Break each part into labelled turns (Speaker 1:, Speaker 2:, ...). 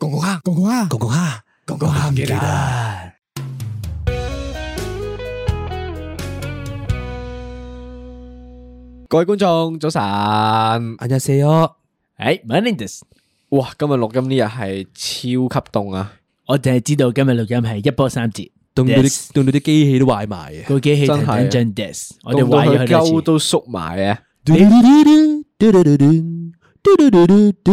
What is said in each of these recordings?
Speaker 1: Konkoha, konkoha, konkoha, konkohamkeran. 안녕하세요.
Speaker 2: 誒，Menendez，我淨係知道今日錄音
Speaker 3: 哇，今日錄音呢日
Speaker 2: 係
Speaker 3: 係超級凍啊，
Speaker 2: 三折，
Speaker 1: 凍到啲-
Speaker 2: Yes。
Speaker 1: 凍到啲機器都壞埋啊。
Speaker 2: 個機器
Speaker 3: 真係。
Speaker 2: 停緊陣 des，我哋
Speaker 3: 凍到
Speaker 2: 壞咗
Speaker 3: 佢
Speaker 2: 佢多次。
Speaker 3: 鳩都縮埋啊。
Speaker 1: 嘟嘟嘟嘟，嘟嘟嘟嘟，嘟嘟嘟嘟嘟，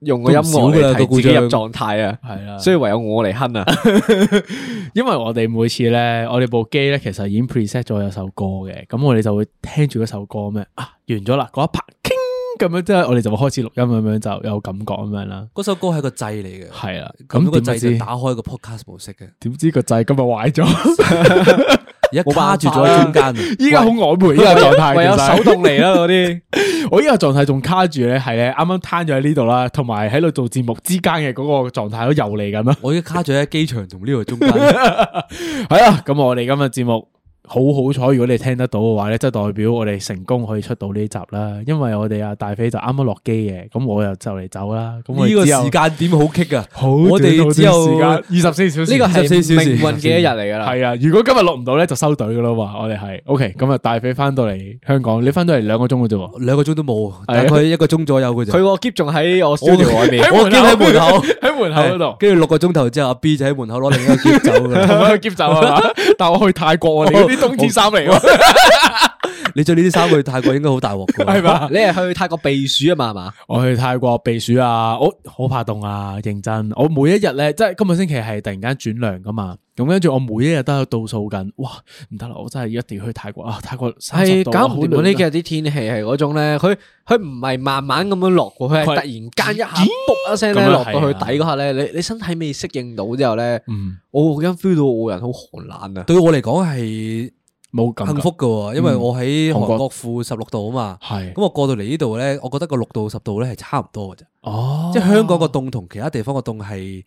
Speaker 3: 用個音樂嚟
Speaker 1: 都唔少㗎啦，個
Speaker 3: 提自己入
Speaker 1: 故障。
Speaker 3: 狀態啊，
Speaker 2: 係啦。
Speaker 3: 所以唯有我嚟哼啊。
Speaker 2: 因為我哋每次呢，我哋部機呢，其實已經preset咗有首歌嘅，咁我哋就會聽住嗰首歌咩，啊，完咗啦，嗰一拍，傾咁樣，即係我哋就開始錄音咁樣就，就有感覺咁樣啦。係啦，咁
Speaker 1: 嗰首歌係個掣嚟嘅，
Speaker 2: 點知-
Speaker 1: 咁個掣就打開個 podcast 模式嘅，
Speaker 2: 點知個掣今日壞咗。
Speaker 1: 而家卡住咗喺中間啊。
Speaker 2: 依家好曖昧，依個狀 態，
Speaker 3: 唯有
Speaker 2: 其實。
Speaker 3: 手 動嚟啦，嗰啲。
Speaker 2: 我依個狀態仲卡住咧，係咧啱啱攤咗喺呢度啦，同埋喺度做節目之間嘅嗰個狀態都游嚟緊啦。
Speaker 1: 喂，我而家卡咗喺機場同呢度中間。
Speaker 2: 啊係啦，咁我哋今日節目好好彩，如果你聽得到嘅話咧，即係代表我哋成功可以出到呢集啦。因為我哋阿大飛就啱啱落機嘅，咁我又就嚟走啦。咁我哋之
Speaker 1: 呢
Speaker 2: 後
Speaker 1: 個時間點好棘啊。
Speaker 2: 好
Speaker 1: 我哋
Speaker 2: 短好短
Speaker 1: 只有
Speaker 2: 時間二十四小
Speaker 3: 呢
Speaker 2: 時，
Speaker 3: 個係
Speaker 1: 24小時
Speaker 3: 命運嘅一日嚟㗎啦。
Speaker 2: 係啊，如果今日錄唔到咧，就收隊噶啦嘛。我哋係 OK，咁啊，大飛翻到嚟香港，你翻到嚟兩個鐘嘅啫喎。
Speaker 1: 兩個鐘都冇，
Speaker 2: 係啊。
Speaker 1: 大概一個鐘左右嘅啫。
Speaker 3: 佢個箧仲喺我 studio 外面，
Speaker 1: 我
Speaker 2: 喺
Speaker 1: 喺門口
Speaker 2: 喺門口嗰度。
Speaker 1: 跟住六個鐘頭之後，阿 B 就喺門口攞另一個箧走 㗎
Speaker 2: 同
Speaker 1: 啦。
Speaker 2: 埋去劫走啊嘛！但我去泰國啊，你嗰啲冬天衫嚟喎，
Speaker 1: 你着呢啲衫去泰國應該好大鑊㗎。
Speaker 2: 係啊嘛？
Speaker 3: 你係去泰國避暑啊嘛，係嘛？
Speaker 2: 哦 我去泰國避暑啊，我好怕凍啊，認真。我每一日咧，即係今個星期係突然間轉涼噶嘛，咁跟住我每一日都喺度倒數緊，哇！唔得啦，我真係一定要去泰國啊！泰國
Speaker 3: 係
Speaker 2: 係
Speaker 3: 搞唔掂喎！呢幾日啲天氣係嗰種咧，佢佢唔係慢慢咁樣落喎，佢係
Speaker 2: 佢
Speaker 3: 突然間一下卜一聲咧
Speaker 2: 咁樣
Speaker 3: 落到去
Speaker 2: 係啊
Speaker 3: 底嗰下咧，你你身體未適應到之後咧，
Speaker 2: 嗯
Speaker 3: 我好驚 feel 到我人好寒冷啊！
Speaker 1: 對我嚟講係
Speaker 2: 冇咁
Speaker 1: 幸福㗎喎，因為我喺
Speaker 2: 韓國
Speaker 1: 韓國負十六度啊嘛。
Speaker 2: 係
Speaker 1: 咁我過到嚟呢度咧，我覺得個六度十度咧係差唔多嘅啫。
Speaker 2: 哦，
Speaker 1: 即係香港個凍同其他地方個凍係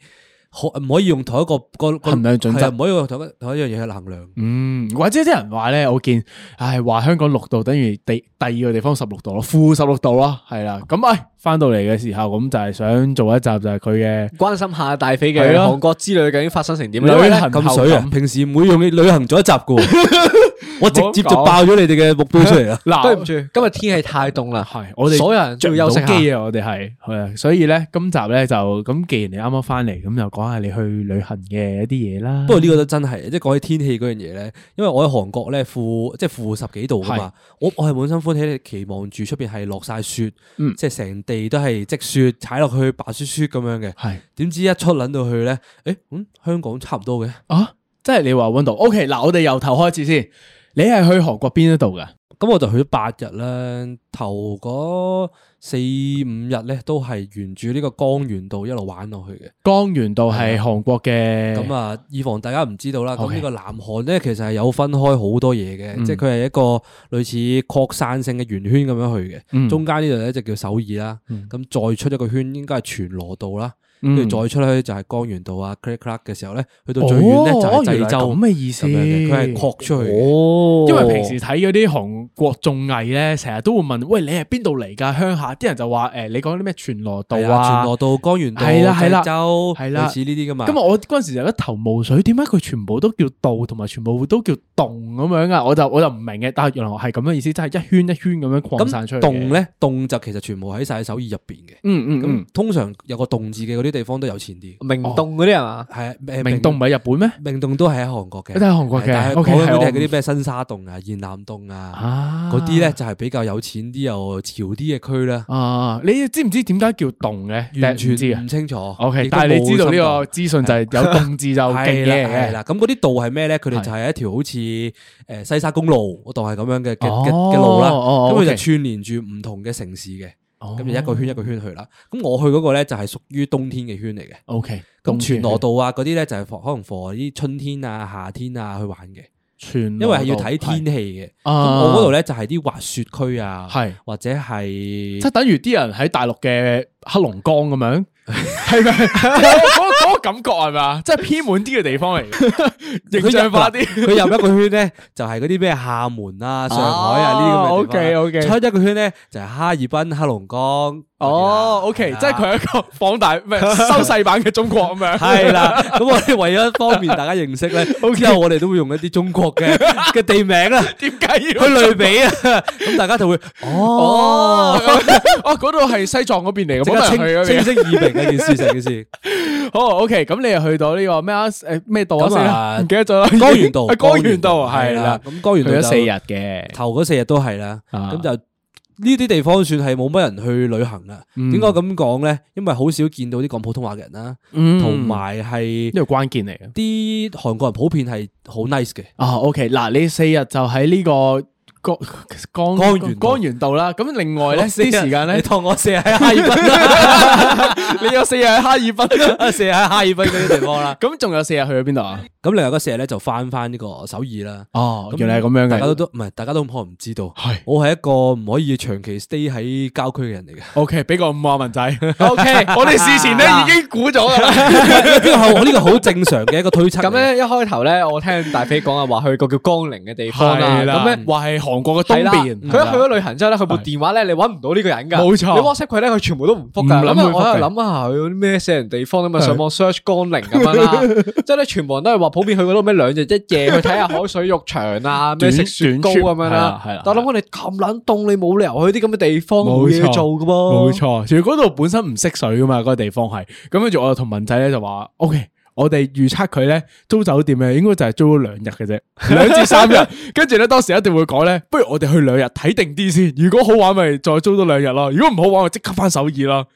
Speaker 1: 可唔可以用同一個個個
Speaker 2: 衡量準則
Speaker 1: 係啊唔可以用同一同一樣嘢去衡量。
Speaker 2: 嗯，或者啲人話咧，我見，唉，話香港六度等於第第二個地方十六度咯，負十六度咯，係啦。咁唉，翻到嚟嘅時候，咁就係想做一集就係佢嘅。
Speaker 3: 關心下大飛嘅
Speaker 2: 係咯
Speaker 3: 韓國之旅究竟發生成點
Speaker 2: 旅行
Speaker 3: 因為呢
Speaker 2: 後
Speaker 1: 咁水啊！平時每樣嘢旅行咗一集嘅 喎，我直接
Speaker 2: 唔
Speaker 1: 就
Speaker 2: 好講
Speaker 1: 爆咗你哋嘅目標出嚟啊 啦。
Speaker 2: 嗱
Speaker 3: 對唔住，今日天氣太凍啦，
Speaker 2: 係我哋
Speaker 3: 所有人都要休息
Speaker 2: 着唔到
Speaker 3: 下。
Speaker 2: 機啊！我哋係係啊，所以咧今集咧就咁，既然你啱啱翻嚟，咁就講下你去旅行嘅一啲嘢啦。
Speaker 1: 不過呢個都真係，即係講起天氣嗰樣嘢咧，因為我喺韓國咧負即係負十幾度噶嘛，我我係滿心歡喜期望住出邊係落晒雪，
Speaker 2: 嗯
Speaker 1: 即係成地都係積雪，踩落去白雪雪咁樣嘅。
Speaker 2: 係
Speaker 1: 點知一出撚到去咧，誒，嗯，香港差唔多嘅。
Speaker 2: 啊，即係你話温度 OK 嗱，我哋由頭開始先。你係去韓國邊一度噶？
Speaker 1: 咁我就去咗八日啦，頭嗰四五日咧都係沿住呢個江原道一路玩落去嘅。
Speaker 2: 江原道係韓國嘅
Speaker 1: 咁啊，以防大家唔知道啦，咁
Speaker 2: OK 嗯
Speaker 1: 呢個南韓咧其實係有分開好多嘢嘅，即係佢係一個類似擴散性嘅圓圈咁樣去嘅，
Speaker 2: 嗯
Speaker 1: 中間呢度咧就叫首爾啦，咁、再出一個圈應該係全羅道啦，
Speaker 2: 嗯
Speaker 1: 跟住、再出去就係江原道
Speaker 2: 哦
Speaker 1: 啊 c l i c k c l a c k 嘅時候咧，去到最遠咧就係濟州
Speaker 2: 哦原來咁嘅意思
Speaker 1: 咁樣嘅佢係擴出去嘅。哦，
Speaker 2: 因為平時睇嗰啲韓國綜藝咧，成日都會問：喂，你係邊度嚟㗎？鄉下啲人就話：誒，你講啲咩全羅道
Speaker 1: 係啊
Speaker 2: 啊
Speaker 1: 全？羅道、江原道、
Speaker 2: 係啦係啦
Speaker 1: 濟州，
Speaker 2: 係啦
Speaker 1: 類似呢啲噶嘛。
Speaker 2: 咁我嗰陣時就一頭霧水，點解佢全部都叫道，同埋全部都叫洞咁樣啊？我就我就唔明嘅，但係原來係咁嘅意思，真係一圈一圈咁樣擴散出
Speaker 1: 咁
Speaker 2: 去。
Speaker 1: 洞，咧，洞就其實全部喺晒首爾入邊嘅。
Speaker 2: 嗯嗯
Speaker 1: 咁
Speaker 2: 嗯，
Speaker 1: 通常有個洞字嘅嗰啲地方都有錢啲。
Speaker 3: 明洞嗰啲係嘛？
Speaker 1: 係啊，誒
Speaker 2: 明洞唔係日本咩？
Speaker 1: 明洞都係喺韓國嘅，
Speaker 2: 都喺韓國嘅
Speaker 1: 但係
Speaker 2: OK，
Speaker 1: 講緊
Speaker 2: 係
Speaker 1: 嗰啲
Speaker 2: 我
Speaker 1: 係嗰啲咩新沙洞啊、燕南洞啊，
Speaker 2: 啊
Speaker 1: 嗰啲咧就係比較有錢啲又潮啲嘅區啦，
Speaker 2: 啊，你知唔知點解叫洞嘅？
Speaker 1: 完全
Speaker 2: 唔知啊
Speaker 1: 唔。清楚。
Speaker 2: O K，
Speaker 1: 亦都
Speaker 2: 但係
Speaker 1: 冇
Speaker 2: 你知道呢
Speaker 1: 深
Speaker 2: 個
Speaker 1: 度
Speaker 2: 資訊就係有洞字就勁
Speaker 1: 係啦，
Speaker 2: 嘢
Speaker 1: 係
Speaker 2: 嘅。
Speaker 1: 啦，咁嗰啲道係咩咧？佢哋
Speaker 2: 係
Speaker 1: 就係一條好似誒西沙公路嗰度係咁樣嘅嘅嘅
Speaker 2: 哦
Speaker 1: 嘅路啦，
Speaker 2: 哦
Speaker 1: 咁佢就
Speaker 2: OK
Speaker 1: 串連住唔同嘅城市嘅，
Speaker 2: 哦
Speaker 1: 咁就一個圈一個圈去啦。咁我去嗰個咧就係屬於冬天嘅圈嚟嘅，
Speaker 2: O K，
Speaker 1: 咁全羅道啊嗰啲咧就係 for- 可能 for 啲春天啊、夏天啊去玩嘅，
Speaker 2: 全，
Speaker 1: 因為係要睇天氣嘅。咁
Speaker 2: 啊
Speaker 1: 我嗰度咧就係啲滑雪區啊，
Speaker 2: 係
Speaker 1: 或者係
Speaker 2: 即係等於啲人喺大陸嘅黑龍江 咁樣，係咪？嗰嗰個感覺係咪啊？即係偏滿啲嘅地方嚟嘅， 形象化啲。
Speaker 1: 佢入一個圈咧，就係嗰啲咩廈門啊、上海啊呢啲咁嘅地方啦。
Speaker 2: OK，OK
Speaker 1: 出一個圈咧，就係哈爾濱、黑龍江。 啊哎
Speaker 2: 哦，OK，即係佢係一個 放大唔係收細版嘅中國咁樣。
Speaker 1: 係 啦，咁我哋為咗方便大家認識咧，之後我哋都會用一啲中國嘅嘅地名啦，去
Speaker 2: 點解要
Speaker 1: 類比啊， 咁大家就會哦，
Speaker 2: 哦咁樣 哦，嗰度係西藏嗰邊嚟嘅，
Speaker 1: 即
Speaker 2: 冇
Speaker 1: 刻
Speaker 2: 人去嗰
Speaker 1: 清
Speaker 2: 邊
Speaker 1: 清。晰易明嘅件事，成件 事。
Speaker 2: 好，OK，咁你又去到呢個咩啊？誒咩道啊
Speaker 1: 咁
Speaker 2: 先
Speaker 1: 啊
Speaker 2: 啦？唔記得咗啦。
Speaker 1: 江原道
Speaker 2: 啊，江原道係啦，
Speaker 1: 咁江原道
Speaker 2: 去
Speaker 1: 就
Speaker 2: 咗四日嘅。
Speaker 1: 頭嗰四日都係啦，
Speaker 2: 啊
Speaker 1: 咁就呢啲地方算係冇乜人去旅行啦。
Speaker 2: 嗯
Speaker 1: 點解咁講咧？因為好少見到啲講普通話嘅人啦，
Speaker 2: 嗯
Speaker 1: 同埋係
Speaker 2: 呢個關鍵嚟嘅。
Speaker 1: 啲韓國人普遍係好 nice 嘅。
Speaker 2: 啊，OK，嗱，你四日就喺呢個江江
Speaker 1: 江原道
Speaker 2: 江原道啦。咁另外咧
Speaker 1: 我四日
Speaker 2: 啲時間
Speaker 1: 你
Speaker 2: 咧，
Speaker 1: 當我四日喺哈爾濱 啦，你有四日喺哈爾濱啦， 四日喺哈爾濱嗰啲地方啦。
Speaker 2: 咁仲有四日去咗邊度啊？
Speaker 1: 咁另外嗰四日咧就翻翻呢個首爾啦。
Speaker 2: 哦
Speaker 1: 咁
Speaker 2: 原來係咁樣
Speaker 1: 大家
Speaker 2: 嘅。
Speaker 1: 都唔係，大家都可能唔知道。
Speaker 2: 係
Speaker 1: 我係一個唔可以長期 stay 喺郊區嘅人嚟 嘅。
Speaker 2: OK，俾個五 啊文仔。OK，我 哋事前咧
Speaker 3: 啊
Speaker 2: 已經估咗噶啦。
Speaker 1: 呢個係我呢個好正常嘅一個推測嚟嘅。
Speaker 3: 咁咧一開頭咧，我聽大飛講啊，話去個叫江陵嘅地方啦，
Speaker 2: 係啦，
Speaker 3: 咁咧
Speaker 2: 咁。話係韓國嘅
Speaker 3: 係
Speaker 2: 東
Speaker 3: 啦，嗯
Speaker 2: 邊。
Speaker 1: 嗯
Speaker 3: 佢一去咗旅行之後咧，佢部電話咧，你揾唔到呢個人㗎。
Speaker 2: 冇錯
Speaker 3: 你 WhatsApp 佢咧，佢全部都唔覆㗎。
Speaker 2: 唔諗
Speaker 3: 咁啊
Speaker 2: 佢
Speaker 3: 我喺度
Speaker 2: 覆
Speaker 3: 諗啊，有啲咩死人地方咁啊，上網 search 江陵咁樣啦。 即係咧，全部人都係話普遍去嗰度咩兩日一夜去睇下海水浴場啊，咩食雪糕咁樣啦
Speaker 2: 短短 trip，係啦係啦。
Speaker 3: 但係我諗我哋咁撚凍，你冇理由去啲咁嘅地方哦冇嘢
Speaker 2: 冇錯
Speaker 3: 做㗎
Speaker 2: 冇
Speaker 3: 噃。
Speaker 2: 錯，仲要嗰度本身唔識水噶嘛，嗰、個地方係。咁跟住我又同文仔咧就話，OK，我哋預測佢咧租酒店咧，應該就係租咗兩日嘅啫，兩至三日。跟住咧當時一定會講咧，不如我哋去兩日睇定啲先。如果好玩咪再租多兩日咯，如果唔好玩咪即刻翻首爾咯。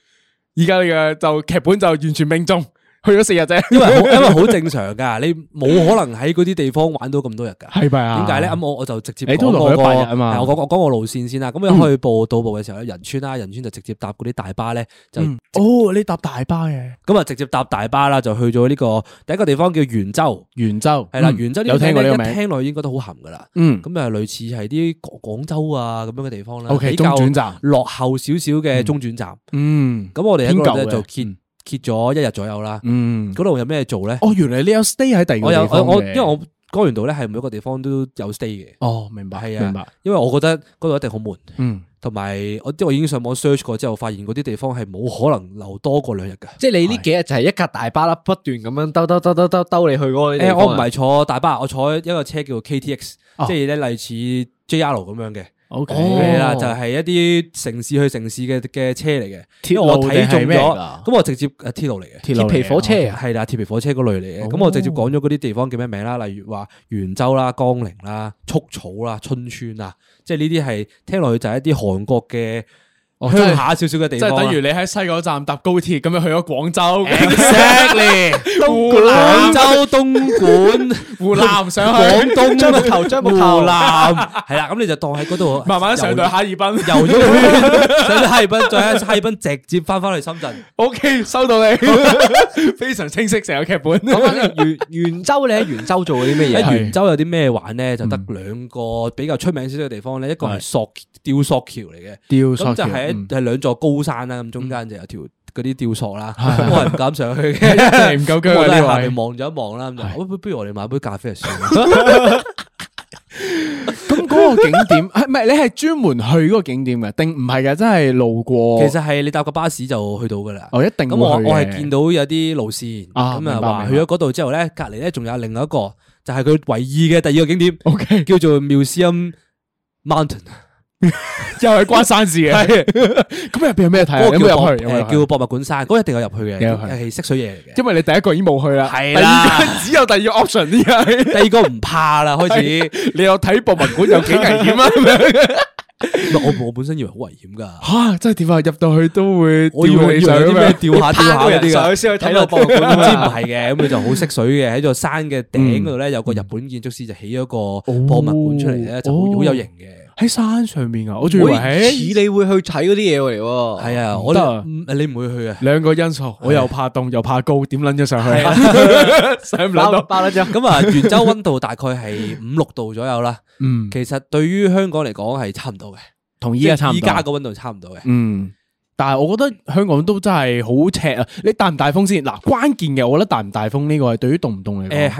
Speaker 2: 而家嘅就劇本就完全命中，去咗四日啫。
Speaker 1: 因為好因為好正常噶，你冇可能喺嗰啲地方玩到咁多日噶。
Speaker 2: 係咪 啊
Speaker 1: 點解咧？咁我我就直接
Speaker 2: 你都
Speaker 1: 講
Speaker 2: 留
Speaker 1: 我
Speaker 2: 咗
Speaker 1: 個
Speaker 2: 八日啊嘛嗯
Speaker 1: 係我講我講我路線先啦。咁一去步到步嘅時候咧，仁川啦，仁川就直接搭嗰啲大巴咧，就
Speaker 2: 嗯哦，你搭大巴嘅
Speaker 1: 咁啊直接搭大巴啦，就去咗呢個第一個地方叫圓洲，
Speaker 2: 圓洲
Speaker 1: 係啦，
Speaker 2: 嗯
Speaker 1: 圓洲
Speaker 2: 有
Speaker 1: 呢
Speaker 2: 聽
Speaker 1: 聽
Speaker 2: 過
Speaker 1: 過
Speaker 2: 呢個
Speaker 1: 一
Speaker 2: 名。
Speaker 1: 聽落去應該都好含噶啦。
Speaker 2: 嗯
Speaker 1: 咁啊，類似係啲廣廣州啊咁樣嘅地方啦。
Speaker 2: ，OK，
Speaker 1: 比
Speaker 2: 中
Speaker 1: 較
Speaker 2: 轉站，
Speaker 1: 落後少少嘅中轉站。
Speaker 2: 嗯
Speaker 1: 咁我哋喺嗰度咧
Speaker 2: 偏舊嘅
Speaker 1: 就揭揭咗一日左右啦。
Speaker 2: 嗯，
Speaker 1: 嗰度有咩做咧？
Speaker 2: 哦，原來你有 stay 喺第二個
Speaker 1: 我有
Speaker 2: 地方
Speaker 1: 我我，
Speaker 2: 嘅
Speaker 1: 因為我江原道咧係每一個地方都有 stay 嘅，
Speaker 2: 哦，明白，
Speaker 1: 係啊
Speaker 2: 明白，
Speaker 1: 因為我覺得嗰度一定好悶，
Speaker 2: 嗯，
Speaker 1: 同埋我即係我已經上網 search 過之後，發現嗰啲地方係冇可能留多過兩日㗎。
Speaker 3: 即係你呢幾日就係一架大巴啦，不斷咁樣兜兜兜兜兜兜你去嗰啲地
Speaker 1: 誒，
Speaker 3: 方。啊哦
Speaker 1: 我唔係坐大巴，我坐一個車叫 KTX，
Speaker 2: 哦
Speaker 1: 即係咧類似 JR 咁樣嘅，
Speaker 2: O K，
Speaker 1: 係啦，就係一啲城市去城市嘅嘅車嚟嘅。
Speaker 2: 鐵
Speaker 1: 因為我
Speaker 2: 路
Speaker 1: 睇
Speaker 2: 定係
Speaker 1: 中
Speaker 2: 咩
Speaker 1: 咗，
Speaker 2: 㗎
Speaker 1: 咁我直接誒鐵路嚟嘅。
Speaker 2: 鐵路
Speaker 3: 鐵皮火車
Speaker 2: 嚟嘅
Speaker 3: 啊，
Speaker 1: 係啦，鐵皮火車嗰類嚟嘅。咁、
Speaker 2: 哦
Speaker 1: 我直接講咗嗰啲地方叫咩名啦，例如話圓洲啦、江陵啦、速草啦、春村啦，即係呢啲係聽落去就係一啲韓國嘅
Speaker 2: 哦
Speaker 1: 鄉下少少嘅地
Speaker 2: 即係
Speaker 1: 方啊啦。
Speaker 2: 等於你喺西九站搭高鐵咁樣去咗廣州、
Speaker 1: exactly
Speaker 2: 湖
Speaker 1: 廣
Speaker 2: 南、
Speaker 1: 州、東 莞、
Speaker 2: 湖南上去，
Speaker 1: 廣東、
Speaker 3: 將個頭 將個頭
Speaker 1: 湖南，係啦，咁你就當喺嗰度
Speaker 2: 慢慢上到哈爾
Speaker 1: 游
Speaker 2: 濱。
Speaker 1: 咗個圈， 上咗哈爾濱，再喺哈爾濱直接翻翻去深圳。
Speaker 2: O K，收到你， 非常清晰成個劇本。
Speaker 3: 講緊圓圓州，你喺圓州做過啲咩
Speaker 1: 喺
Speaker 3: 嘢啊？
Speaker 1: 圓洲有啲咩玩咧？就得
Speaker 2: 嗯
Speaker 1: 兩個比較出名少少嘅地方咧，一個係索吊索橋嚟嘅。
Speaker 2: 吊嗯
Speaker 1: 咁就係一係兩座高山啦，咁中間就有條嗰啲吊索啦，咁我係唔敢上去嘅，
Speaker 2: 一定唔夠薑
Speaker 1: 咁
Speaker 2: 啊
Speaker 1: 我都係
Speaker 2: 呢位
Speaker 1: 哦 下面望咗一望啦，咁就話喂不如我哋買杯咖啡就算啦。
Speaker 2: 嗰個景點，係唔係你係專門去嗰個景點嘅，定唔係嘅？真係路過。
Speaker 1: 其實係你搭個巴士就去到噶啦。
Speaker 2: 我一定
Speaker 1: 咁我我
Speaker 2: 哦會去嘅
Speaker 1: 係見到有啲路線，
Speaker 2: 啊
Speaker 1: 咁啊
Speaker 2: 明白
Speaker 1: 話
Speaker 2: 明
Speaker 1: 去
Speaker 2: 白
Speaker 1: 咗嗰度之後咧，隔離咧仲有另外一個，就係佢唯意嘅第二個景點，
Speaker 2: OK，
Speaker 1: 叫做 Museum Mountain，
Speaker 2: 又係關山 事嘅。咁入邊有咩睇啊？
Speaker 1: 嗰個
Speaker 2: 有冇
Speaker 1: 叫博
Speaker 2: 入去？有冇入
Speaker 1: 誒
Speaker 2: 去
Speaker 1: 叫博物館山，嗰個一定有入去嘅，
Speaker 2: 有入去
Speaker 1: 係識水嘢嚟嘅。
Speaker 2: 因為你第一個已經冇去啦，
Speaker 1: 係啦
Speaker 2: 第二個啊只有第二個 option 呢
Speaker 1: 第二個唔怕啦，開始。
Speaker 2: 係你有睇博物館有 幾危 險啊咁樣？
Speaker 1: 唔係我我本身以為好危險㗎，
Speaker 2: 吓，真係點啊？入到去都會
Speaker 1: 我以為以為
Speaker 2: 你上
Speaker 1: 有啲咩
Speaker 2: 咩？
Speaker 1: 掉下掉下嗰啲
Speaker 3: 上去
Speaker 1: 㗎。
Speaker 3: 先去睇
Speaker 1: 睇到
Speaker 3: 到
Speaker 1: 博
Speaker 3: 博
Speaker 1: 物
Speaker 3: 物
Speaker 1: 館
Speaker 3: 館
Speaker 1: 咁知唔
Speaker 3: 啊嘛。
Speaker 1: 係嘅，咁佢就好識水嘅，喺座山嘅頂嗰度
Speaker 2: 嗯
Speaker 1: 咧有個日本建築師就起咗個博物館出嚟咧，就好
Speaker 2: 哦
Speaker 1: 好有型嘅。
Speaker 2: 喺山上面啊！我仲以為
Speaker 3: 喂，
Speaker 2: 喺
Speaker 3: 似你會去睇嗰啲嘢嚟喎。
Speaker 1: 係啊，
Speaker 2: 唔
Speaker 1: 我
Speaker 2: 得啊
Speaker 1: 嗯你唔會去啊？
Speaker 2: 兩個因素，我又怕凍又怕高，點撚咗上去啊？ 上唔撚
Speaker 3: 包
Speaker 2: 到？
Speaker 3: 包得咗。
Speaker 1: 咁啊，圓州温度大概係五六度左右啦。
Speaker 2: 嗯，
Speaker 1: 其實對於香港嚟講係差唔多嘅，
Speaker 2: 同
Speaker 1: 即係依家個温度啊差唔多嘅。
Speaker 2: 嗯，但係我覺得香港都真係好赤啊！你大唔大風先？嗱，關鍵嘅，我覺得大唔大風呢個係對於凍唔凍
Speaker 1: 誒
Speaker 2: 嚟講，
Speaker 1: 係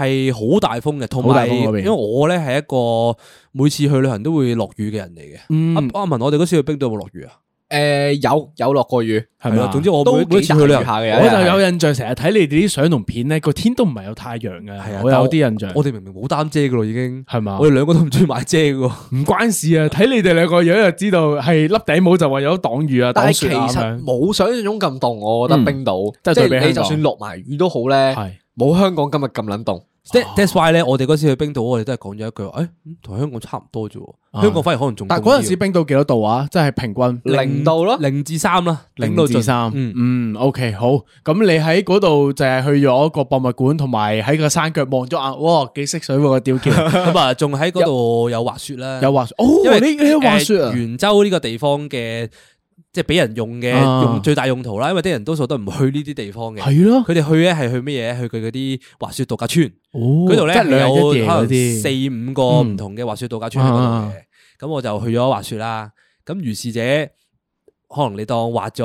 Speaker 1: 好大風嘅，同
Speaker 2: 好大
Speaker 1: 埋
Speaker 2: 風嗰邊
Speaker 1: 因為我咧係一個每次去旅行都會落雨嘅人嚟嘅。
Speaker 2: 嗯
Speaker 1: 阿阿文，我哋嗰次去冰島有冇落雨啊？
Speaker 3: 誒，有有落過雨，
Speaker 2: 係
Speaker 1: 係
Speaker 2: 咪
Speaker 1: 咯，
Speaker 2: 啊？
Speaker 1: 總之我
Speaker 3: 都
Speaker 1: 每每
Speaker 3: 幾
Speaker 1: 次
Speaker 3: 大
Speaker 1: 去
Speaker 3: 雨
Speaker 1: 旅行，
Speaker 3: 下嘅。
Speaker 2: 我就有印象，成日睇你哋啲相同片咧，個天都唔係有太陽
Speaker 1: 係啊
Speaker 2: 嘅，我有啲印象，
Speaker 1: 我哋明明冇擔遮嘅咯，已經
Speaker 2: 係嘛
Speaker 1: 我？哋兩個都唔中意買遮嘅喎。
Speaker 2: 唔關事啊！睇你哋兩個樣就知道，係笠頂帽就話有擋雨啊，
Speaker 3: 但
Speaker 2: 擋
Speaker 3: 係
Speaker 2: 雪
Speaker 3: 其
Speaker 2: 啊咁
Speaker 3: 實
Speaker 2: 樣。
Speaker 3: 冇想象中咁凍，我覺得冰島，
Speaker 2: 即係
Speaker 3: 即
Speaker 2: 對比
Speaker 3: 係你
Speaker 2: 香港
Speaker 3: 就算落埋雨都好咧，
Speaker 2: 係
Speaker 3: 冇香港今日咁撚凍。
Speaker 1: That- That's why 咧，我哋嗰次去冰島，我哋都係講咗一句話，誒嗯同香港差唔多啫喎，香港反而可能仲凍啲喎。
Speaker 2: 啊但係嗰陣時冰島幾多度啊？即係平均
Speaker 3: 零 度咯
Speaker 1: 零至三啦，頂到盡
Speaker 2: 至三。
Speaker 1: 嗯，
Speaker 2: 嗯，OK，好。咁你喺嗰度就係去咗個博物館，同埋喺個山腳望咗眼，哇，幾識水喎個吊橋。
Speaker 1: 咁啊，仲喺嗰度有滑雪啦，
Speaker 2: 有滑雪，哦，
Speaker 1: 因為
Speaker 2: 你你有滑雪
Speaker 1: 誒
Speaker 2: 啊？
Speaker 1: 圓洲呢個地方嘅，即係俾人用嘅
Speaker 2: 啊
Speaker 1: 用最大用途啦，因為啲人多數都唔去呢啲地方嘅，
Speaker 2: 係啊咯
Speaker 1: 佢，哋去咧係去乜嘢？去佢嗰啲滑雪度假村，
Speaker 2: 嗰
Speaker 1: 嗰度咧
Speaker 2: 哦即係兩日一
Speaker 1: 有
Speaker 2: 夜
Speaker 1: 可
Speaker 2: 嗰
Speaker 1: 能
Speaker 2: 啲嗯啊
Speaker 1: 四五個唔同嘅滑雪度假村喺嗰度嘅。咁我就去咗滑雪啦。咁如是者，可能你當滑咗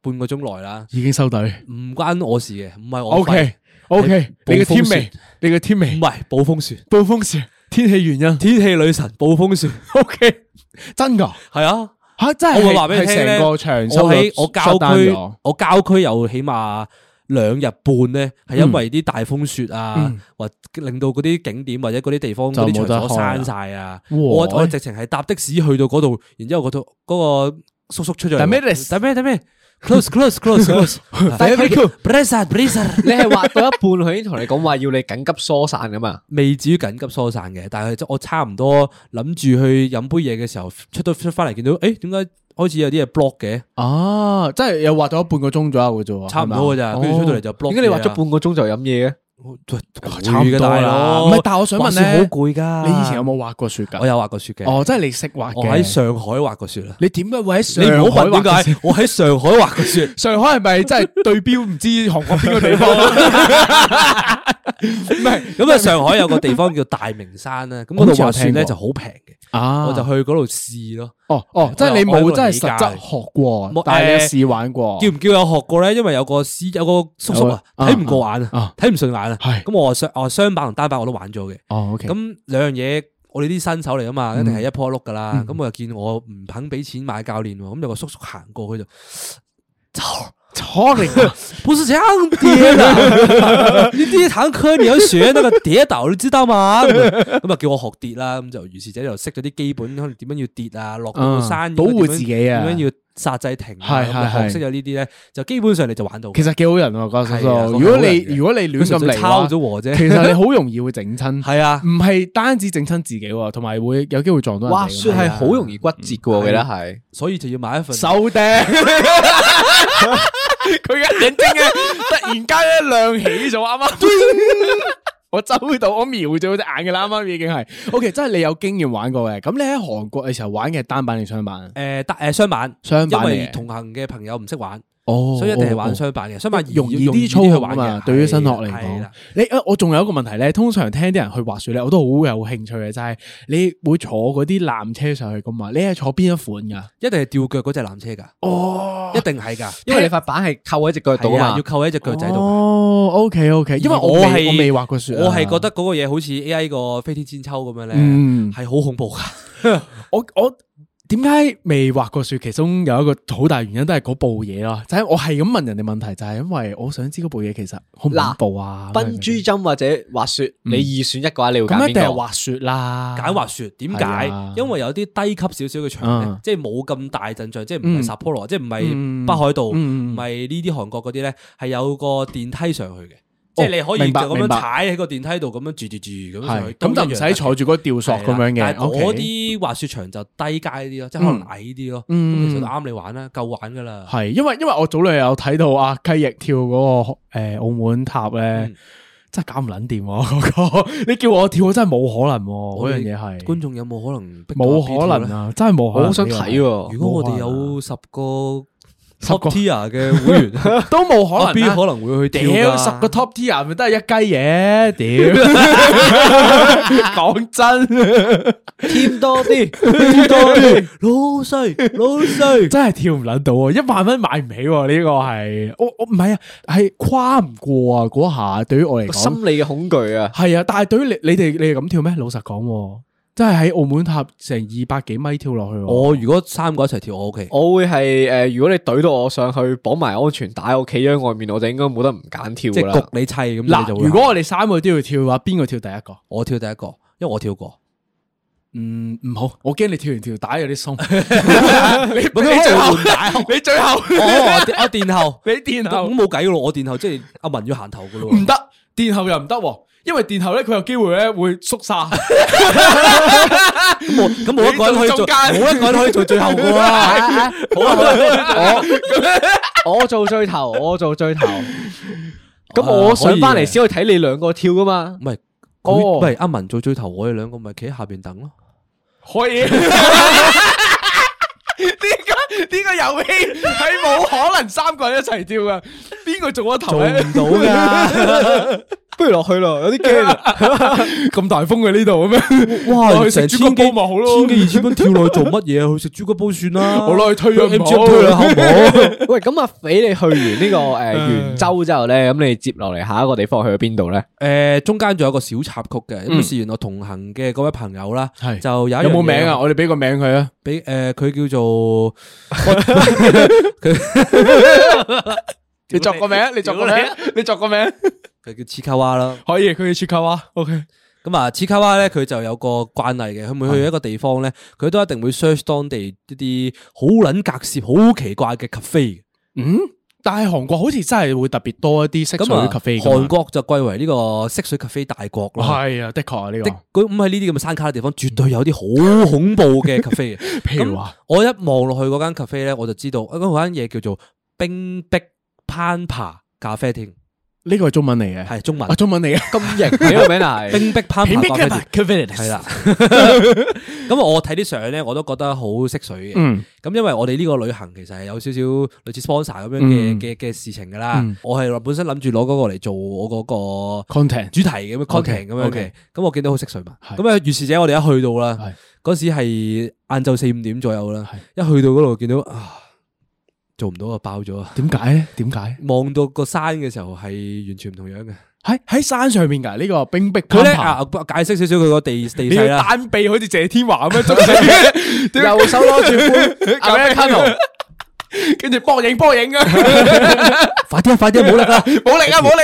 Speaker 1: 半個鐘內啦，
Speaker 2: 已經收隊。
Speaker 1: 唔關我事嘅，唔係我
Speaker 2: O
Speaker 1: 費
Speaker 2: K O K，你嘅
Speaker 1: 暴風
Speaker 2: 天
Speaker 1: 雪
Speaker 2: 味，你嘅天
Speaker 1: 唔
Speaker 2: 味，
Speaker 1: 係暴風雪，
Speaker 2: 暴風雪，天氣原因。
Speaker 1: 天氣女神暴風雪，
Speaker 2: O K，真噶
Speaker 1: 係啊。
Speaker 2: 吓，真係
Speaker 1: 我會話俾你聽
Speaker 2: 係
Speaker 1: 咧，
Speaker 2: 成個
Speaker 1: 我
Speaker 2: 場收
Speaker 1: 喺我郊區
Speaker 2: 區，
Speaker 1: 我郊區有起碼兩日半咧，係因為啲大風雪啊，或令到嗰啲景點或者嗰啲地方
Speaker 2: 就
Speaker 1: 嗰啲
Speaker 2: 冇得
Speaker 1: 場所
Speaker 2: 開啦
Speaker 1: 閂晒啊。
Speaker 2: 哇
Speaker 1: 我我直情係搭的士去到嗰度，然之後嗰度嗰個叔叔出咗嚟話，
Speaker 2: 等咩嚟
Speaker 1: 等咩等咩？Close close close close。
Speaker 3: 但係佢
Speaker 1: b r a z e r b r a z e r
Speaker 3: 你係滑到一半，佢已經同你講話要你緊急疏散噶嘛？
Speaker 1: 未至於緊急疏散嘅，但係我差唔多諗住去飲杯嘢嘅時候，出到出翻嚟見到，誒點解開始有啲嘢 block 嘅？
Speaker 2: 啊，即係又滑咗半個鐘左右嘅啫喎，
Speaker 1: 差唔多㗎咋，
Speaker 2: 係嘛啊
Speaker 1: 跟住出到嚟就 block
Speaker 3: 點解你滑咗
Speaker 1: 嘢啊
Speaker 3: 半個鐘就飲嘢嘅？
Speaker 1: 攰
Speaker 2: 啊差唔
Speaker 1: 嘅
Speaker 2: 多
Speaker 1: 大
Speaker 2: 啦。
Speaker 1: 佬，
Speaker 2: 唔係，但係我想問
Speaker 1: 滑雪
Speaker 2: 咧，
Speaker 1: 好攰噶。
Speaker 2: 你以前有？冇滑過雪㗎？
Speaker 1: 我有滑過雪嘅。
Speaker 2: 哦，即係你識滑嘅。
Speaker 1: 我喺上海滑過雪啦。
Speaker 2: 你點解會喺
Speaker 1: 你唔
Speaker 2: 上
Speaker 1: 好
Speaker 2: 海滑
Speaker 1: 問
Speaker 2: 過
Speaker 1: 點解
Speaker 2: 雪？，。
Speaker 1: 我喺上海滑過雪
Speaker 2: 上海係咪真係對標唔知韓國邊個 地方？唔係
Speaker 1: 咁啊，上海有個地方叫大明山咧，咁嗰度滑雪咧就好平嘅，
Speaker 2: 啊
Speaker 1: 我就去嗰度試咯。
Speaker 2: 哦哦，即係你
Speaker 1: 我有
Speaker 2: 冇
Speaker 1: 個
Speaker 2: 真係
Speaker 1: 理解
Speaker 2: 實質學過
Speaker 1: 冇，
Speaker 2: 但係你有
Speaker 1: 誒
Speaker 2: 試玩過。
Speaker 1: 叫唔叫有學過咧？因為有個師有個叔叔啊，
Speaker 2: 哦有啊
Speaker 1: 睇唔過眼啊
Speaker 2: 啊，
Speaker 1: 睇唔順眼啊。
Speaker 2: 係
Speaker 1: 咁我雙我雙板同單板我都玩咗嘅。
Speaker 2: 哦，OK，嗯
Speaker 1: 咁兩樣嘢，我哋啲新手嚟啊嘛，一定係一坡一碌噶啦。咁我又見我唔肯俾錢買教練喎，咁有個叔叔行過佢就走。
Speaker 2: sorry 啊
Speaker 1: 不是這樣跌的， 你第一堂課你要學那個跌倒，你知道嗎？咁啊叫我學跌啦，咁就於是者就識咗啲基本，可能點樣要跌啊，落到個山
Speaker 2: 嗯
Speaker 1: 應該點樣
Speaker 2: 保護自己啊
Speaker 1: 點樣要剎掣停啊，咁就
Speaker 2: 係係
Speaker 1: 學
Speaker 2: 係
Speaker 1: 識咗呢啲咧，就基本上你就玩到。
Speaker 2: 其實幾好人喎，嗰個叔
Speaker 1: 係啊
Speaker 2: 叔。如果
Speaker 1: 佢好
Speaker 2: 你
Speaker 1: 人嘅
Speaker 2: 如果你亂咁嚟
Speaker 1: 抄
Speaker 2: 話，
Speaker 1: 咗和啫，
Speaker 2: 其實你好容易會整親。
Speaker 1: 係啊，
Speaker 2: 唔係單止整親自己喎，同埋會有機會撞到人哋㗎嘛。
Speaker 3: 滑雪係好容易骨折嘅，我記得係。
Speaker 1: 所以就要買一份。
Speaker 2: 手釘， 佢嘅眼睛咧突然間咧亮起咗，啱啱。我周到，我瞄咗隻眼嘅啦，啱啱已經係。O.K.，即係你有經驗玩過嘅。咁你喺韓國嘅時候玩嘅係單板定雙板？啊
Speaker 1: 呃誒單誒雙板，
Speaker 2: 雙板嚟
Speaker 1: 因
Speaker 2: 嘅
Speaker 1: 為同行嘅朋友唔識玩，
Speaker 2: 哦
Speaker 1: 所以一定係玩
Speaker 2: 哦
Speaker 1: 相板嘅，相板
Speaker 2: 容易
Speaker 1: 易
Speaker 2: 啲
Speaker 1: 啲
Speaker 2: 操
Speaker 1: 去
Speaker 2: 控啊
Speaker 1: 玩
Speaker 2: 嘛，
Speaker 1: 嘅。
Speaker 2: 對於新學
Speaker 1: 係
Speaker 2: 嚟
Speaker 1: 啦係
Speaker 2: 講
Speaker 1: 啦，
Speaker 2: 你啊，我仲有一個問題咧，通常聽啲人去滑雪咧，我都好有興趣嘅，就係你會坐嗰啲纜車上去噶嘛？你係坐邊一款噶？
Speaker 1: 一定係吊腳嗰只纜車㗎，
Speaker 2: 哦
Speaker 1: 一定係㗎，
Speaker 3: 因為你塊板係扣喺只腳度
Speaker 1: 係
Speaker 3: 啊嘛
Speaker 1: 要。扣喺只腳仔度。
Speaker 2: 哦，OK OK，因為
Speaker 1: 而
Speaker 2: 我
Speaker 1: 我
Speaker 2: 未
Speaker 1: 係
Speaker 2: 我未滑過雪啊，
Speaker 1: 我係覺得嗰個嘢好似 A.I. 個飛天千秋咁樣咧，
Speaker 2: 嗯
Speaker 1: 係好恐怖噶。
Speaker 2: 我我點解未滑過雪？其中有一個好大原因都係嗰部嘢咯，就係我係咁問人哋問題，就係因為我想知嗰部嘢其實恐唔恐怖啊？嗯
Speaker 3: 賓珠針或者滑雪，你二選一嘅話，你會
Speaker 2: 咁
Speaker 3: 揀
Speaker 2: 一定
Speaker 3: 邊
Speaker 2: 係
Speaker 3: 個？
Speaker 2: 滑雪啦，
Speaker 1: 揀滑雪點解
Speaker 2: 係啊？
Speaker 1: 因為有啲低級少少嘅場咧
Speaker 2: 嗯，
Speaker 1: 即係冇咁大陣仗，即係唔
Speaker 2: 嗯
Speaker 1: 係 Sapporo，即係唔
Speaker 2: 嗯
Speaker 1: 係北海道，唔
Speaker 2: 嗯嗯
Speaker 1: 係呢啲韓國嗰啲咧，係有個電梯上去嘅，即係你可
Speaker 2: 哦
Speaker 1: 以
Speaker 2: 明
Speaker 1: 就
Speaker 2: 白
Speaker 1: 咁
Speaker 2: 明
Speaker 1: 樣
Speaker 2: 白
Speaker 1: 踩喺個電梯度咁樣住住住咁樣上
Speaker 2: 係
Speaker 1: 去，
Speaker 2: 咁就唔使坐住嗰個吊索咁樣
Speaker 1: 係啦但
Speaker 2: 嘅。
Speaker 1: 係
Speaker 2: OK
Speaker 1: 嗰啲滑雪場就低階啲咯，即係可能矮啲咯，咁
Speaker 2: 嗯
Speaker 1: 其實就啱你玩啦，夠玩噶啦。
Speaker 2: 係，因為因為我早兩日有睇到阿雞翼跳嗰、個诶、呃澳門塔咧，
Speaker 1: 嗯
Speaker 2: 真係搞唔撚掂喎 嗰個。你叫我跳，真係冇可能
Speaker 1: 我哋
Speaker 2: 喎、嗰樣嘢係
Speaker 1: 觀眾有冇可能逼我
Speaker 2: 冇可
Speaker 1: 入呢
Speaker 2: 能啊，真係冇可能。
Speaker 3: 我好想睇喎
Speaker 1: 如果我哋有十個 top tier 嘅會員，
Speaker 2: 都冇
Speaker 1: 阿
Speaker 2: 啊 可能、啊。
Speaker 1: B 可能會去跳
Speaker 2: 屌
Speaker 1: 㗎
Speaker 2: 十個 top tier 咪都係一雞嘢， 屌！講真，
Speaker 3: 添多啲，
Speaker 1: 老衰老衰，
Speaker 2: 真係跳唔撚到啊！一萬蚊買唔起喎、呢、個係我我唔係啊，係跨唔過啊嗰下，對於我嚟講。
Speaker 3: 心理嘅恐懼啊！
Speaker 2: 系啊，但系对于你你哋你哋咁跳咩？老实讲喎，真系喺澳门塔成二百几米跳落去喎。
Speaker 1: 我如果三個一齊跳，我 OK。
Speaker 3: 我會係诶，如果你懟到我上去，綁埋安全帶，我企咗喺外面，我就應該冇得唔揀跳
Speaker 1: 即
Speaker 3: 㗎
Speaker 1: 係焗
Speaker 3: 啦。
Speaker 1: 你砌咁，你就
Speaker 2: 嗱，
Speaker 1: 會
Speaker 2: 如果我哋三个都要跳嘅话，边个跳第一个？
Speaker 1: 我跳第一個，因為我跳過，
Speaker 2: 嗯，唔好，我惊你跳完條帶有啲松。 你你
Speaker 1: 佢
Speaker 2: 最後
Speaker 1: 換帶
Speaker 2: 你最後
Speaker 1: 哦我我殿 後，
Speaker 2: 你殿後
Speaker 1: 咁冇計噶咯，我殿後即係阿文要行頭噶咯，
Speaker 2: 唔得，殿後又唔得喎，因為殿後咧佢有機會咧會縮 沙。
Speaker 1: 咁冇咁冇一個人可以
Speaker 2: 你做
Speaker 1: 做，
Speaker 2: 中間
Speaker 1: 冇一個人可以做最後噶 喎。
Speaker 3: 好啊，我我做最 頭，我做最頭。咁我上翻嚟先可以睇你兩個跳㗎嘛
Speaker 1: 唔？
Speaker 2: 啊
Speaker 1: 係
Speaker 3: 哦
Speaker 1: 佢，唔係阿文做最頭，我哋兩個咪企喺下邊等 咯。
Speaker 2: 可以。呢個呢個遊戲係冇可能三個人一齊跳噶，邊個做咗頭
Speaker 1: 做
Speaker 2: 咧
Speaker 1: 唔到噶，
Speaker 3: 不如落去咯，有啲驚啊。
Speaker 2: 咁大風嘅呢度 咁樣，
Speaker 1: 哇！
Speaker 2: 去食
Speaker 1: 成
Speaker 2: 豬骨
Speaker 1: 千幾
Speaker 2: 煲咪好咯
Speaker 1: 千幾二千蚊跳落去做乜嘢？去食豬骨煲算啦。
Speaker 2: 我攞去推咗
Speaker 1: M
Speaker 2: 唔
Speaker 1: G
Speaker 2: 好
Speaker 1: 推啦，好唔 好？
Speaker 3: 喂，咁啊，俾你去完呢個诶圓州之後咧，咁你接落嚟下一個地方去咗邊度咧？
Speaker 1: 诶，中間仲有個小插曲嘅，咁啊試完我同行嘅嗰位朋友啦，
Speaker 2: 嗯係
Speaker 1: 就有一樣嘢
Speaker 2: 有冇名啊？？我哋俾個名佢啊！
Speaker 1: 俾诶，佢叫做
Speaker 2: 你作 個名，你作個名，你作個名，
Speaker 1: 佢叫刺卡哇啦。
Speaker 2: 可以，佢要切扣啊！OK，
Speaker 1: 咁啊，刺卡哇咧，佢就有個慣例嘅，佢每去一個地方咧，佢都一定會 search 當地一啲好撚隔涉、好奇怪嘅 cafe 嘅。
Speaker 2: 嗯，但係韓國好似真係會特別多一啲色
Speaker 1: 咁
Speaker 2: 水
Speaker 1: 啊，
Speaker 2: 咖啡
Speaker 1: 韓國就貴為呢個色水 cafe 大國啦。
Speaker 2: 係啊，的確啊，呢
Speaker 1: 的
Speaker 2: 個
Speaker 1: 咁喺呢啲咁嘅山卡嘅地方，絕對有啲 好恐怖嘅 cafe 嘅。
Speaker 2: 譬如話，
Speaker 1: 我一望落去嗰間 cafe 咧，我就知道啊嗰間嘢叫做冰碧攀爬咖啡廳，
Speaker 2: 呢個係中文嚟嘅，
Speaker 1: 係中文
Speaker 2: 啊，中文嚟嘅，
Speaker 3: 咁型你個名啊 係
Speaker 1: 冰碧
Speaker 2: 啊
Speaker 1: 攀爬咖啡廳。係
Speaker 2: 係
Speaker 1: 啦，，咁我睇啲相咧，我都覺得好識水嘅。
Speaker 2: 嗯，
Speaker 1: 咁因為我哋呢個旅行其實係有少少類似 sponsor 咁樣嘅
Speaker 2: 嗯
Speaker 1: 嘅嘅事情噶啦
Speaker 2: 嗯。
Speaker 1: 我係本身諗住攞嗰個嚟做我嗰個
Speaker 2: content
Speaker 1: 主題咁樣
Speaker 2: OK，
Speaker 1: content 咁樣嘅
Speaker 2: OK。
Speaker 1: 咁我見到好識水嘛。
Speaker 2: 係
Speaker 1: 咁啊，於是者我哋一去到啦
Speaker 2: 係，
Speaker 1: 嗰時係晏晝四五點左右啦。一去到嗰度見到啊，做唔到啊，爆咗啊！
Speaker 2: 點解咧？點解？
Speaker 1: 望到個山嘅時候係完全唔同樣嘅。
Speaker 2: 喺喺山上面㗎呢個冰壁
Speaker 1: 佢
Speaker 2: 攀
Speaker 1: 咧
Speaker 2: 爬
Speaker 1: 啊，解釋少少佢個 地地
Speaker 2: 你
Speaker 1: 勢
Speaker 2: 要
Speaker 1: 啦。
Speaker 2: 單臂好似謝天華咁樣捉死，屌
Speaker 3: 右手攞住 杯
Speaker 2: 咁樣
Speaker 3: Americano，
Speaker 2: 跟住波影波影啊！
Speaker 1: 快啲啊，快啲啊，冇力啦！
Speaker 2: 冇力啊，冇力！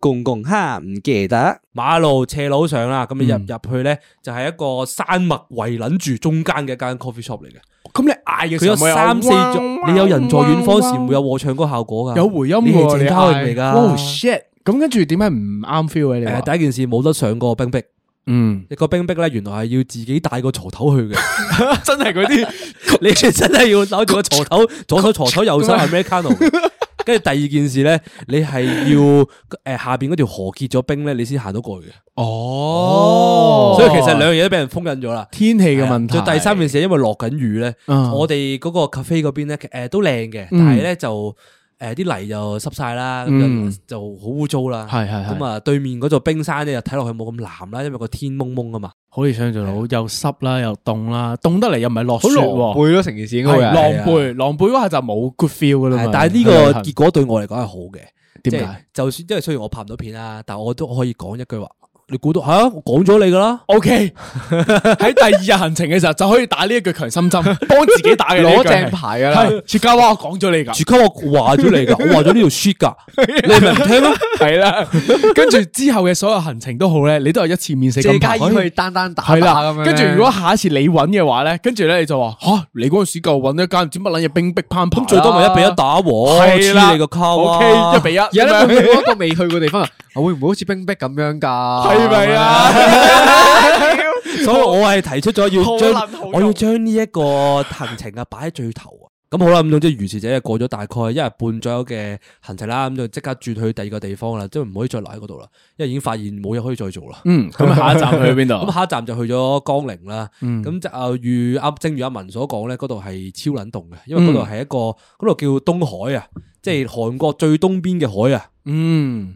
Speaker 4: 公共哈唔記得，
Speaker 1: 馬路斜路上啦，咁你入
Speaker 2: 嗯
Speaker 1: 入去咧就係一個山脈圍撚住中間嘅一間 coffee shop 嚟嘅。
Speaker 2: 咁你嗌嘅
Speaker 1: 佢
Speaker 2: 時
Speaker 1: 有
Speaker 2: 候咪
Speaker 1: 三四種，你有人在遠方時會有和唱歌效果㗎。
Speaker 2: 有回音
Speaker 1: 你
Speaker 2: 嘅
Speaker 1: 係
Speaker 2: 喎，你
Speaker 1: 鄭嘉穎嚟㗎。
Speaker 2: 哦 shit！咁跟住點解唔啱 feel 嘅你
Speaker 1: 誒
Speaker 2: 話？
Speaker 1: 第一件事冇得上過冰壁，
Speaker 2: 嗯，
Speaker 1: 個冰壁咧原來係要自己帶個鋤頭 去嘅。
Speaker 2: 真係嗰啲
Speaker 1: 你真係要攞住個鋤頭，左手鋤頭，右手 Americano 嘅。跟住第二件事咧，你係要诶下边嗰條河結咗冰咧，你先行到過去嘅。
Speaker 2: 哦
Speaker 1: 所以其實兩樣嘢都俾人封印咗啦。
Speaker 2: 天氣嘅問題。
Speaker 1: 係啊再第三件事，因為落緊雨咧，
Speaker 2: 嗯
Speaker 1: 我哋嗰個 cafe 嗰邊咧，誒呃都靚嘅，但係咧就誒啲泥就濕晒啦，咁
Speaker 2: 嗯
Speaker 1: 就就好污糟啦。
Speaker 2: 係係係
Speaker 1: 咁啊，對面嗰座冰山咧，又睇落去冇咁藍啦，因為個天蒙蒙啊嘛。
Speaker 2: 可以想象到
Speaker 1: 啊
Speaker 2: 又濕啦，又凍啦，凍得嚟又唔係落雪
Speaker 3: 好狼
Speaker 2: 喎，
Speaker 3: 狽咯，成件事應該
Speaker 2: 係
Speaker 3: 會
Speaker 2: 狼
Speaker 3: 係
Speaker 2: 狽，狼狽嗰下就冇 good feel 噶啦
Speaker 1: 啊係
Speaker 2: 嘛。
Speaker 1: 但係呢
Speaker 2: 去旅
Speaker 1: 個
Speaker 2: 行
Speaker 1: 結果對我嚟講係好嘅。即
Speaker 2: 啊點
Speaker 1: 係
Speaker 2: 解
Speaker 1: 就算因為雖然我拍唔到片啊，但我都可以講一句話，你估到係啊？我講咗你噶啦。
Speaker 2: ？OK，喺第二日行程嘅時候就可以打呢一句強 心針，幫自己打嘅呢一句
Speaker 3: 攞正牌㗎啦
Speaker 2: 係切家娃，我講咗你㗎，
Speaker 1: 住級我話咗你噶， 我話咗呢條 shit 噶，你係咪唔聽啊咯？
Speaker 2: 係啦。 跟住之後嘅所有行程都好咧，你都有一次面試
Speaker 3: 謝
Speaker 2: 咁
Speaker 3: 家
Speaker 2: 排
Speaker 3: 怡去單單打
Speaker 2: 系
Speaker 3: 打
Speaker 2: 啦
Speaker 3: 咁，樣。
Speaker 2: 跟住如果下一次你揾嘅話咧，跟住咧你就話吓，你嗰阵时夠揾一間唔知乜撚嘢冰壁攀爬啦，
Speaker 1: 咁最多咪一比一打和，
Speaker 2: 係啦
Speaker 1: 黐你個卡啊
Speaker 2: O
Speaker 1: 哇
Speaker 2: K，一比一，
Speaker 3: 而家咧，每一個未去過地方啊，會唔會好似冰壁咁樣㗎？係
Speaker 2: 係咪？啊？
Speaker 1: 啊所以我係提出咗要
Speaker 2: 好
Speaker 1: 將
Speaker 2: 撚好用
Speaker 1: 我要將呢一個行程啊擺喺最頭啊。咁好啦，咁總之如是者過咗大概一日半左右嘅行程啦，咁就即刻轉去第二個地方啦，即係唔可以再留喺嗰度啦，因為已經發現冇嘢可以再做啦。
Speaker 2: 嗯，咁下一站去邊
Speaker 1: 咁
Speaker 2: 度？啊
Speaker 1: 下一站就去咗江陵啦，
Speaker 2: 嗯
Speaker 1: 咁就啊如阿正如阿文所講咧，嗰度係超撚凍嘅，因為嗰
Speaker 2: 嗯
Speaker 1: 度係一個嗰度叫東海啊，即係韓國最東邊嘅海啊，
Speaker 2: 嗯，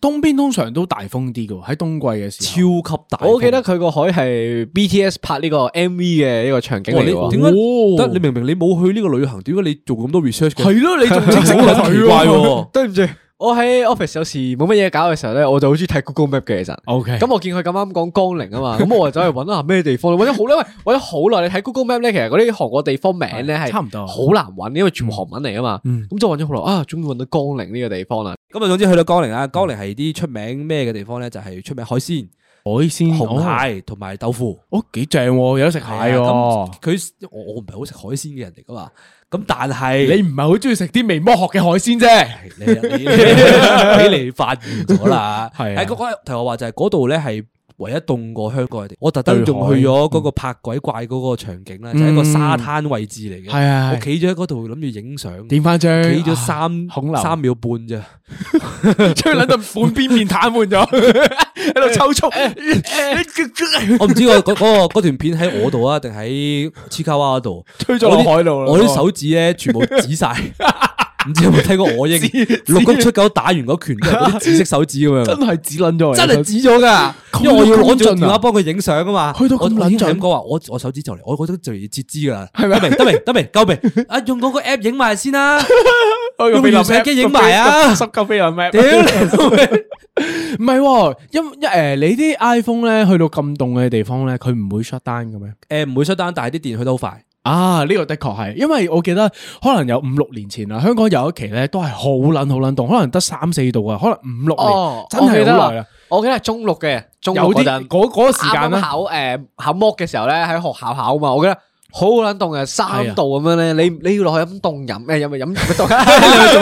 Speaker 2: 東邊通常都大風啲嘅喎，喺冬季嘅
Speaker 1: 超
Speaker 2: 時候。
Speaker 1: 級大風。
Speaker 3: 我記得佢個海係 BTS 拍呢個 MV 嘅一個場景
Speaker 1: 哇
Speaker 3: 嚟
Speaker 1: 你
Speaker 3: 㗎喎。
Speaker 1: 點解
Speaker 2: 哦
Speaker 1: 得你明明你冇去呢個旅行，點解你做咁多 research 嘅？
Speaker 2: 係 咯，你仲知識
Speaker 1: 好撚奇怪喎！
Speaker 3: 對唔住，我喺 office 有時冇乜嘢搞嘅時候咧，我就好中意睇 Google Map 嘅其實。
Speaker 2: O K，
Speaker 3: 咁我見佢咁啱講江陵啊嘛， 咁我就走去揾下咩地方，揾咗好耐，喂，揾咗好耐。你睇 Google Map 咧，其實嗰啲韓國地方名咧係
Speaker 2: 差唔多
Speaker 3: 好難揾，因為全部韓文嚟啊嘛。咁就揾咗好耐，啊，終於揾到江陵呢個地方啦。
Speaker 1: 咁啊，總之去到江陵啦，江陵係啲出名咩嘅地方咧？就係出名海鮮、
Speaker 2: 海鮮
Speaker 1: 紅，蟹同埋豆腐。
Speaker 2: 哦哦幾正喎，有得食蟹
Speaker 1: 係啊
Speaker 2: 喎
Speaker 1: 咁。佢我我唔係好食海鮮嘅人嚟噶嘛，咁但係
Speaker 2: 你唔係好中意食啲微魔學嘅海鮮啫。
Speaker 1: 你你你俾你發現咗啦，
Speaker 2: 係啊
Speaker 1: 喺嗰嗰頭我話就係嗰度咧係唯一凍過香港嘅地，我特登仲
Speaker 2: 對海
Speaker 1: 去咗嗰個拍鬼怪嗰個場景咧，就係一個沙灘位置嚟嘅，
Speaker 2: 係啊係
Speaker 1: 我企咗喺嗰度諗住影相，企
Speaker 2: 點翻張，
Speaker 1: 咗 三
Speaker 2: 恐流，
Speaker 1: 三秒半咋，
Speaker 2: 將撚到半邊面癱瘓咗， 喺度抽搐，
Speaker 1: 我唔知我嗰嗰個嗰段片喺我度啊，定喺黐卡哇嗰度，
Speaker 2: 推咗落海度啦。
Speaker 1: 我啲手指咧全部紫 晒。唔知有冇睇過我英六谷出狗打完嗰拳之後，嗰啲紫色手指咁樣
Speaker 2: 真。係指撚咗嚟，
Speaker 1: 真係指咗噶，
Speaker 2: 咁
Speaker 1: 因為我要攞
Speaker 2: 咁
Speaker 1: 住個
Speaker 2: 盡啊
Speaker 1: 電話幫佢影相啊嘛。
Speaker 2: 去到咁
Speaker 1: 我我已經
Speaker 2: 撚盡
Speaker 1: 係咁講話，我我手指就嚟，我覺得就嚟要截肢噶啦。係咪？得未？得未？得未？夠 未？啊，用嗰個 app 影埋先啦。
Speaker 2: 用
Speaker 1: 用原相機影埋啊
Speaker 2: 濕鳩菲林 map。
Speaker 1: 屌你老味！
Speaker 2: 唔係喎，因一诶，你啲 iPhone 咧去到咁凍嘅地方咧，佢唔會 shut down 嘅咩？
Speaker 1: 誒唔會出單，但係啲電去得好快。
Speaker 2: 啊，呢個的確係，因為我記得可能有五六年前啦，啊香港有一期咧都係好撚好撚凍，可能得三四度啊，可能五六年真
Speaker 3: 我記
Speaker 2: 係
Speaker 3: 得
Speaker 2: 好
Speaker 3: 啦
Speaker 2: 耐啦。，
Speaker 3: 我記得係中六嘅，中六
Speaker 2: 有
Speaker 3: 嗰
Speaker 2: 啲
Speaker 3: 陣。
Speaker 2: 嗰嗰個時間
Speaker 3: 啱啱
Speaker 2: 啦，
Speaker 3: 考誒考 mock 嘅時候咧，喺學校考啊嘛，我記得好撚凍嘅，三度咁樣咧，你你要落去飲凍飲誒，飲 咪飲咪凍
Speaker 1: 你咪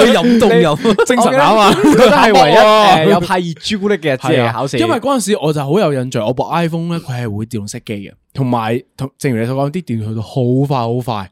Speaker 1: 仲要飲凍 飲？
Speaker 2: 精神考啊，
Speaker 3: 我記得係 唯一
Speaker 2: 啊
Speaker 3: 誒有派熱朱古力嘅日子嚟嘅考試，
Speaker 2: 因為嗰陣時我就好有印象，我部 iPhone 咧佢係會自動熄機嘅，同埋同正如你所講，啲電去到好快好快。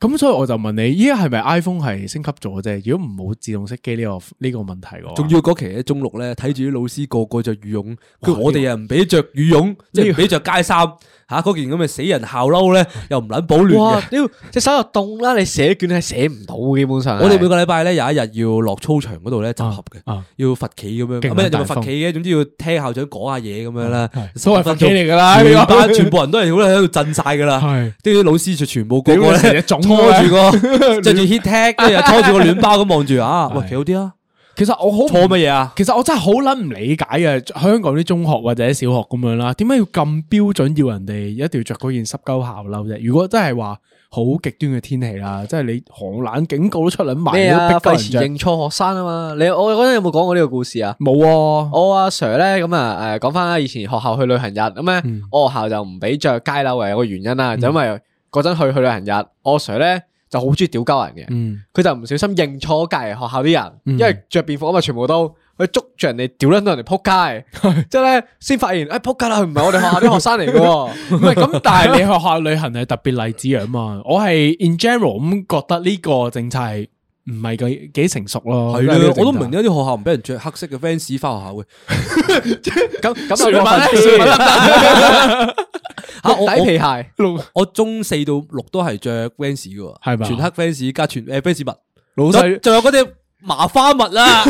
Speaker 2: 咁所以我就問你，依家係咪 iPhone 係升級咗啫？如果唔冇自動熄機呢個呢個問題嘅話，
Speaker 1: 仲要嗰期咧中六咧，睇住啲老師個個着羽絨，佢我哋啊唔俾着羽絨，即係唔俾着街衫嚇嗰件咁嘅死人校褸 咧，又唔撚保暖
Speaker 3: 哇
Speaker 1: 嘅。
Speaker 3: 屌隻手又凍啦，你寫卷係寫唔到嘅基本上係。
Speaker 1: 我哋每個禮拜咧有一日要落操場嗰度咧集合嘅。
Speaker 2: 啊，
Speaker 1: 要罰企咁樣，啊
Speaker 2: 勁
Speaker 1: 咁
Speaker 2: 啊
Speaker 1: 咪
Speaker 2: 大
Speaker 1: 就罰
Speaker 2: 風
Speaker 1: 企嘅，總之要聽校長講下嘢咁樣啦。
Speaker 2: 都係
Speaker 1: 十分
Speaker 2: 罰
Speaker 1: 鐘
Speaker 2: 企嚟㗎啦，呢
Speaker 1: 全
Speaker 2: 個
Speaker 1: 班全部人都係好啦喺度震晒噶啦，
Speaker 2: 係
Speaker 1: 啲老師就全部個個
Speaker 2: 屌你成
Speaker 1: 咧
Speaker 2: 隻
Speaker 1: 拖
Speaker 2: 粽
Speaker 1: 住 個着住 heat tag，跟住又拖住個暖包咁望住啊，喂，企好啲啊，
Speaker 2: 其實我好唔
Speaker 1: 錯乜嘢啊？
Speaker 2: 其實我真係好撚唔理解嘅，香港啲中學或者小學咁樣啦，點解要咁標準要人哋一定要着嗰件濕鳩校褸啫？如果真係話好極端嘅天氣啦，即係你寒冷警告都出撚埋，
Speaker 3: 咩
Speaker 2: 你
Speaker 3: 啊？
Speaker 2: 都逼
Speaker 3: 費
Speaker 2: 鳩
Speaker 3: 事
Speaker 2: 人着。
Speaker 3: 認錯學生啊嘛！你我嗰陣有冇講過呢個故事啊？
Speaker 2: 冇喎，
Speaker 3: 我阿 Sir 咧咁啊，誒講翻啦，以前學校去旅行日咁咧，我學校就唔俾着街褸嘅有個原因啦，就因為嗰陣去去旅行日，我阿 Sir 咧就好中意屌鳩人嘅，
Speaker 2: 嗯，
Speaker 3: 佢就唔小心認錯隔離學校啲人，
Speaker 2: 嗯
Speaker 3: 因為着便服啊嘛，全部都佢捉住人哋屌撚到人哋 撲街，之後咧先發現誒撲街啦，佢唔係我哋學校啲學生嚟嘅 喎，
Speaker 2: 唔係咁，但係你學校旅行係特別例子樣嘛？我係 in general 咁覺得呢個政策係唔係幾幾成熟咯。
Speaker 1: 系
Speaker 2: 呢個
Speaker 1: 啦，我
Speaker 2: 政
Speaker 1: 都唔
Speaker 2: 策
Speaker 1: 明點解啲學校唔俾人着黑色嘅 fans 翻學校嘅。
Speaker 3: 咁咁
Speaker 2: 睡
Speaker 3: 又過
Speaker 2: 品
Speaker 3: 分
Speaker 2: 咧
Speaker 3: 啲
Speaker 2: 睡品
Speaker 1: 嚇我
Speaker 3: 底
Speaker 1: 我
Speaker 3: 皮鞋，
Speaker 1: 我中四到六都係着 fans 嘅喎，
Speaker 2: 係嘛
Speaker 1: 全黑 fans 加全诶 fans 襪，
Speaker 2: 老
Speaker 1: 就
Speaker 2: 細
Speaker 1: 仲有嗰隻麻花襪啦，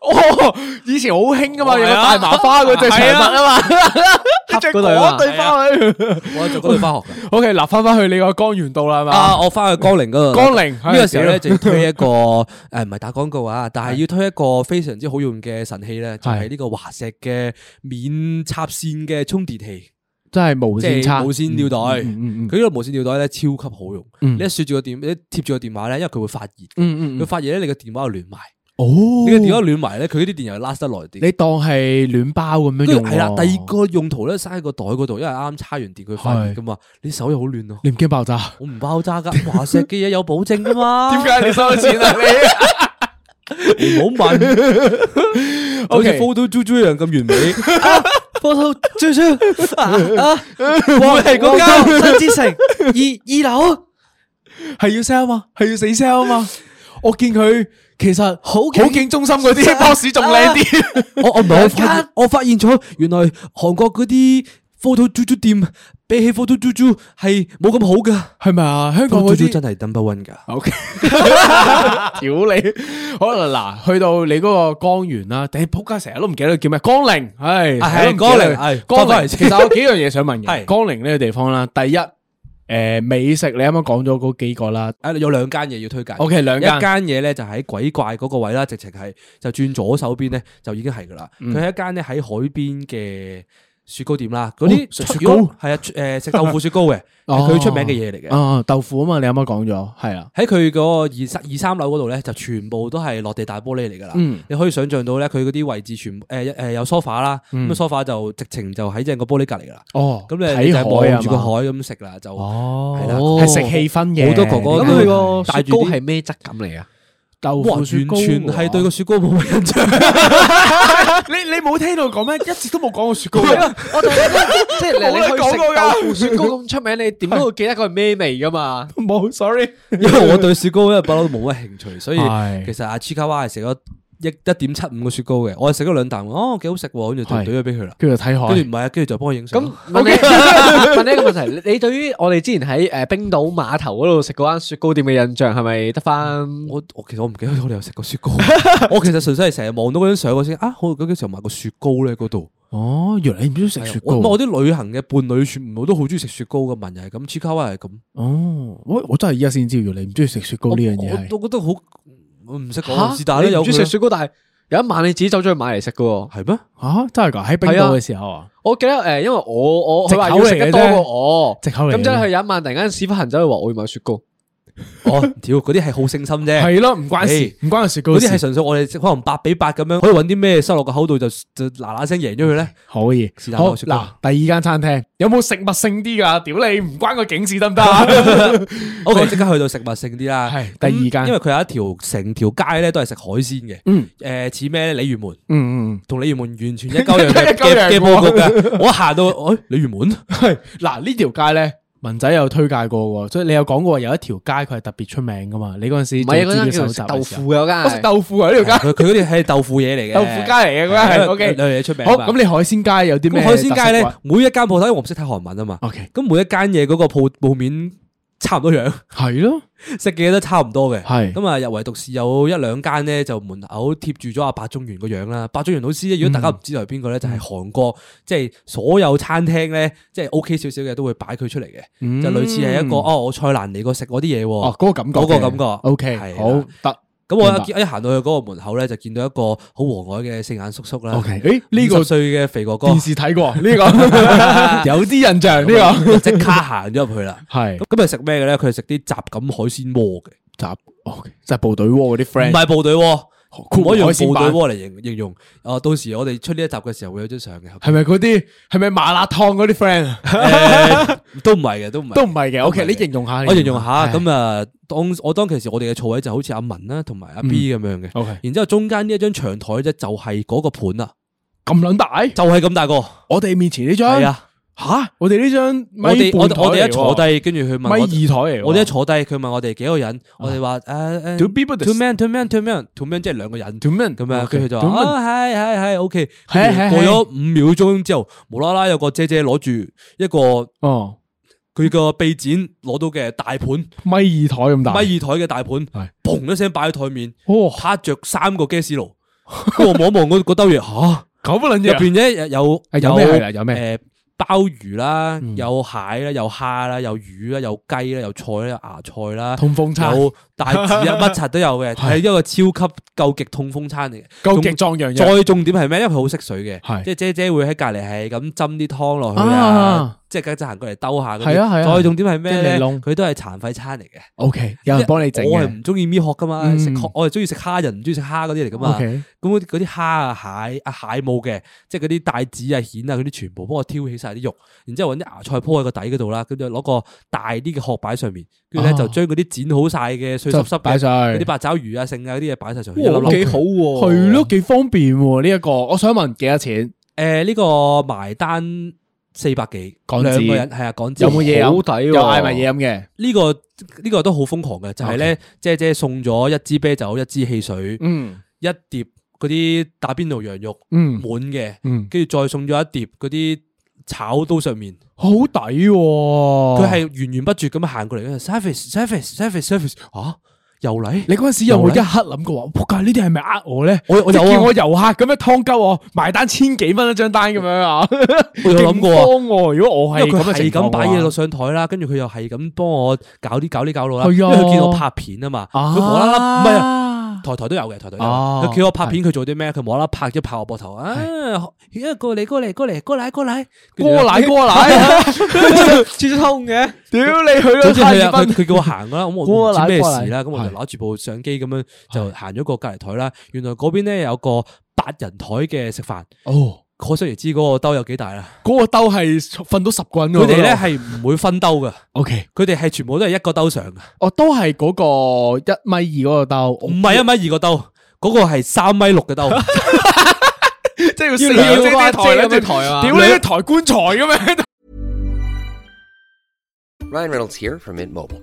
Speaker 3: 哦，以前好興噶嘛，
Speaker 2: 哦
Speaker 3: 有個
Speaker 2: 係
Speaker 3: 大
Speaker 2: 啊
Speaker 3: 麻花嗰只長襪啊嘛，你着
Speaker 2: 嗰對啊
Speaker 3: 嗰對翻 去。
Speaker 1: 我着嗰度翻學嘅。
Speaker 2: ，OK，嗱，翻翻去你個江源道啦，係嘛？
Speaker 1: 啊，我翻去江寧嗰度。
Speaker 2: 江寧
Speaker 1: 呢個時候
Speaker 2: 係
Speaker 1: 咧
Speaker 2: 屌
Speaker 1: 就要推一個诶，唔係打廣告啊，但係要推一個非常之好用嘅神器咧，就係呢個華碩嘅免插線嘅充電器，
Speaker 2: 真係無
Speaker 1: 即
Speaker 2: 線
Speaker 1: 係
Speaker 2: 差，
Speaker 1: 無線尿袋。
Speaker 2: 嗯嗯嗯
Speaker 1: 佢呢個無線尿袋咧超級好用，
Speaker 2: 嗯
Speaker 1: 你一雪住個電，你一貼住個電話咧，因為佢會發熱，
Speaker 2: 嗯嗯
Speaker 1: 佢
Speaker 2: 嗯，
Speaker 1: 發熱咧你個電話又暖埋，
Speaker 2: 哦
Speaker 1: 你個電話暖埋咧，佢啲電又 last 得耐啲。
Speaker 2: 你當係暖包咁樣
Speaker 1: 跟
Speaker 2: 用啊
Speaker 1: 住係
Speaker 2: 喎，
Speaker 1: 啦，第二個用途咧，嘥喺個袋嗰度，因為啱啱叉完電佢發熱噶嘛，你手又好暖咯。
Speaker 2: 你唔驚爆炸？
Speaker 1: 我唔爆炸噶，華碩嘅嘢有保證噶 嘛？點
Speaker 3: 解你收 錢啊？你
Speaker 1: 解唔 好問？好似
Speaker 2: OK
Speaker 1: photo 豬豬一樣咁完美。photo 啊豬豬 啊啊！我係嗰間新之城二二樓，
Speaker 2: 系要 sell 嘛，系要死 sell 嘛。我见佢其实好好景中心嗰 啲 boss 仲靓啲，
Speaker 1: 我我唔係我發現我發現咗，原來韓國嗰啲 photo 豬豬店比起 photo 豬豬係冇咁好噶。
Speaker 2: 系咪啊？香港
Speaker 1: photo 豬
Speaker 2: 嗰
Speaker 1: 豬
Speaker 2: 啲
Speaker 1: 真係 number one 噶。
Speaker 2: ，OK，屌你！可能嗱，去到你嗰個江源啦，頂仆街成日都唔記得佢叫咩江寧，唉，
Speaker 1: 啊
Speaker 2: 成日都唔記得
Speaker 1: 係
Speaker 2: 佢
Speaker 1: 江寧係翻
Speaker 2: 江
Speaker 1: 返
Speaker 2: 寧。
Speaker 1: 嚟先
Speaker 2: 其實有幾樣嘢想問嘅，
Speaker 1: 係
Speaker 2: 江寧呢個地方啦，第一，诶美食你啱啱講咗嗰幾個啦
Speaker 1: 啊，有兩間嘢要推介。
Speaker 2: ，OK 兩
Speaker 1: 一
Speaker 2: 間
Speaker 1: 間嘢咧就喺鬼怪嗰個位啦，直情係就轉左手邊咧就已經係噶啦。
Speaker 2: 嗯
Speaker 1: 佢係一間咧喺海邊嘅雪糕店啦，嗰
Speaker 2: 哦食
Speaker 1: 啲
Speaker 2: 雪
Speaker 1: 如果
Speaker 2: 糕
Speaker 1: 係啊，誒食豆腐雪糕嘅，係
Speaker 2: 哦
Speaker 1: 佢出名嘅嘢嚟嘅。
Speaker 2: 啊豆腐啊嘛，你啱啱講咗，係啊啦，
Speaker 1: 喺佢嗰個二三二三樓嗰度咧，就全部都係落地大玻璃嚟噶啦。
Speaker 2: 嗯
Speaker 1: 你可以想象到咧，佢嗰啲位置全誒誒有 sofa 啦，
Speaker 2: 嗯
Speaker 1: 咁 sofa 就直情就喺正個玻璃隔離噶啦。
Speaker 2: 哦，
Speaker 1: 咁
Speaker 2: 睇
Speaker 1: 你就
Speaker 2: 海啊
Speaker 1: 望住個
Speaker 2: 嘛
Speaker 1: 海咁食啦，就
Speaker 2: 哦，
Speaker 1: 係啦
Speaker 2: 係食氣氛嘅。
Speaker 1: 好多哥哥
Speaker 3: 咁
Speaker 1: 都都
Speaker 3: 佢個
Speaker 1: 帶
Speaker 3: 雪
Speaker 1: 住
Speaker 3: 糕
Speaker 1: 啲
Speaker 3: 係咩質感嚟啊？
Speaker 2: 豆
Speaker 1: 哇
Speaker 2: 腐
Speaker 1: 完
Speaker 2: 雪
Speaker 1: 全
Speaker 2: 糕
Speaker 1: 係對個 雪糕冇乜印象。
Speaker 2: 你你冇聽到講咩？一直都冇講 過雪糕。
Speaker 1: 啊
Speaker 3: 我就覺得啊即係你你去食
Speaker 2: 冇人講過㗎
Speaker 3: 豆腐雪糕咁出名，你點都會記得佢係咩味噶嘛？
Speaker 2: 冇，sorry。
Speaker 1: 因為我對雪糕咧不嬲都冇乜興趣，所以
Speaker 2: 係
Speaker 1: 其實阿 Chikawa 係食咗一一點七五個雪糕嘅，我係食咗兩啖，哦幾好食喎，跟住就
Speaker 2: 係
Speaker 1: 懟咗俾佢啦。
Speaker 2: 跟住就睇
Speaker 1: 跟住
Speaker 2: 海
Speaker 1: 唔。係啊，跟住就幫我影相。
Speaker 3: 咁
Speaker 1: 咁
Speaker 3: 問 你問你一個問題，你你對於我哋之前喺誒冰島碼頭嗰度食嗰間雪糕店嘅印象係咪得翻？
Speaker 1: 我我其實我唔記得我哋有食過雪糕， 我其實純粹係成日望到嗰張相，我先啊，好嗰幾時候買過雪糕咧嗰度。
Speaker 2: 哦，原來你唔中意食雪糕
Speaker 1: 我。我啲旅行嘅伴侶全部都好中意食雪糕嘅，文又係咁，Chikawa 係咁。
Speaker 2: 哦，我我真係依家先知，原來你唔中意食雪糕呢樣嘢係
Speaker 1: 我我都覺得好，我唔識
Speaker 3: 嚇
Speaker 1: 講，是但啦，
Speaker 3: 你唔
Speaker 1: 有
Speaker 3: 中
Speaker 1: 佢
Speaker 3: 意食
Speaker 1: 啦
Speaker 3: 雪糕，但係有一晚你自己走咗去買嚟食嘅喎。
Speaker 1: 係咩？
Speaker 2: 啊，真係㗎？喺冰
Speaker 3: 係啊
Speaker 2: 島嘅時候啊，
Speaker 3: 我記得誒，因為我我
Speaker 2: 藉
Speaker 3: 佢
Speaker 2: 口
Speaker 3: 話要食得
Speaker 2: 嚟嘅
Speaker 3: 多
Speaker 2: 啫
Speaker 3: 過我，
Speaker 2: 藉口嚟嘅
Speaker 3: 咁即係佢有一晚突然間屎忽痕走去話我要買雪糕，
Speaker 1: 哦，屌，嗰啲係好勝心 啫。
Speaker 2: 係咯，唔關事，
Speaker 1: 誒
Speaker 2: 唔關雪糕
Speaker 1: 嗰
Speaker 2: 事
Speaker 1: 啲係。純粹我哋可能八比八咁樣，可以揾啲咩收落個口度就就嗱嗱聲贏咗佢咧。
Speaker 2: 可以
Speaker 1: 是但
Speaker 2: 好
Speaker 1: 有雪糕
Speaker 2: 嗱，第二間餐廳有冇食物性啲㗎？屌你，唔關個景事得唔 得啊？
Speaker 1: O K，即刻去到食物性啲啦。
Speaker 2: 係
Speaker 1: 咁
Speaker 2: 第二間
Speaker 1: 因為佢有一條成條街咧都係食海鮮嘅。
Speaker 2: 嗯
Speaker 1: 誒似咩咧？鯉魚門
Speaker 2: 嗯嗯。
Speaker 1: 同鯉魚門完全一鳩樣
Speaker 2: 一鳩
Speaker 1: 嘅
Speaker 2: 樣
Speaker 1: 嘅嘅
Speaker 2: 喎
Speaker 1: 佈局嘅。我一行到， 誒鯉魚門
Speaker 2: 係嗱呢條街咧，文仔有推介過喎，所以你有講過有一條街佢係特別出名噶嘛？你嗰阵时
Speaker 3: 唔係啊，嗰
Speaker 2: 做
Speaker 3: 間
Speaker 2: 資料
Speaker 3: 叫做
Speaker 2: 搜集
Speaker 3: 食
Speaker 2: 嘅
Speaker 3: 豆
Speaker 2: 時候
Speaker 3: 腐嘅嗰
Speaker 2: 我
Speaker 3: 間
Speaker 2: 食。豆腐啊
Speaker 1: 佢
Speaker 2: 呢條街，
Speaker 1: 佢嗰啲係豆腐嘢嚟嘅，
Speaker 2: 豆腐街嚟 嘅嗰間係
Speaker 1: 因為
Speaker 2: OK
Speaker 1: 兩樣嘢出名。啊
Speaker 2: 好咁你海鮮街有啲
Speaker 1: 咁
Speaker 2: 咩？啊
Speaker 1: 海鮮街咧，每一間鋪頭，因為我唔識睇韓文啊嘛，
Speaker 2: ，OK
Speaker 1: 咁每一間嘢嗰個鋪鋪面差唔多樣，
Speaker 2: 係咯，
Speaker 1: 食嘅嘢都差唔多嘅。
Speaker 2: 係
Speaker 1: 咁啊，入唯獨是有一兩間咧，就門口貼住咗阿白中原個樣啦。白中原老師咧，如果大家唔知道係邊個咧，就
Speaker 2: 嗯
Speaker 1: 係韓國即係所有餐廳咧，即係 OK 少少嘅都會擺佢出嚟嘅，
Speaker 2: 嗯
Speaker 1: 就類似係一個哦，我蔡瀾嚟過食我啲嘢
Speaker 2: 哦
Speaker 1: 喎。
Speaker 2: 嗰個感覺嘅，
Speaker 1: 嗰個感覺
Speaker 2: OK
Speaker 1: 係
Speaker 2: 好
Speaker 1: 啦
Speaker 2: 得。
Speaker 1: 咁我
Speaker 2: 明白
Speaker 1: 一見一行到去嗰個門口咧，就見到一個好和藹嘅四眼叔叔啦。
Speaker 2: OK，誒呢個
Speaker 1: 50歲嘅肥哥哥，
Speaker 2: 電視睇過呢 個有啲印象呢
Speaker 1: 咁啊 即刻行咗入去啦。
Speaker 2: 個係
Speaker 1: 咁咁係食咩嘅咧？佢係食啲雜錦海鮮鍋嘅。
Speaker 2: 集 OK 就係部隊鍋嗰啲
Speaker 1: 唔
Speaker 2: friend，
Speaker 1: 係部隊鍋，
Speaker 2: 括
Speaker 1: 唔可以
Speaker 2: 弧
Speaker 1: 用
Speaker 2: 海鮮
Speaker 1: 部隊
Speaker 2: 版
Speaker 1: 鍋嚟形形容。啊，到時我哋出呢一集嘅時候會有張相 嘅，
Speaker 2: 係咪嗰啲係咪麻辣燙嗰啲 friend 啊？
Speaker 1: 誒都唔係嘅，都唔係，
Speaker 2: 都唔係嘅
Speaker 1: 都
Speaker 2: ，OK
Speaker 1: 唔係
Speaker 2: 你形容下，
Speaker 1: 我形容下，
Speaker 2: 係
Speaker 1: 咁啊，當我當其時我哋嘅座位就好似阿文啦，同埋阿 B 咁樣嘅。
Speaker 2: OK
Speaker 1: 然之後中間呢一張長台啫，就係嗰個盤啦，啊
Speaker 2: 咁撚大，
Speaker 1: 就係咁大個，
Speaker 2: 我哋面前呢張
Speaker 1: 係啊，
Speaker 2: 吓，我哋呢张
Speaker 1: 我哋我哋我哋一坐
Speaker 2: 米
Speaker 1: 低，跟住佢問
Speaker 2: 二台
Speaker 1: 我哋，
Speaker 2: 嚟喎，
Speaker 1: 我哋一坐低，佢問我哋幾個人，我哋話诶诶
Speaker 2: To be but
Speaker 1: two man two man two man two man 即係兩個人
Speaker 2: two man，
Speaker 1: 咁樣，跟住佢就
Speaker 2: two
Speaker 1: 話
Speaker 2: man
Speaker 1: 啊係係係 OK，
Speaker 2: 係係係
Speaker 1: 過咗五秒鐘之後，無啦啦有個姐姐攞住一個
Speaker 2: 哦，
Speaker 1: 佢個臂展攞到嘅大盤。
Speaker 2: 米二台咁大，哦
Speaker 1: 米二台嘅大盤
Speaker 2: 係，
Speaker 1: 砰一聲擺喺台面，
Speaker 2: 哇
Speaker 1: 拍着三個 gas 爐。我望一望嗰嗰兜嘢，吓
Speaker 2: 咁 撚
Speaker 1: 入边咧有
Speaker 2: 啊有咩係啦有咩嗯
Speaker 1: 诶鲍鱼啦，有蟹啦，有蝦啦，有魚啦，有雞啦，有菜啦，有芽菜啦，
Speaker 2: 痛風餐
Speaker 1: 有帶子啊，乜柒都有 嘅，係一個超級究極痛風餐嚟嘅。
Speaker 2: 究極壯陽藥
Speaker 1: 再重點係咩？因為佢好識水嘅，
Speaker 2: 係
Speaker 1: 即係姐姐會喺隔離係咁斟啲湯落去啊
Speaker 2: 啊，
Speaker 1: 即係家姐行過嚟兜下嗰啲。
Speaker 2: 係啊係啊
Speaker 1: 再重點係咩
Speaker 2: 即係
Speaker 1: 咧？
Speaker 2: 尼龍
Speaker 1: 佢都係殘廢餐嚟嘅。
Speaker 2: ，OK，有人幫你整
Speaker 1: 我係
Speaker 2: 嘅
Speaker 1: 唔中意搣殼噶嘛，
Speaker 2: 嗯
Speaker 1: 食殼我係中意食蝦仁，唔中意食蝦嗰啲嚟噶嘛。
Speaker 2: ，OK，
Speaker 1: 咁嗰啲嗰啲蝦啊、蟹啊、蟹冇嘅，即係嗰啲帶子啊、蜆啊嗰啲，全部幫我挑起晒啲肉，然之後揾啲芽菜鋪喺個底嗰度啦，跟住攞個大啲嘅殼擺上面，跟住咧
Speaker 2: 哦
Speaker 1: 就將嗰啲剪好晒嘅碎濕濕
Speaker 2: 擺
Speaker 1: 嘅
Speaker 2: 上
Speaker 1: 嗰
Speaker 2: 去
Speaker 1: 啲八爪魚啊、剩啊嗰啲嘢擺晒上去，一粒
Speaker 3: 哇，
Speaker 1: 粒
Speaker 3: 幾好喎，
Speaker 2: 係咯，幾方便喎呢一個。我想問幾多錢？
Speaker 1: 誒呃呢個埋單四百幾，
Speaker 2: 港紙
Speaker 1: 兩個人係啊港紙
Speaker 2: 有冇嘢飲？
Speaker 3: 好抵喎
Speaker 2: 有嗌埋嘢飲嘅，
Speaker 1: 呢個呢個都好瘋狂嘅，就
Speaker 2: 啊
Speaker 1: 係咧姐姐送咗一支啤酒、一支汽水。
Speaker 2: 嗯
Speaker 1: 一碟嗰啲打邊爐羊肉
Speaker 2: 嗯
Speaker 1: 滿嘅，
Speaker 2: 嗯，
Speaker 1: 跟住再送咗一碟嗰啲炒刀上面，
Speaker 2: 好抵喎。
Speaker 1: 佢係源源不絕咁樣行過嚟跟住 service service service service 啊，又嚟
Speaker 2: 你嗰阵时有冇
Speaker 1: 有
Speaker 2: 一
Speaker 1: 咧
Speaker 2: 刻諗過話，仆街呢啲係咪呃我咧？
Speaker 1: 我我
Speaker 2: 即
Speaker 1: 有
Speaker 2: 係
Speaker 1: 啊
Speaker 2: 叫我遊客咁樣劏鳩我，埋單千幾蚊一張單咁樣啊！
Speaker 1: 我有諗過啊
Speaker 2: 勁慌喎如果我係
Speaker 1: 因為佢
Speaker 2: 咁
Speaker 1: 係
Speaker 2: 係
Speaker 1: 咁擺嘢落上台啦，跟住佢又係咁幫我搞啲搞啲搞到啦，
Speaker 2: 係啊
Speaker 1: 因為佢見我拍片啊嘛，佢無啦啦唔係啊。
Speaker 2: 啊，
Speaker 1: 台台都有嘅，台台都有。
Speaker 2: 哦
Speaker 1: 佢叫我拍片，佢做啲咩？佢無啦啦拍咗拍我膊頭啊！而家過嚟過嚟過嚟過嚟過嚟，跟住
Speaker 2: 過奶過奶，
Speaker 3: 切通嘅，
Speaker 2: 屌你去
Speaker 1: 總
Speaker 2: 啦！
Speaker 1: 之佢啊
Speaker 2: 太
Speaker 1: 佢
Speaker 2: 熱
Speaker 1: 佢叫我行啦，咁我
Speaker 2: 過
Speaker 1: 唔知
Speaker 2: 嚟
Speaker 1: 咩
Speaker 2: 過
Speaker 1: 事
Speaker 2: 嚟
Speaker 1: 啦，咁我就攞住部相機咁樣就行咗過隔離台啦。原來嗰邊咧有個八人台嘅食飯，
Speaker 2: 哦，
Speaker 1: 可想而知嗰個兜有幾大啦。
Speaker 2: 嗰個兜係瞓到十個人喎。
Speaker 1: 佢哋咧
Speaker 2: 嗰度
Speaker 1: 係唔會分兜噶，
Speaker 2: ，OK，
Speaker 1: 佢哋係全部都係一個兜上噶，
Speaker 2: 我都係嗰個一米二嗰個兜，
Speaker 1: 唔係一啊米二個兜。嗰個係三米六嘅兜，
Speaker 2: 即係要
Speaker 3: 要
Speaker 2: 四
Speaker 3: 兩個
Speaker 2: 個
Speaker 3: 阿姐
Speaker 2: 台
Speaker 3: 咁
Speaker 2: 咁
Speaker 3: 嘅
Speaker 2: 樣。
Speaker 3: 台啊！
Speaker 2: 屌你啲抬棺材咁樣。
Speaker 5: Ryan Reynolds here from Mint Mobile.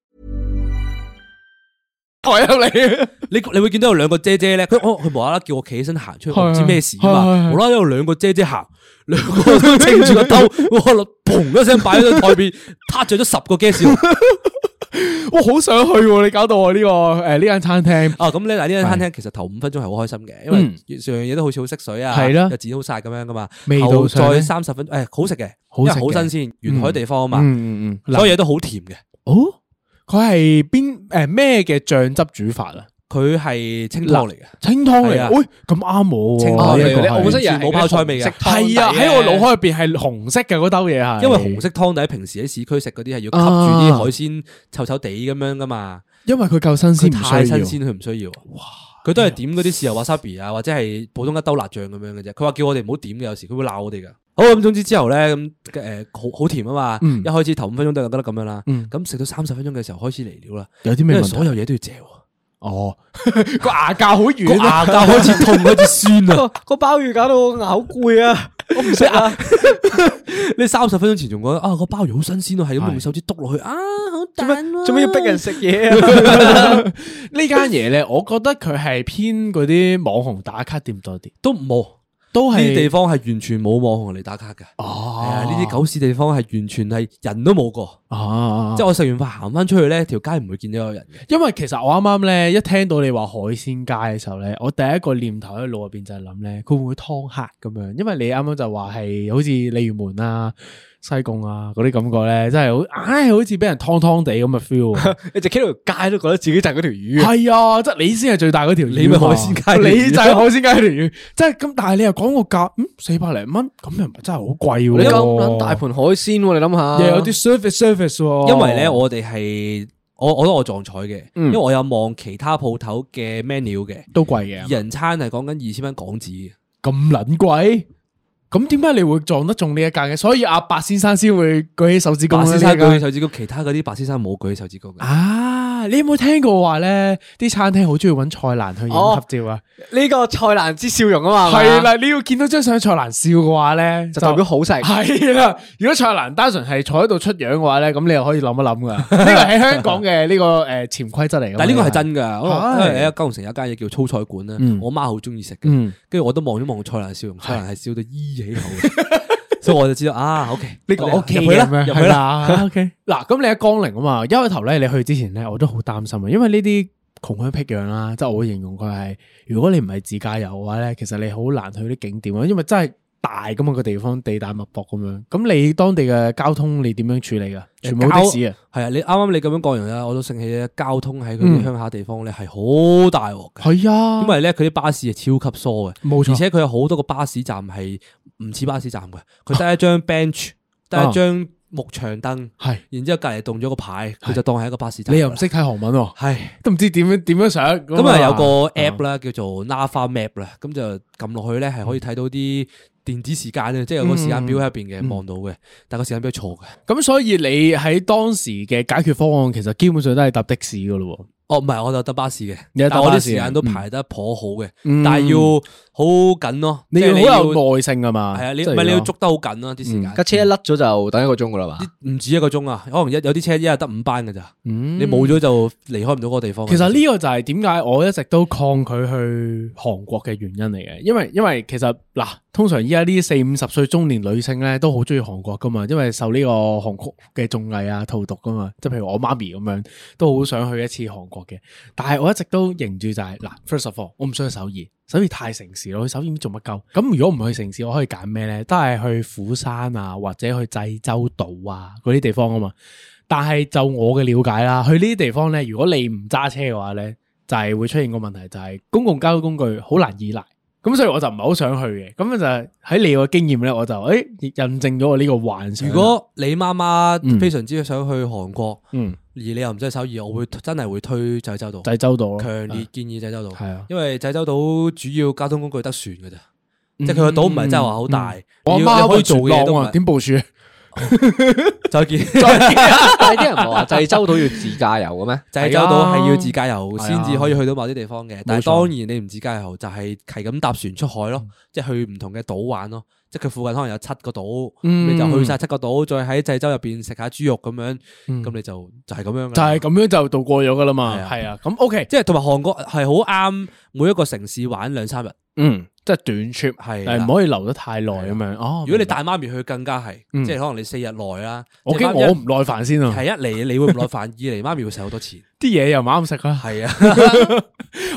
Speaker 2: 抬入嚟，
Speaker 1: 你你會見到有兩個姐姐咧，佢我佢無啦啦叫我企起身行出去，我唔知
Speaker 2: 係
Speaker 1: 咩事啊嘛，
Speaker 2: 係係
Speaker 1: 無啦啦有兩個姐姐行，兩個都撐住個兜， 我砰一聲擺咗喺台邊， 撻着咗十個 gas 喎
Speaker 2: 我好想去喎！你搞到我呢個誒呢間餐廳，
Speaker 1: 哦，咁咧嗱，呢間餐廳其實頭五分鐘係好開心嘅，因為上樣嘢都好似好識水啊，
Speaker 2: 嗯係啦
Speaker 1: 又剪好晒咁樣噶嘛。
Speaker 2: 味道
Speaker 1: 後
Speaker 2: 上呢
Speaker 1: 再三十分，誒好食嘅，因
Speaker 2: 好
Speaker 1: 為
Speaker 2: 食嘅
Speaker 1: 好新鮮，沿海地方啊嘛，
Speaker 2: 嗯嗯嗯，
Speaker 1: 所有嘢都好甜嘅。
Speaker 2: 哦，佢係邊誒咩嘅醬汁煮法啊？
Speaker 1: 佢係清湯嚟嘅，
Speaker 2: 清湯嚟
Speaker 1: 係啊
Speaker 2: 啊！喂，咁啱我
Speaker 1: 清
Speaker 2: 喎，
Speaker 1: 湯
Speaker 2: 呢
Speaker 1: 嚟嘅
Speaker 2: 個
Speaker 1: 你
Speaker 2: 係
Speaker 1: 我本身以為係
Speaker 2: 係啊，喺我腦海入邊係紅色嘅嗰兜嘢係，
Speaker 1: 因為紅色，湯底平時喺市區食嗰啲係要吸住啲
Speaker 2: 啊
Speaker 1: 海鮮臭臭地咁樣噶嘛，
Speaker 2: 因為佢夠新
Speaker 1: 佢
Speaker 2: 鮮，唔
Speaker 1: 太新
Speaker 2: 需要。
Speaker 1: 鮮佢唔需要。哇！佢都係點嗰啲豉油 wasabi 啊，或者係普通一兜辣醬咁樣嘅啫。佢話叫我哋唔好點嘅，有時佢會鬧我哋噶。好咁，總之之後咧咁誒好好甜啊嘛，
Speaker 2: 嗯
Speaker 1: 一開始頭五分鐘都係覺得咁樣啦。
Speaker 2: 嗯
Speaker 1: 咁食到三十分鐘嘅時候開始嚟料啦，
Speaker 2: 有啲
Speaker 1: 因
Speaker 2: 咩
Speaker 1: 為
Speaker 2: 問
Speaker 1: 所
Speaker 2: 題？
Speaker 1: 有嘢都要嚼啊喎，
Speaker 2: 哦， 個牙骹好
Speaker 1: 個
Speaker 2: 軟
Speaker 1: 牙
Speaker 2: 啊，
Speaker 1: 膠開始痛，開始酸啦。
Speaker 3: 個 個鮑魚搞到我咬攰啊！我唔食啊！
Speaker 1: 你三十分鐘前仲覺得啊個鮑魚好新鮮咯，係咁用手指篤落去啊，好彈喎。
Speaker 3: 做咩要逼人食嘢啊？
Speaker 2: 呢間嘢咧，我覺得佢係偏嗰啲網紅打卡店多啲。
Speaker 1: 都冇？
Speaker 2: 都係
Speaker 1: 呢啲地方係完全冇網紅嚟打卡嘅。哦，係啊，呢啲狗屎地方係完全係人都冇過。
Speaker 3: 啊
Speaker 2: 哦，
Speaker 1: 即係我食完飯行翻出去咧，條街唔會見到有人嘅。
Speaker 2: 因為其實我啱啱咧一聽到你話海鮮街嘅時候咧，我第一個念頭喺腦入邊就係諗咧，佢會唔會劏客咁樣？因為你啱啱就話係好似鯉魚門啊、西貢啊嗰啲感覺咧，真係好，唉，好似俾人劏劏地咁嘅 feel。
Speaker 3: 你直企條街都覺得自己就係嗰條魚。
Speaker 2: 係啊，即係你先係最大嗰條魚嘛，
Speaker 1: 你咪海鮮街條魚
Speaker 2: 你就係海鮮街條魚。即係咁，但係你又講個價，嗯，四百零蚊，咁又唔係真係好貴喎。
Speaker 3: 你咁撚大啊盤海鮮喎，你諗下，
Speaker 2: 又有啲 service service 喎。
Speaker 1: 因為咧，我哋係我我覺得我撞彩嘅，
Speaker 3: 嗯
Speaker 1: 因為我有望其他鋪頭嘅 menu 嘅，
Speaker 2: 都貴嘅
Speaker 1: 二。人餐係講緊二千蚊港紙嘅。
Speaker 2: 咁撚貴？咁點解你會撞得中呢一間嘅？所以阿白先生先會舉起手指公
Speaker 3: 啊
Speaker 1: 白
Speaker 2: 呢
Speaker 1: 先生
Speaker 2: 一間
Speaker 1: 舉起手指公，其他嗰啲白先生冇舉起手指公嘅。
Speaker 2: 啊！你有冇聽過話咧？啲餐廳好中意揾蔡瀾去影
Speaker 3: 哦
Speaker 2: 合照啊？
Speaker 3: 呢個蔡瀾之笑容啊嘛，係
Speaker 2: 係
Speaker 3: 咪啊
Speaker 2: 啦，你要見到張相蔡瀾笑嘅話咧，
Speaker 3: 就代表好食。
Speaker 2: 係啦，如果蔡瀾單純係坐喺度出樣嘅話咧，咁你又可以諗一諗噶。呢個喺香港嘅呢個誒潛規則嚟㗎嘛。
Speaker 1: 但係呢個係真㗎，
Speaker 2: 啊係
Speaker 1: 因為喺九龍城有一間嘢叫粗菜館咧，
Speaker 2: 嗯
Speaker 1: 我媽好中意食嘅
Speaker 2: 嗯，
Speaker 1: 跟住我都望咗望蔡瀾笑容，蔡瀾係笑到依起口嘅， 所以我就知道啊，OK
Speaker 2: 呢個
Speaker 1: 我哋
Speaker 2: OK
Speaker 1: 入去啦啊入
Speaker 2: 咁樣，係
Speaker 1: 去啦，
Speaker 2: 啦 OK。嗱，咁你喺江寧啊嘛，一開頭咧你去之前咧，我都好擔心啊，因為呢啲窮鄉僻壤啦，即係我會形容佢係，如果你唔係自駕遊嘅話咧，其實你好難去啲景點啊，因為真係大噶嘛個地方，地大物博咁樣。咁你當地嘅交通你點樣處理噶？全部的士啊！
Speaker 1: 係啊！你啱啱你咁樣講完啦，我都醒起咧，交通喺佢啲鄉下地方咧係好大鑊嘅，
Speaker 2: 嗯係啊
Speaker 1: 因，為咧佢啲巴士係超級疏嘅，
Speaker 2: 冇錯
Speaker 1: 而且佢有好多個巴士站係唔似巴士站嘅，佢得一張 bench，得一張木牆燈，
Speaker 2: 啊係
Speaker 1: 然之後隔離棟咗個牌，佢就當係一個巴士站。
Speaker 2: 你又唔識睇韓文喎，
Speaker 1: 係。
Speaker 2: 都唔知點樣點樣上。
Speaker 1: 咁
Speaker 2: 咁
Speaker 1: 啊有個 app 啦，叫做 Nava Map 啦，咁就撳落去咧係可以
Speaker 2: 嗯
Speaker 1: 睇到啲電子時間嘅，即係有個時間表喺入
Speaker 2: 嗯
Speaker 1: 邊嘅，望到嘅，但個時間表係錯嘅。
Speaker 2: 咁所以你喺當時嘅解決方案，其實基本上都係搭的士噶咯喎。
Speaker 1: 哦，唔係，我就搭巴士嘅，
Speaker 2: 你係搭
Speaker 1: 但我
Speaker 2: 巴
Speaker 1: 啲
Speaker 2: 士
Speaker 1: 時
Speaker 2: 嘅
Speaker 1: 間都排得頗好嘅，
Speaker 2: 嗯
Speaker 1: 但係要好緊咯，
Speaker 2: 你
Speaker 1: 即係
Speaker 2: 要好有耐性啊嘛。
Speaker 1: 係啊，你
Speaker 2: 即
Speaker 1: 唔係你要捉得好緊咯啲時間，
Speaker 3: 架車一甩咗就等一個鐘噶啦嘛，
Speaker 2: 嗯
Speaker 1: 唔止一個鐘啊，可能一有啲車一日得五班㗎咋，你冇咗就離開唔到嗰個地方。啊
Speaker 2: 其實呢個就係點解我一直都抗拒去韓國嘅原因嚟嘅，因為因為其實嗱，通常依家呢四五十歲中年女性咧都好中意韓國噶嘛，因為受呢個韓曲嘅綜藝啊荼毒噶嘛，即係譬如我媽咪咁樣都好想去一次韓國嘅，但係我一直都認住就係、嗱，first of all，我唔想去首爾，首爾太城市咯，去首爾做乜鳩？咁如果唔去城市，我可以揀咩咧？都係去釜山啊，或者去濟州島啊嗰啲地方啊嘛。但係就我嘅了解啦，去呢啲地方咧，如果你唔揸車嘅話咧，就係、會出現個問題，就係、公共交通工具好難依賴。咁所以我就唔係好想去嘅。咁就係喺你個經驗咧，我就誒、欸印證咗我呢個幻想。
Speaker 1: 如果你媽媽
Speaker 2: 嗯
Speaker 1: 非常之想去韓國，
Speaker 2: 嗯
Speaker 1: 而你又唔使首爾，我會真係會推濟州島。
Speaker 2: 濟州島咯，
Speaker 1: 強烈建議濟州島，
Speaker 2: 係啊
Speaker 1: 因為濟州島主要交通工具得船嘅咋，即係佢個島唔係真係話好大，
Speaker 2: 嗯我阿
Speaker 1: 你
Speaker 2: 媽
Speaker 1: 你可以做嘅嘢都嗯唔
Speaker 2: 啊，
Speaker 1: 係
Speaker 2: 點部署？
Speaker 1: 再見。
Speaker 3: 但係啲人唔係話濟州島要自駕遊嘅咩？
Speaker 1: 濟州島係要自駕遊先至可以去到某啲地方嘅，但
Speaker 2: 啊冇錯
Speaker 1: 係當然你唔自駕遊就係係咁搭船出海
Speaker 2: 嗯
Speaker 1: 咯，即係去唔同嘅島玩咯，即係佢附近可能有七個島，
Speaker 2: 嗯
Speaker 1: 你就去晒七個島，再喺濟州入邊食下豬肉咁樣，
Speaker 2: 嗯
Speaker 1: 咁你就就係咁樣㗎啦
Speaker 2: 就係咁樣就度過咗噶啦嘛。
Speaker 1: 係啊
Speaker 2: 係啊，咁 OK，
Speaker 1: 即係同埋韓國係好啱每一個城市玩兩三日，
Speaker 2: 嗯，即係短 trip，
Speaker 1: 係
Speaker 2: 但係
Speaker 1: 啦
Speaker 2: 唔可以留得太耐咁樣。哦，
Speaker 1: 如果你帶媽咪去更加係，
Speaker 2: 嗯
Speaker 1: 即係可能你四日內啦，
Speaker 2: 我
Speaker 1: 即係
Speaker 2: 驚
Speaker 1: 媽咪
Speaker 2: 我唔耐煩先啊，
Speaker 1: 係一嚟你會唔耐煩，二嚟媽咪會使好多錢。
Speaker 2: 啲嘢又唔啱食啦。
Speaker 1: 係啊，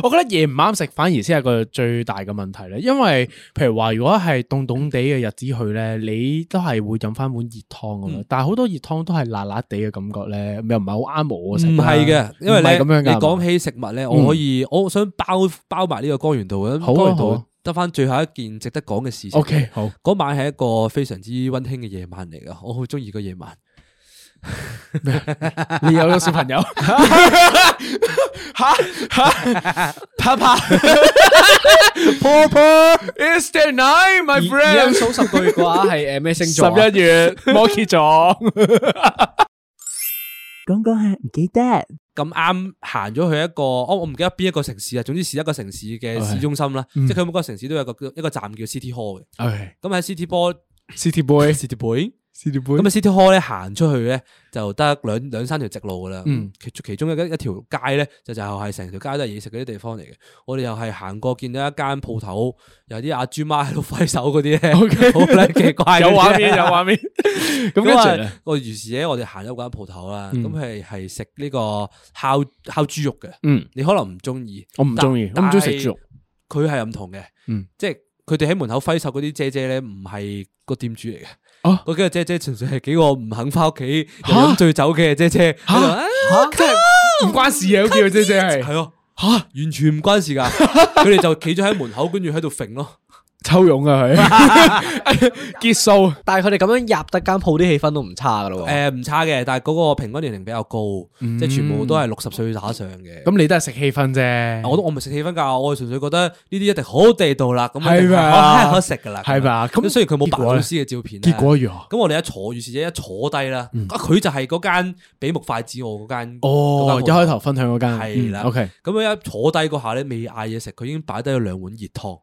Speaker 2: 我覺得嘢唔啱食，反而先係個最大嘅問題咧。因為譬如話，如果係凍凍地嘅日子去咧，你都係會飲翻碗熱湯咁樣。但係好多熱湯都係辣辣地嘅感覺咧， 又唔係好啱我
Speaker 1: 唔
Speaker 2: 食啦。
Speaker 1: 係嘅，因為
Speaker 2: 唔係
Speaker 1: 咧
Speaker 2: 咁樣
Speaker 1: 你
Speaker 2: 㗎嗯
Speaker 1: 講起食物咧，我可以我想包包埋呢個江原道嘅。
Speaker 2: 好啊
Speaker 1: 江原
Speaker 2: 好
Speaker 1: 道
Speaker 2: 啊
Speaker 1: 得翻最後一件值得講嘅事情。
Speaker 2: OK 好，
Speaker 1: 嗰晚係一個非常之溫馨嘅夜晚嚟噶，我好中意個夜晚。
Speaker 2: 你有咗小朋友吓吓，怕怕 Papa is the night, my
Speaker 3: 而而家
Speaker 2: friend。
Speaker 3: 數十個月嘅話係誒咩星座啊？
Speaker 2: 十一月摩羯座。
Speaker 1: 咁啱行咗去一個，我我唔記得邊一個城市啊，總之是一個城市嘅市中心啦，
Speaker 2: 嗯
Speaker 1: 即係佢每個城市都有一個一個站叫 City Hall 嘅。
Speaker 2: OK，City
Speaker 1: 咁喺 City Hall
Speaker 2: boy。
Speaker 1: City Boy
Speaker 2: City
Speaker 1: 咁啊，City Hall 咧行出去咧就得兩兩三條直路噶啦。
Speaker 2: 嗯
Speaker 1: 其其中一一條街咧就就係成條街都係嘢食嗰啲地方嚟嘅。我哋又係行過見到一間鋪頭，有啲阿豬媽喺度揮手嗰啲 咧， 好撚奇怪。
Speaker 2: 有畫面有 畫面。咁跟住咧
Speaker 1: 啊，我如是者我哋行咗嗰間鋪頭啦，
Speaker 2: 嗯
Speaker 1: 咁係係食呢個烤烤豬肉嘅。
Speaker 2: 嗯
Speaker 1: 你可能唔中意，
Speaker 2: 我唔中意
Speaker 1: 但
Speaker 2: 我唔中意食豬肉。
Speaker 1: 但係佢係唔同嘅，
Speaker 2: 嗯
Speaker 1: 即係佢哋喺門口揮手嗰啲姐姐咧，唔係個店主嚟嘅。
Speaker 2: 哦，
Speaker 1: 嗰幾個姐姐純粹係幾個唔肯翻屋企又飲醉酒嘅姐姐，吓吓，即係
Speaker 2: 唔關事嘅，嗰幾個姐姐 係
Speaker 1: 係啊，吓完全唔關事 噶，佢哋就企咗喺門口，跟住喺度揈咯。
Speaker 2: 抽佣啊佢，結數。
Speaker 3: 但係佢哋咁樣入得間鋪啲氣氛都唔差噶咯喎。
Speaker 1: 誒唔差嘅，但係嗰個平均年齡比較高，
Speaker 2: 哦嗯
Speaker 1: 即係全部都係六十歲打上嘅。
Speaker 2: 咁你都係食氣氛啫，
Speaker 1: 我都我唔係食氣氛㗎，我係純粹覺得呢啲一定好地道啦，咁一定
Speaker 2: 係咪
Speaker 1: 係
Speaker 2: 啊
Speaker 1: 可以食㗎啦，
Speaker 2: 係咪啊咁
Speaker 1: 咁雖然佢冇
Speaker 2: 結
Speaker 1: 白
Speaker 2: 果
Speaker 1: 老
Speaker 2: 咧
Speaker 1: 師嘅照片啦，
Speaker 2: 結果如何嗯
Speaker 1: 咁我哋一坐，於是者一坐低啦，啊佢就係嗰間比目筷子我嗰間
Speaker 2: 哦，
Speaker 1: 嗰
Speaker 2: 一
Speaker 1: 間
Speaker 2: 開
Speaker 1: 鋪
Speaker 2: 頭分享嗰間
Speaker 1: 係啦
Speaker 2: 嗯，OK，
Speaker 1: 咁樣一坐低嗰下咧，未嗌嘢食，佢已經擺低咗兩碗熱湯。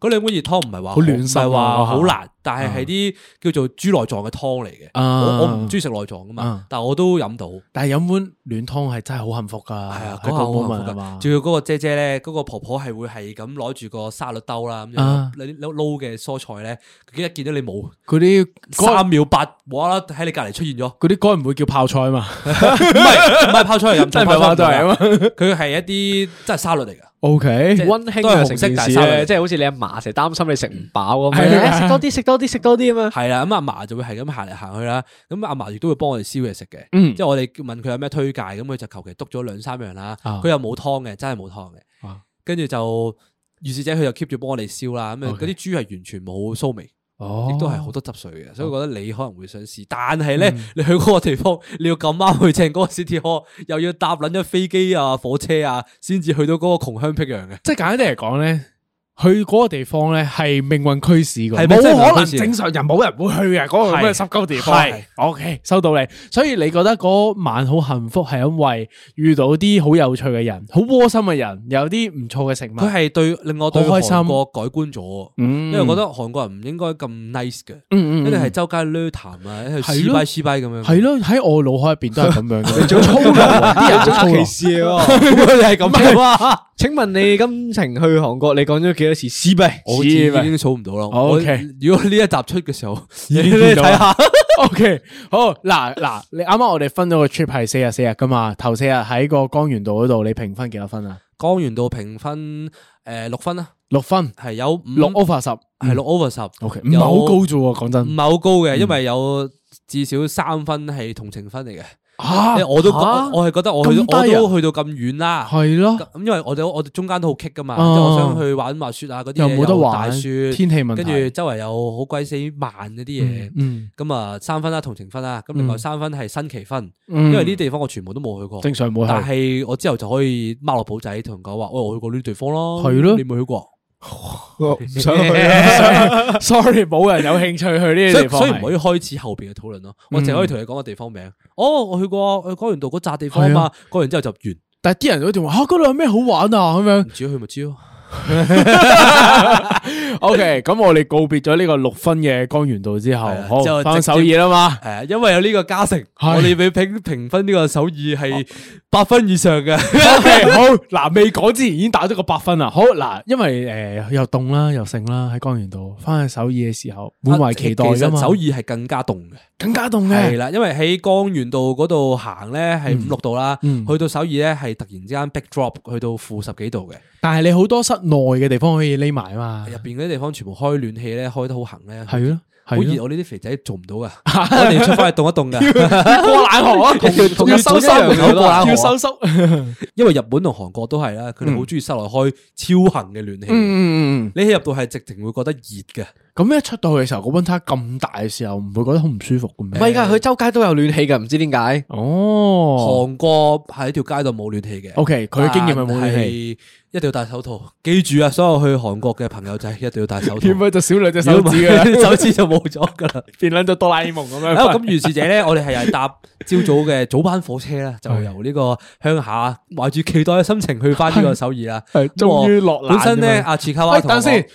Speaker 1: 嗰兩碗熱湯唔係話
Speaker 2: 哦好暖
Speaker 1: 唔
Speaker 2: 心啊
Speaker 1: 係話好
Speaker 2: 嗰下
Speaker 1: 辣，但係係啲叫做豬內臟嘅湯嚟嘅。
Speaker 2: 啊
Speaker 1: 我我唔中意食內臟噶嘛
Speaker 2: 啊，
Speaker 1: 但我都飲到。
Speaker 2: 但係飲碗暖湯係真係好幸福噶，係
Speaker 1: 啊
Speaker 2: 啊
Speaker 1: 嗰下好幸福
Speaker 2: 噶嘛
Speaker 1: 噶，，仲要嗰個姐姐咧，嗰個婆婆係會係咁攞住個沙律兜啦，咁樣
Speaker 2: 啊
Speaker 1: 你你撈嘅蔬菜咧，佢一見到你冇，
Speaker 2: 嗰啲
Speaker 1: 三秒八無啦啦喺你隔離出現咗。
Speaker 2: 嗰啲該唔會叫泡菜嘛？
Speaker 1: 唔係唔係泡菜嚟飲，
Speaker 2: 真係唔係泡菜嚟啊嘛
Speaker 1: 佢係一啲真係沙律嚟㗎。
Speaker 2: O K，
Speaker 1: 即係
Speaker 3: 溫馨
Speaker 1: 都係
Speaker 3: 嘅
Speaker 1: 紅
Speaker 3: 成
Speaker 1: 色
Speaker 3: 件
Speaker 1: 大
Speaker 3: 事
Speaker 1: 沙律
Speaker 3: 咧，即係好似你阿嫲成日擔心你食唔飽咁
Speaker 1: 係啊
Speaker 3: 樣， 誒食多啲食多啲食多啲咁樣。啊
Speaker 1: 系啦，咁阿嫲就會係咁行嚟行去啦，咁阿嫲亦都會幫我哋燒嘢食嘅，
Speaker 3: 嗯
Speaker 1: 即係我哋問佢有咩推介，咁佢就求其篤咗兩三樣啦，
Speaker 2: 啊
Speaker 1: 佢又冇湯嘅，真係冇湯嘅
Speaker 2: 啊，
Speaker 1: 跟住就預示者佢就 keep 住幫我哋燒啦，咁啊
Speaker 2: OK
Speaker 1: 嗰啲豬係完全冇騷味。
Speaker 2: 哦嗯
Speaker 1: 亦都係好多汁水嘅，所以我覺得你可能會想試，但係咧，你去嗰個地方，你要咁啱去正嗰個 City Hall，又要搭撚咗飛機啊、火車啊，先至去到嗰個窮鄉僻壤嘅。
Speaker 2: 即係簡單啲嚟講咧，去嗰個地方咧係命運驅使嘅，
Speaker 1: 係
Speaker 2: 冇
Speaker 1: 命真係
Speaker 2: 可
Speaker 1: 命
Speaker 2: 能
Speaker 1: 運驅使啊
Speaker 2: 正常人冇人會去嘅嗰個咁嘅濕鳩地方。
Speaker 1: 係
Speaker 2: O K，收到你。所以你覺得嗰晚好幸福係因為遇到啲好有趣嘅人，好窩心嘅人，有啲唔錯嘅食
Speaker 1: 佢
Speaker 2: 物。
Speaker 1: 係對令我對
Speaker 2: 好開心
Speaker 1: 韓國改觀咗，
Speaker 2: 嗯
Speaker 1: 因為我覺得韓國人唔應該咁 nice 嘅，
Speaker 2: 嗯嗯嗯
Speaker 1: 一定係周街掠談啊，喺度
Speaker 2: 係
Speaker 1: 撕
Speaker 2: 咯
Speaker 1: 拜撕拜咁樣。
Speaker 2: 係咯，喺我腦海入邊都係咁樣 嘅。
Speaker 3: 做粗魯啊
Speaker 2: 啲人好粗
Speaker 3: 做
Speaker 2: 魯
Speaker 3: 歧視啊！
Speaker 1: 佢係咁樣 啊！
Speaker 3: 請問你今程去韓國，你講咗幾多次屎幣？
Speaker 1: 我已經數唔到啦。我
Speaker 2: 啊哦 OK
Speaker 1: 如果呢一集出嘅時候， 你
Speaker 2: 見到
Speaker 1: 啊你睇下
Speaker 2: 啦。O K，好嗱嗱，你啱啱我哋分咗個 trip 係四日四日噶嘛，頭四日喺個江原道嗰度，你評分幾多分啊？
Speaker 1: 江原道評分誒六分啦，
Speaker 2: 六分，
Speaker 1: 係有五
Speaker 2: 六哦 over 十，唔
Speaker 1: 係六 over 十。O
Speaker 2: 嗯係好高嗯啫喎，講
Speaker 1: 唔
Speaker 2: 真。
Speaker 1: 係好高嘅，因為有至少三分係同情分嚟嘅。
Speaker 2: 啊
Speaker 1: 因為我都覺
Speaker 2: 啊
Speaker 1: 我係覺得我去到
Speaker 2: 咁
Speaker 1: 我
Speaker 2: 低啊
Speaker 1: 都去到咁遠啦。
Speaker 2: 係 咯，
Speaker 1: 咁因為我哋我哋中間都好棘噶嘛，即
Speaker 2: 啊
Speaker 1: 係我想去玩滑雪啊嗰啲嘢，
Speaker 2: 又冇得玩
Speaker 1: 有大雪，
Speaker 2: 天氣問題
Speaker 1: 跟住周圍有好鬼死慢嗰啲嘢
Speaker 2: 嗯。嗯
Speaker 1: 咁啊，三分啦，同情分啦，咁另外三分係新奇分，
Speaker 2: 嗯
Speaker 1: 因為呢啲地方我全部都冇去過，
Speaker 2: 正常冇去
Speaker 1: 但係我之後就可以孖落簿仔同人講話，喂，我去過呢啲地方咯，
Speaker 2: 係咯
Speaker 1: 你冇去過，
Speaker 3: 唔想去
Speaker 2: ，sorry，冇人有興趣去呢啲
Speaker 1: 所以
Speaker 2: 地方，
Speaker 1: 所以唔可以開始後邊嘅討論咯，我淨可以同你講個地方名。哦，我去過去江原道嗰扎地方啊
Speaker 2: 係
Speaker 1: 嘛，講完之後就完，唔
Speaker 2: 但係啲人都仲話吓嗰度有咩好玩啊咁樣。
Speaker 1: 至於去咪知咯。嗯
Speaker 2: OK，咁我哋告別咗呢個六分嘅江原道之後，
Speaker 1: 係啊
Speaker 2: 好
Speaker 1: 之後
Speaker 2: 翻
Speaker 1: 直
Speaker 2: 首爾啦嘛。
Speaker 1: 係啊，因為有呢個加成，
Speaker 2: 係
Speaker 1: 我哋俾評評分呢個首爾係八分以上 嘅。
Speaker 2: O K，好嗱，未講之前已經打咗個八分啦。好嗱，因為诶又凍啦，又盛啦，喺江原道翻去首爾嘅時候，滿懷期待
Speaker 1: 其
Speaker 2: 噶
Speaker 1: 實
Speaker 2: 嘛。
Speaker 1: 首爾係更加凍嘅。
Speaker 2: 更加凍
Speaker 1: 係
Speaker 2: 嘅，
Speaker 1: 啦，因為喺江原道嗰度行咧係五六度啦，
Speaker 2: 嗯
Speaker 1: 去到首爾咧係突然之間 big drop 去到負十幾度嘅，
Speaker 2: 但係你好多室內嘅地方可以匿埋嘛。
Speaker 1: 入邊嗰啲地方全部開暖氣咧，開得好行咧，
Speaker 2: 係咯，
Speaker 1: 啊好
Speaker 2: 係
Speaker 1: 熱，啊
Speaker 2: 咯，
Speaker 1: 我呢啲肥仔做唔到 噶，我 哋要出翻去凍一凍噶。
Speaker 2: 過冷河啊，
Speaker 1: 同同日收收門口過冷河啊
Speaker 2: 要收收。嗯
Speaker 1: 因為日本同韓國都係啦，佢哋好中意室內開超行嘅暖氣，
Speaker 2: 嗯嗯嗯，
Speaker 1: 你喺入到係直情會覺得熱嘅。
Speaker 2: 咁一出到去嘅時候，個温差咁大嘅時候，唔會覺得好唔舒服嘅
Speaker 3: 唔
Speaker 2: 咩？
Speaker 3: 係㗎，佢周街都有暖氣㗎，唔知點解。
Speaker 2: 哦
Speaker 1: 韓國喺條街度冇暖氣嘅。
Speaker 2: ，OK，佢嘅經驗係冇暖
Speaker 1: 但係
Speaker 2: 氣，
Speaker 1: 一定要戴手套。記住啊，所有去韓國嘅朋友仔一定要戴 手套。
Speaker 2: 點解就少兩隻手指
Speaker 1: 如
Speaker 2: 嘅，
Speaker 1: 果唔係 手指就冇咗噶 啦。
Speaker 2: 變撚咗哆啦 A 夢咁樣。
Speaker 1: 啊咁，如是者咧，我哋係搭朝早嘅早班火車啦，就由呢個鄉下懷住期待嘅心情去翻呢個首爾啦。
Speaker 2: 係
Speaker 1: 咁我
Speaker 2: 終於落難
Speaker 1: 本身咧，
Speaker 2: 咁樣
Speaker 1: 阿切卡
Speaker 2: 喂
Speaker 1: 哇，同
Speaker 2: 等
Speaker 1: 我
Speaker 2: 陣先，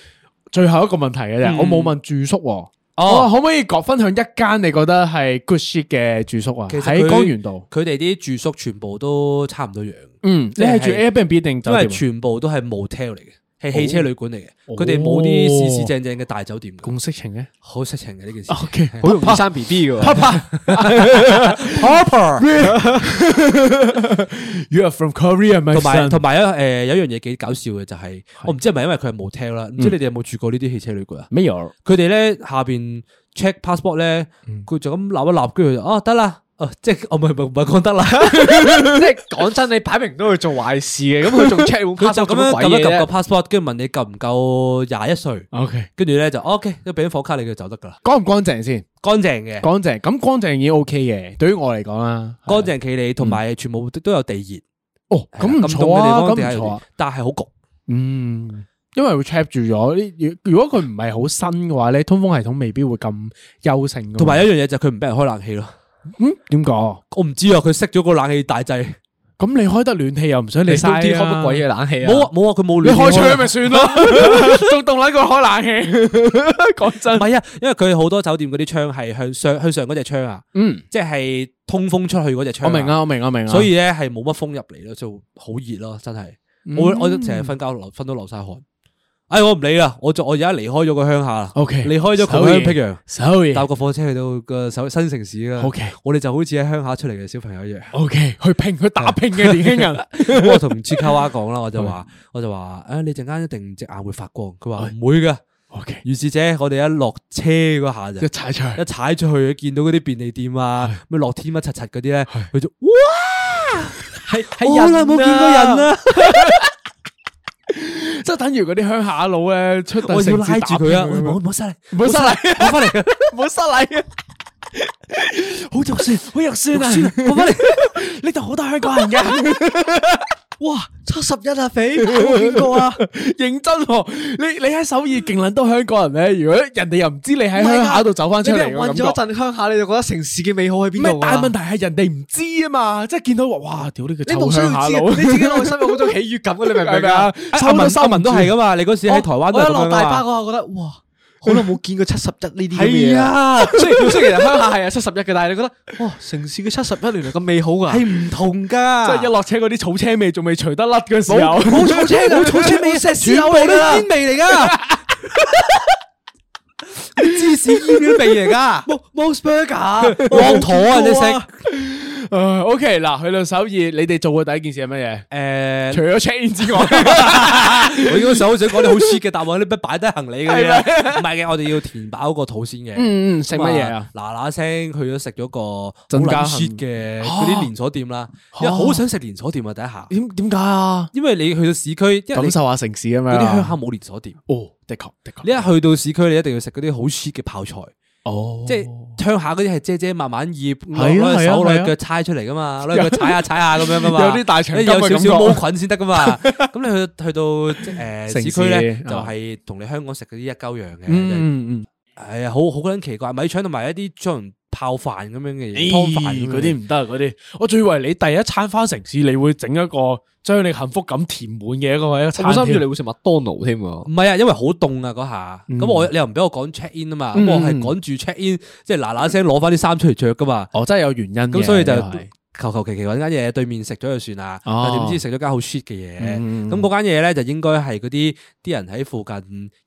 Speaker 2: 最後一個問題嘅啫，
Speaker 1: 嗯
Speaker 2: 我冇問住宿喎，哦，可唔可以講分享一間你覺得係 good shit 嘅住宿啊？
Speaker 1: 其實
Speaker 2: 喺
Speaker 1: 佢
Speaker 2: 江源道，
Speaker 1: 佢哋啲住宿全部都差唔多樣。
Speaker 2: 嗯
Speaker 1: 即係
Speaker 2: 你係住 Airbnb 定酒店啊
Speaker 1: 因為全部都係 motel 嚟嘅，係汽車旅館嚟嘅。
Speaker 2: 哦
Speaker 1: 佢哋冇啲四四正正嘅大酒店。
Speaker 2: 咁色情 嘅，
Speaker 1: 好色情嘅呢件事。
Speaker 2: O K，
Speaker 3: 好容易生 B B 嘅喎。
Speaker 2: You are from Korea, my
Speaker 1: 同埋
Speaker 2: son
Speaker 1: 同埋一誒有一樣嘢幾搞笑嘅就係，我唔知係咪因為佢係 motel 啦，唔
Speaker 2: 嗯
Speaker 1: 知你哋有冇住過呢啲汽車旅館啊？
Speaker 2: 咩有？
Speaker 1: 佢哋咧下邊 check passport 咧，
Speaker 2: 嗯
Speaker 1: 佢就咁立一立，跟住就哦得啦，哦即係我唔係唔係唔係講得 啦，
Speaker 3: 即係講真，你擺明都去做壞事嘅，咁 佢仲 check
Speaker 1: 佢就咁樣撳一撳個
Speaker 3: 咁
Speaker 1: passport，跟住問你夠唔夠廿一歲
Speaker 2: OK
Speaker 1: 跟住咧就 OK，都俾張房卡你佢就走得噶啦，
Speaker 2: 乾唔乾淨先？
Speaker 1: 乾淨嘅，
Speaker 2: 乾淨，咁乾淨已經 O K 嘅。對於我嚟講啦，
Speaker 1: 乾淨企理，同埋全部都有地熱。
Speaker 2: 哦，嗯咁唔錯啊咁唔錯啊
Speaker 1: 但係好焗。
Speaker 2: 嗯，因為會 check 住咗。呢如如果佢唔係好新嘅話咧，通風系統未必會咁優勝㗎嘛。
Speaker 1: 同埋一樣嘢就係佢唔俾人開冷氣咯。
Speaker 2: 嗯，點講？
Speaker 1: 我唔知啊，佢熄咗個冷氣大掣。
Speaker 2: 咁你開得暖氣又唔想你嘥啊
Speaker 1: 你都唔知開乜鬼嘢冷氣啊冇啊冇啊佢冇
Speaker 2: 你
Speaker 1: 暖氣
Speaker 2: 開
Speaker 1: 開
Speaker 2: 窗咪算咯， 仲凍撚過開 冷氣。講真，
Speaker 1: 唔係啊，因為佢好多酒店嗰啲窗係向上向上嗰只窗啊，
Speaker 2: 嗯，
Speaker 1: 即係通風出去嗰只窗。
Speaker 2: 我明啊我明啊我明啊
Speaker 1: 所以咧係冇乜風入嚟咯，就好熱咯，真係。我
Speaker 2: 嗯
Speaker 1: 我成日瞓覺流瞓到流晒汗。哎，我唔理啦，我就我而家離開咗個鄉下啦
Speaker 2: OK，
Speaker 1: 離開咗窮鄉僻壤，
Speaker 2: sorry
Speaker 1: 搭個火車去到個首新城市啦。
Speaker 2: OK
Speaker 1: 我哋就好似喺鄉下出嚟嘅小朋友一樣。
Speaker 2: O K，去拼去打拼嘅年輕 人。啊
Speaker 1: 咁 我同切卡娃講啦，我就話，我就話，诶，你陣間一定隻眼會發光。佢
Speaker 2: 哎
Speaker 1: 話唔會噶。
Speaker 2: OK，
Speaker 1: 於是者，我哋一落車嗰下就
Speaker 2: 一踩哎出去
Speaker 1: 一踩出去，見到嗰啲便利店啊，咩樂天乜柒柒嗰啲咧，佢就哇，
Speaker 2: 哎係啊
Speaker 1: 係我好耐冇見過人啊啦。
Speaker 2: 即係等於嗰啲鄉下佬咧出
Speaker 1: 我要拉住佢啊！喂唔好唔好失禮，
Speaker 2: 唔好失禮，
Speaker 1: 攞翻 嚟，
Speaker 2: 唔好失禮啊！好肉酸，好肉酸啊！
Speaker 1: 攞翻嚟，
Speaker 2: 呢度好多香港 人嘅。哇，七十一啊，肥
Speaker 1: 冇見過
Speaker 2: 啊！認真喎，你你喺首爾勁撚多香港人咧，如果人哋又唔知你喺鄉下度走翻出嚟嘅
Speaker 3: 混
Speaker 2: 感
Speaker 3: 咗一
Speaker 2: 覺，
Speaker 3: 陣鄉下，你就覺得城市嘅美好喺
Speaker 2: 唔
Speaker 3: 邊
Speaker 2: 係，
Speaker 3: 度
Speaker 2: 但
Speaker 3: 啊？
Speaker 2: 係問題係人哋唔知啊嘛，即係見到話哇，屌呢個
Speaker 3: 你
Speaker 2: 臭
Speaker 3: 冇需要
Speaker 2: 鄉下佬，
Speaker 3: 知，你自己內心有 嗰種喜悦感嘅，你明唔
Speaker 2: 係
Speaker 3: 明
Speaker 2: 咪啊
Speaker 3: 啊？
Speaker 2: 收都收唔
Speaker 1: 文都
Speaker 2: 住
Speaker 1: 係噶嘛？你嗰時喺台灣都
Speaker 3: 我
Speaker 1: 係咁
Speaker 3: 一落
Speaker 1: 樣
Speaker 3: 大
Speaker 1: 噶嘛？
Speaker 3: 巴嗰下，覺得哇，好耐冇見過七十一呢啲咁嘅嘢。
Speaker 1: 係啊
Speaker 3: 哎雖然雖然鄉下係有啊七十一嘅，但係你覺得哇，城市嘅七十一原來咁美好 㗎，係
Speaker 1: 唔同㗎
Speaker 2: 即係一落車嗰啲草車味仲未除得甩嘅時候，
Speaker 3: 冇冇草車㗎
Speaker 2: 冇草車味，
Speaker 3: 冇石屎
Speaker 2: 全
Speaker 3: 樓
Speaker 2: 部
Speaker 3: 嚟㗎
Speaker 2: 都煙味嚟噶，
Speaker 1: 芝士煙嘅味嚟㗎，
Speaker 3: Most Burger
Speaker 1: 駱駝啊！你
Speaker 2: 哇
Speaker 1: 食
Speaker 2: 唉，OK 嗱，去到首爾，你哋做嘅第一件事係乜嘢？
Speaker 1: 诶，
Speaker 2: 除咗 check in 之外，
Speaker 1: 我嗰時候好想講啲好 shit 嘅答案，你不擺低行李嗰啲啊
Speaker 2: 係
Speaker 1: 唔係嘅，我哋要填飽個肚先嘅。
Speaker 2: 嗯嗯食乜嘢啊
Speaker 1: 咁嗱嗱聲去咗食咗個好
Speaker 2: 陣間
Speaker 1: 撚 shit 嘅嗰啲連鎖店啦，因為好想食連鎖店啊！第一下，
Speaker 2: 點點解啊？
Speaker 1: 因為你去到市區，因為你
Speaker 2: 感受下啊城市咁樣
Speaker 1: 嗰啲鄉下冇連鎖店。
Speaker 2: 哦，的確的確，
Speaker 1: 你一去到市區，你一定要食嗰啲好 shit 嘅泡菜。
Speaker 2: 哦，
Speaker 1: 即係鄉下嗰啲係遮遮慢慢醃，攞
Speaker 2: 係啊
Speaker 1: 攞隻
Speaker 2: 係啊
Speaker 1: 手攞
Speaker 2: 係啊
Speaker 1: 隻腳猜出嚟噶嘛，攞隻腳踩下踩下咁樣噶嘛，
Speaker 2: 有啲大腸
Speaker 1: 你
Speaker 2: 金嘅
Speaker 1: 有少少
Speaker 2: 感覺
Speaker 1: 毛菌先得噶 嘛。咁你去去到誒
Speaker 2: 城
Speaker 1: 市區咧
Speaker 2: 市，啊
Speaker 1: 就係同你香港食嗰啲一鳩樣嘅，
Speaker 2: 嗯嗯
Speaker 1: 係啊，好好撚奇怪，米腸同埋一啲將人泡飯咁樣嘅
Speaker 2: 嗯，
Speaker 1: 嘢，湯飯咁樣
Speaker 2: 嗰啲唔得嗰啲，我仲以為你第一餐翻城市，你會整一個將你幸福感填滿嘅一個一個餐
Speaker 3: 我
Speaker 2: 添。
Speaker 3: 心諗住你會食麥當勞添喎。
Speaker 1: 唔係啊，因為好凍啊嗰下，
Speaker 2: 嗯
Speaker 1: 咁我你又唔俾我講 check in 啊嘛，咁我係趕住 check in，即係嗱嗱聲攞翻啲衫出嚟着噶嘛。
Speaker 2: 哦，真係有原因嘅
Speaker 1: 咁所以就
Speaker 2: 呢個係
Speaker 1: 求求其其揾間嘢對面食咗就算啦，
Speaker 2: 哦
Speaker 1: 但點知食咗間好 shit 嘅嘢，
Speaker 2: 嗯
Speaker 1: 咁嗰間嘢咧就應該係嗰啲啲人喺附近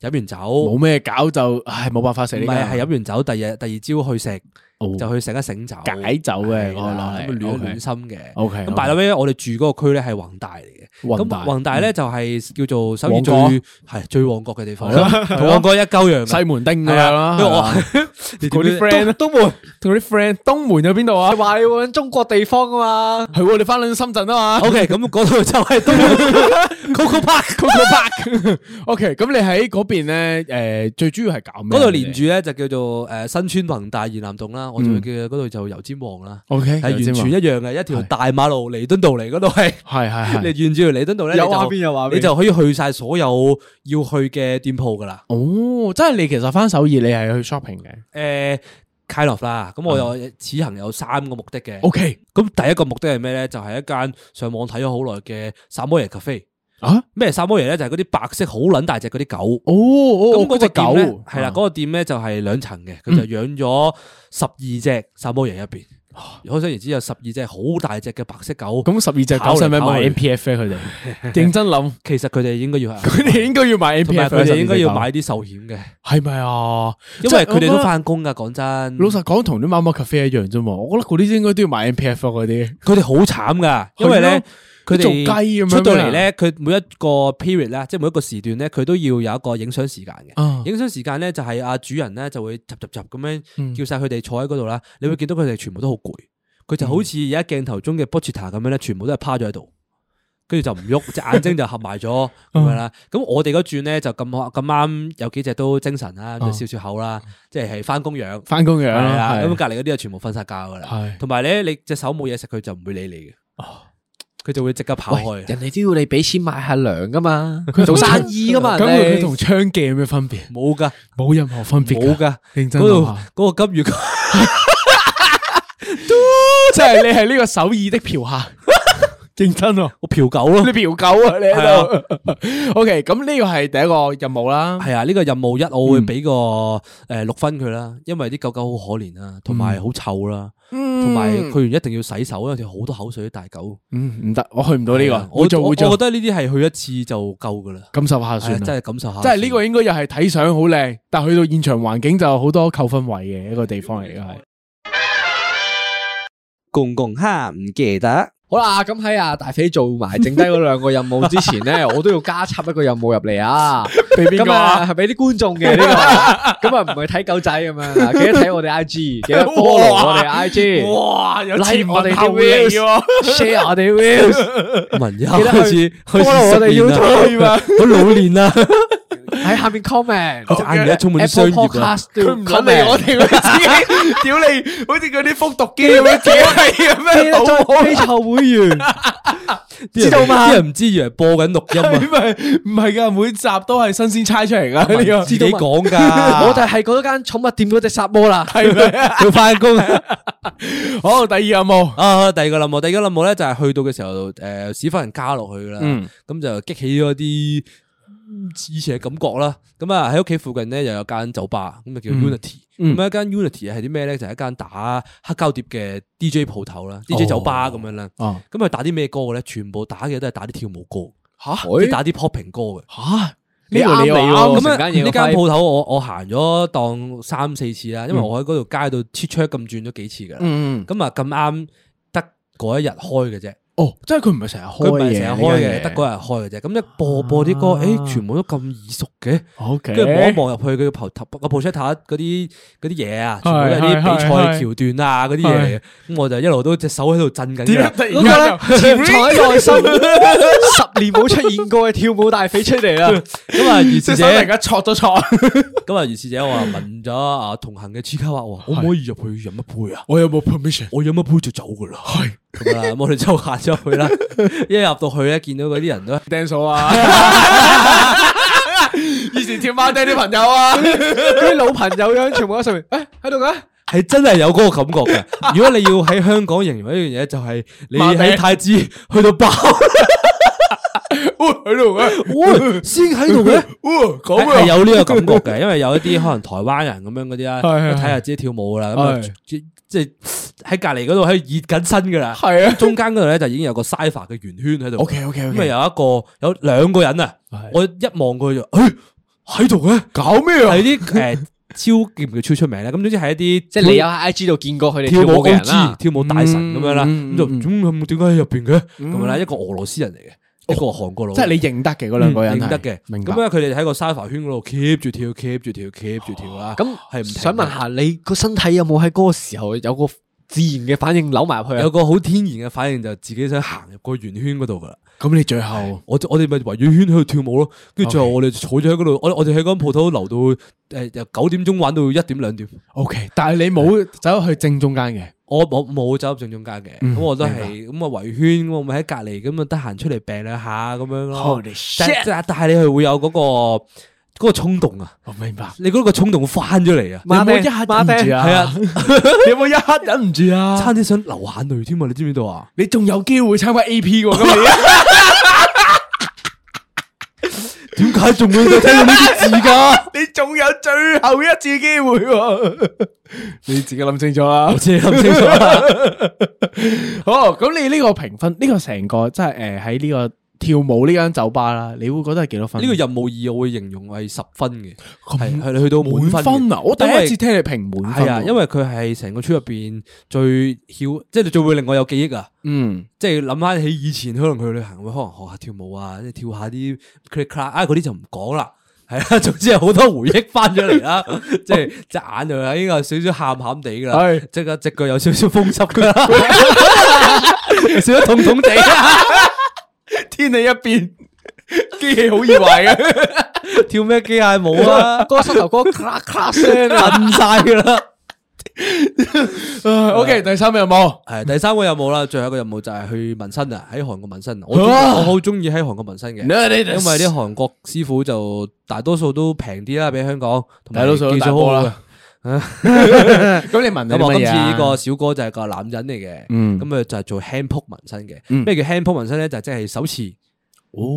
Speaker 1: 飲完酒，
Speaker 2: 冇
Speaker 1: 唔
Speaker 2: 咩搞就，唉，冇辦法食呢
Speaker 1: 係
Speaker 2: 間
Speaker 1: 係飲完酒，第日第二朝去食
Speaker 2: 哦，
Speaker 1: 就去食一醒酒
Speaker 2: 解酒嘅
Speaker 1: 係啦咁啊暖一暖心嘅。
Speaker 2: OK，
Speaker 1: 咁大佬咧，我哋住嗰個區咧係宏大嚟嘅，
Speaker 2: 宏大
Speaker 1: 咁宏大咧就係叫做首爾
Speaker 2: 旺
Speaker 1: 最
Speaker 2: 角
Speaker 1: 係最旺角嘅地方
Speaker 2: 係咯
Speaker 1: 啦，
Speaker 2: 係
Speaker 1: 同
Speaker 2: 咯
Speaker 1: 旺角一鳩樣嘅
Speaker 2: 西門町咁
Speaker 1: 係
Speaker 2: 樣啦
Speaker 1: 因為我
Speaker 2: 係
Speaker 1: 你
Speaker 2: 嗰
Speaker 1: 點知
Speaker 2: 啲 friend
Speaker 3: 東門
Speaker 2: 同嗰啲 friend，東門有邊度啊？
Speaker 3: 話你會揾中國地方啊嘛，
Speaker 2: 係喎，你翻撚深圳啊嘛。
Speaker 1: OK，咁嗰度就係東門 Coco Park。
Speaker 2: Coco Park，OK，咁你喺嗰邊咧，诶，最主要係搞咩？啊
Speaker 1: 嗰度連住咧就叫做誒新村宏大怡南洞啦，我仲會叫嗰度就油尖旺啦。
Speaker 2: OK，
Speaker 1: 係完
Speaker 2: 油尖
Speaker 1: 全
Speaker 2: 旺
Speaker 1: 一樣嘅，一條大馬路彌敦道嚟嗰度係。
Speaker 2: 係係係
Speaker 1: 你沿住條彌敦道咧，
Speaker 3: 有
Speaker 1: 你就
Speaker 3: 畫面有畫面
Speaker 1: 你就可以去晒所有要去嘅店鋪噶啦。
Speaker 2: 哦，即係你其實翻首爾你係去 shopping
Speaker 1: 誒
Speaker 2: 嘅。
Speaker 1: kind of 啦，咁我有此行有三個目的
Speaker 2: 哦
Speaker 1: 嘅。
Speaker 2: OK，
Speaker 1: 咁第一個目的係咩咧？就係一間上網睇咗好耐嘅薩摩耶 cafe。啊，咩薩摩耶咧就係嗰啲白色好撚大隻嗰啲狗。
Speaker 2: 哦哦
Speaker 1: 咁嗰個
Speaker 2: 嗰隻
Speaker 1: 店
Speaker 2: 狗啊嗯
Speaker 1: 係啦，嗰個店咧就係兩層嘅，佢就養咗十二隻薩摩耶入邊。可想而知有十二隻好大隻嘅白色狗。
Speaker 2: 咁十二隻狗使唔使買 M P F 咧？佢 哋認真諗，
Speaker 1: 其實佢哋應該要 係，
Speaker 2: 佢哋應該要買 M
Speaker 1: 同
Speaker 2: P
Speaker 1: 埋
Speaker 2: F，啊
Speaker 1: 佢哋應該要買啲壽險嘅，
Speaker 2: 係咪啊？
Speaker 1: 因為佢哋都翻工噶。講真，
Speaker 2: 老實講，同啲貓貓 cafe 一樣啫嘛。我覺得嗰啲應該都要買 M P F 啊嗰啲。
Speaker 1: 佢哋好慘噶，因為咧佢
Speaker 2: 做
Speaker 1: 哋
Speaker 2: 雞咁樣啊
Speaker 1: 出到嚟咧，佢每一個 period 啦，即係每一個時段咧，佢都要有一個影相時間
Speaker 2: 啊
Speaker 1: 嘅。影相時間咧就係阿主人咧就會集集集咁
Speaker 2: 嗯
Speaker 1: 樣叫晒佢哋坐喺嗰度啦，你會見到佢哋全部都好攰，佢
Speaker 2: 嗯
Speaker 1: 就好似而家鏡頭中嘅 b o t c h e t a 咁樣咧，全部都係趴咗喺度。跟住就唔 喐，隻眼睛就合埋咗咁樣啦。
Speaker 2: 嗯
Speaker 1: 咁我哋嗰轉咧就咁咁啱有幾隻都精神啦，
Speaker 2: 啊
Speaker 1: 咁就笑笑口啦，即係係翻工樣，
Speaker 2: 返工樣
Speaker 1: 係啦。
Speaker 2: 係啊
Speaker 1: 咁隔離嗰啲就全部瞓晒覺噶啦。
Speaker 2: 係哦
Speaker 1: 同埋咧，你隻手冇嘢食，佢就唔會理你嘅。佢就會即刻跑
Speaker 3: 喂，
Speaker 1: 開。
Speaker 3: 人哋都要你俾錢買下糧噶嘛，
Speaker 2: 佢
Speaker 3: 做生意噶嘛，
Speaker 1: 啊
Speaker 2: 咁
Speaker 3: 人哋
Speaker 2: 佢同槍記有咩分別？
Speaker 1: 冇噶，
Speaker 2: 冇任何分別，
Speaker 1: 冇 㗎
Speaker 2: 認真
Speaker 1: 嗰
Speaker 2: 諗
Speaker 1: 度
Speaker 2: 下，
Speaker 1: 嗰個金魚，
Speaker 2: 即係你係呢個首爾的嫖客， 認真啊！
Speaker 1: 我嫖狗咯，
Speaker 2: 你嫖狗啊！你
Speaker 1: 係
Speaker 2: 喺度。O K，咁呢個係第一個任務啦。
Speaker 1: 係啊，呢個任務一
Speaker 2: 嗯
Speaker 1: 我會俾個誒六分佢啦，因為啲狗狗好可憐啦，同埋好臭啦，
Speaker 2: 嗯
Speaker 1: 同埋佢一定要洗手，因為佢好多口水啲大狗。
Speaker 2: 嗯，唔得，我去唔到呢
Speaker 1: 係啊
Speaker 2: 個。
Speaker 1: 我
Speaker 2: 會做
Speaker 1: 我
Speaker 2: 會
Speaker 1: 我
Speaker 2: 做，
Speaker 1: 覺得呢啲係去一次就夠噶啦，
Speaker 2: 感受下算
Speaker 1: 係
Speaker 2: 啦。
Speaker 1: 真係感受下。
Speaker 2: 即係呢個應該又係睇相好靚，但去到現場環境就好多扣分位嘅一個地方嚟嘅係。
Speaker 4: 公公哈唔記得，
Speaker 3: 好啦，咁喺阿大肥做埋剩低嗰兩個任務之前 咧，我都要加插一個任務入嚟啊！
Speaker 2: 俾邊個啊
Speaker 3: 咁係俾啲觀眾嘅呢個，咁啊唔係睇狗仔咁樣，啊記得睇我哋 I G，記得 follow 我哋 I G，
Speaker 2: 啊哇有
Speaker 3: like
Speaker 2: 前
Speaker 3: 我哋
Speaker 2: 文
Speaker 3: 啲
Speaker 2: 後理喎
Speaker 3: reels，share 我哋 reels，
Speaker 1: 文一
Speaker 3: 記得去
Speaker 1: 開始開
Speaker 3: follow 我哋
Speaker 1: 始失眠
Speaker 3: YouTube
Speaker 1: 啦
Speaker 3: 啊，
Speaker 1: 好老練啦，
Speaker 3: 喺下面 comment，
Speaker 1: 佢隻眼而家充滿商
Speaker 3: Apple
Speaker 1: 業啊
Speaker 3: Podcast 都要
Speaker 2: 佢唔諗你，
Speaker 3: comment
Speaker 2: 我哋會自己屌你，好似嗰啲復讀機咁樣自己係咁
Speaker 3: 記
Speaker 2: 樣
Speaker 3: 得
Speaker 2: 倒
Speaker 3: 再非臭會員，
Speaker 1: 知
Speaker 3: 道嘛
Speaker 1: 啲人唔知以為播緊錄音啊。
Speaker 2: 唔 係噶，每集都係新鮮猜出嚟噶呢個。
Speaker 1: 啊自己講㗎，
Speaker 3: 我就係嗰間寵物店嗰隻薩摩啦，
Speaker 2: 係 咪？
Speaker 1: 要翻工
Speaker 2: 好，第二任務，
Speaker 1: 啊！第二個任務，第二個任務咧就係去到嘅時候，誒屎忽人加落去啦，
Speaker 2: 嗯
Speaker 1: 咁就激起咗啲以前嘅感覺啦。咁啊喺屋企附近咧又有間酒吧，咁就啊叫 Unity。
Speaker 2: 嗯
Speaker 1: 咁一啊間 Unity 係啲咩咧？就係一間打黑膠碟嘅 DJ 鋪頭啦，DJ 酒吧咁樣啦。
Speaker 2: 哦
Speaker 1: 咁啊打啲咩歌嘅咧？全部打嘅都係打啲跳舞歌，
Speaker 2: 吓
Speaker 1: 即係打啲 popping 歌嘅。
Speaker 2: 吓
Speaker 3: 呢個
Speaker 2: 啱
Speaker 3: 你
Speaker 2: 你
Speaker 3: 又
Speaker 2: 喎
Speaker 3: 啱
Speaker 1: 咁
Speaker 3: 成
Speaker 1: 啊！
Speaker 3: 間
Speaker 1: 呢間
Speaker 3: 嘢個批
Speaker 1: 鋪頭我我行咗當三四次啦，因為我喺嗰條街度切出咁轉咗幾次噶啦。
Speaker 2: 嗯，
Speaker 1: 咁啊咁啱得嗰一日開嘅啫，
Speaker 2: 哦，即係佢唔係成日開
Speaker 1: 佢唔
Speaker 2: 嘅，
Speaker 1: 係成日開嘅，得嗰日開嘅啫。
Speaker 2: 啊
Speaker 1: 咁一播播啲歌，誒全部都咁耳熟嘅，
Speaker 2: O K，
Speaker 1: 跟住望一望入去佢個頭頭個 p r o j e c t 嗰啲嗰啲嘢啊，全部都係啲比賽橋段啊嗰啲嘢嚟嘅。咁我就一路都隻手喺度震緊
Speaker 2: 點解
Speaker 1: 嘅。
Speaker 2: 突然
Speaker 3: 嗰個
Speaker 2: 間又
Speaker 3: 咧潛藏喺內心， 十年冇出現過嘅跳舞大肥出嚟啦！
Speaker 1: 咁啊，如是
Speaker 2: 隻手
Speaker 1: 者，
Speaker 2: 突然間戳咗 戳，
Speaker 1: 咁啊，如是者，我啊問咗啊同行嘅黐卡話，我可唔可以入去飲一杯啊？
Speaker 2: 我有冇 permission？
Speaker 1: 我飲一杯就走噶啦，
Speaker 2: 係
Speaker 1: 咁啊啦，咁我哋就行咗入去啦。一入到去啊咧，見到嗰啲人都
Speaker 2: dance 數啊！以前跳孖爹啲朋友 啊，
Speaker 3: 嗰啲老朋友樣全部喺上面，誒喺度嘅，
Speaker 1: 係真係有嗰個感覺嘅。如果你要喺香港形容一樣嘢，就係你
Speaker 2: 麻痹
Speaker 1: 喺太子去到爆，
Speaker 2: 喺度嘅，
Speaker 1: 喂，先喺度嘅。
Speaker 2: 哇
Speaker 1: 係
Speaker 2: 咁啊
Speaker 1: 係有呢個感覺嘅，因為有一啲可能台灣人咁樣嗰啲啦，
Speaker 2: 係係
Speaker 1: 一睇下自己跳舞啦，咁啊
Speaker 2: 係
Speaker 1: 即即係喺隔離嗰度喺度熱緊身噶啦，
Speaker 2: 係啊
Speaker 1: 中間嗰度咧就已經有個 cypher 嘅圓圈喺度
Speaker 2: OK，OK，OK
Speaker 1: 咁啊有一個有兩個人啊
Speaker 2: 係，
Speaker 1: 我一望過去就，誒喺度嘅，
Speaker 2: 搞咩啊
Speaker 1: 係？啲誒超叫唔叫超出名咧？咁總之係一啲
Speaker 3: 即係你有喺 I G 度見過佢哋
Speaker 1: 跳
Speaker 3: 跳
Speaker 1: 舞
Speaker 3: 舞嘅
Speaker 1: O
Speaker 3: 人
Speaker 1: G
Speaker 3: 啦。
Speaker 1: 跳舞大神咁樣啦，
Speaker 2: 嗯嗯
Speaker 1: 咁就
Speaker 2: 嗯
Speaker 1: 咁點解喺入邊嘅咁樣啦？一個俄羅斯人嚟嘅，一個韓國佬，
Speaker 2: 哦即係你認得嘅嗰兩個人
Speaker 1: 認
Speaker 2: 係，
Speaker 1: 得嗯嘅。
Speaker 2: 明
Speaker 1: 咁
Speaker 2: 白。
Speaker 1: 咧，佢哋喺個沙發圈嗰度 keep 住跳，keep 住跳，keep 住跳啦。
Speaker 3: 咁
Speaker 1: 係唔停嘅
Speaker 3: 想問下你個身體有冇喺嗰個時候有個自然嘅反應扭埋入去啊
Speaker 1: 有？個好天然嘅反應就自己想行入個圓圈嗰度噶啦。
Speaker 2: 咁你最後
Speaker 1: 我我哋咪圍繞圈喺度跳舞咯，跟住最後
Speaker 2: OK
Speaker 1: 我哋坐咗喺嗰度，我我哋喺間鋪頭留到誒由九點鐘玩到一點兩點。
Speaker 2: OK，但係你冇走去正中間嘅，
Speaker 1: 我冇冇走入正中間嘅，
Speaker 2: 嗯
Speaker 1: 咁我都
Speaker 2: 明
Speaker 1: 係咁啊圍圈，咁我咪喺隔離咁啊得閒出嚟病兩下咁樣咯
Speaker 2: Holy。
Speaker 1: 但
Speaker 2: shit
Speaker 1: 但但係你係會有嗰個嗰個衝動啊！
Speaker 2: 我明白。
Speaker 1: 你嗰個衝動翻咗嚟啊！
Speaker 2: 你有冇
Speaker 3: 馬
Speaker 2: 一
Speaker 3: 爹
Speaker 2: 刻忍唔住啊？
Speaker 1: 係 啊，
Speaker 2: 你有冇一刻忍唔住啊
Speaker 1: 差？啲想流眼淚添啊！你知唔知道啊？
Speaker 2: 你仲有機會參加 A P 喎，今年
Speaker 1: 点解仲会有聽到呢啲字噶？
Speaker 2: 你仲有最后一次机会喎，你自己谂清楚啦，
Speaker 1: 我自己諗清楚啦。
Speaker 2: 好，咁你呢个评分，呢、個个成个即系诶喺呢个跳舞呢间酒吧啦，你会觉得系几多分？
Speaker 1: 呢個任務二我會形容係十分嘅，係係你去到滿分嘅
Speaker 2: 滿分啊我第一
Speaker 1: 因為
Speaker 2: 次聽你評滿分
Speaker 1: 係啊，
Speaker 2: 喎
Speaker 1: 因為佢係成個村入邊最曉，即係最會令我有記憶啊。
Speaker 2: 嗯，
Speaker 1: 即係諗翻起以前可能去旅行會可能學下跳舞啊，即係跳下啲 click clack 啊嗰啲就唔講啦。 係啦，總之係好多回憶翻咗嚟 啦，即係隻眼就已經有少少喊喊地噶啦，即係隻腳有少少風濕噶啦， 少少痛痛地啊啦。
Speaker 2: 天气一变，机器好易坏嘅，
Speaker 1: 跳咩机械舞 啊？
Speaker 3: 嗰个膝头哥咔咔
Speaker 2: 聲啊
Speaker 1: 震晒噶啦。
Speaker 2: O K，第三個任務
Speaker 1: 系啊第三個任務啦，最後一個任務就係去紋身啊，喺韓國紋身，我
Speaker 2: 啊
Speaker 1: 我好中意喺韓國紋身嘅，因
Speaker 2: Nerdiness
Speaker 1: 為啲韓國師傅就大多數都平啲啦，比香港同埋
Speaker 2: 大多數都
Speaker 1: 技
Speaker 2: 大
Speaker 1: 術好
Speaker 2: 波
Speaker 1: 好嘅
Speaker 2: 啦。
Speaker 1: 咁
Speaker 2: 你紋咗啲
Speaker 1: 咁我
Speaker 2: 乜
Speaker 1: 今次
Speaker 2: 嘢啊
Speaker 1: 呢個小哥就係個男人嚟嘅，
Speaker 2: 嗯
Speaker 1: 咁佢就係做 hand poke 紋身嘅。
Speaker 2: 嗯哦
Speaker 1: 咩叫 hand poke 紋身咧？就係即係手持。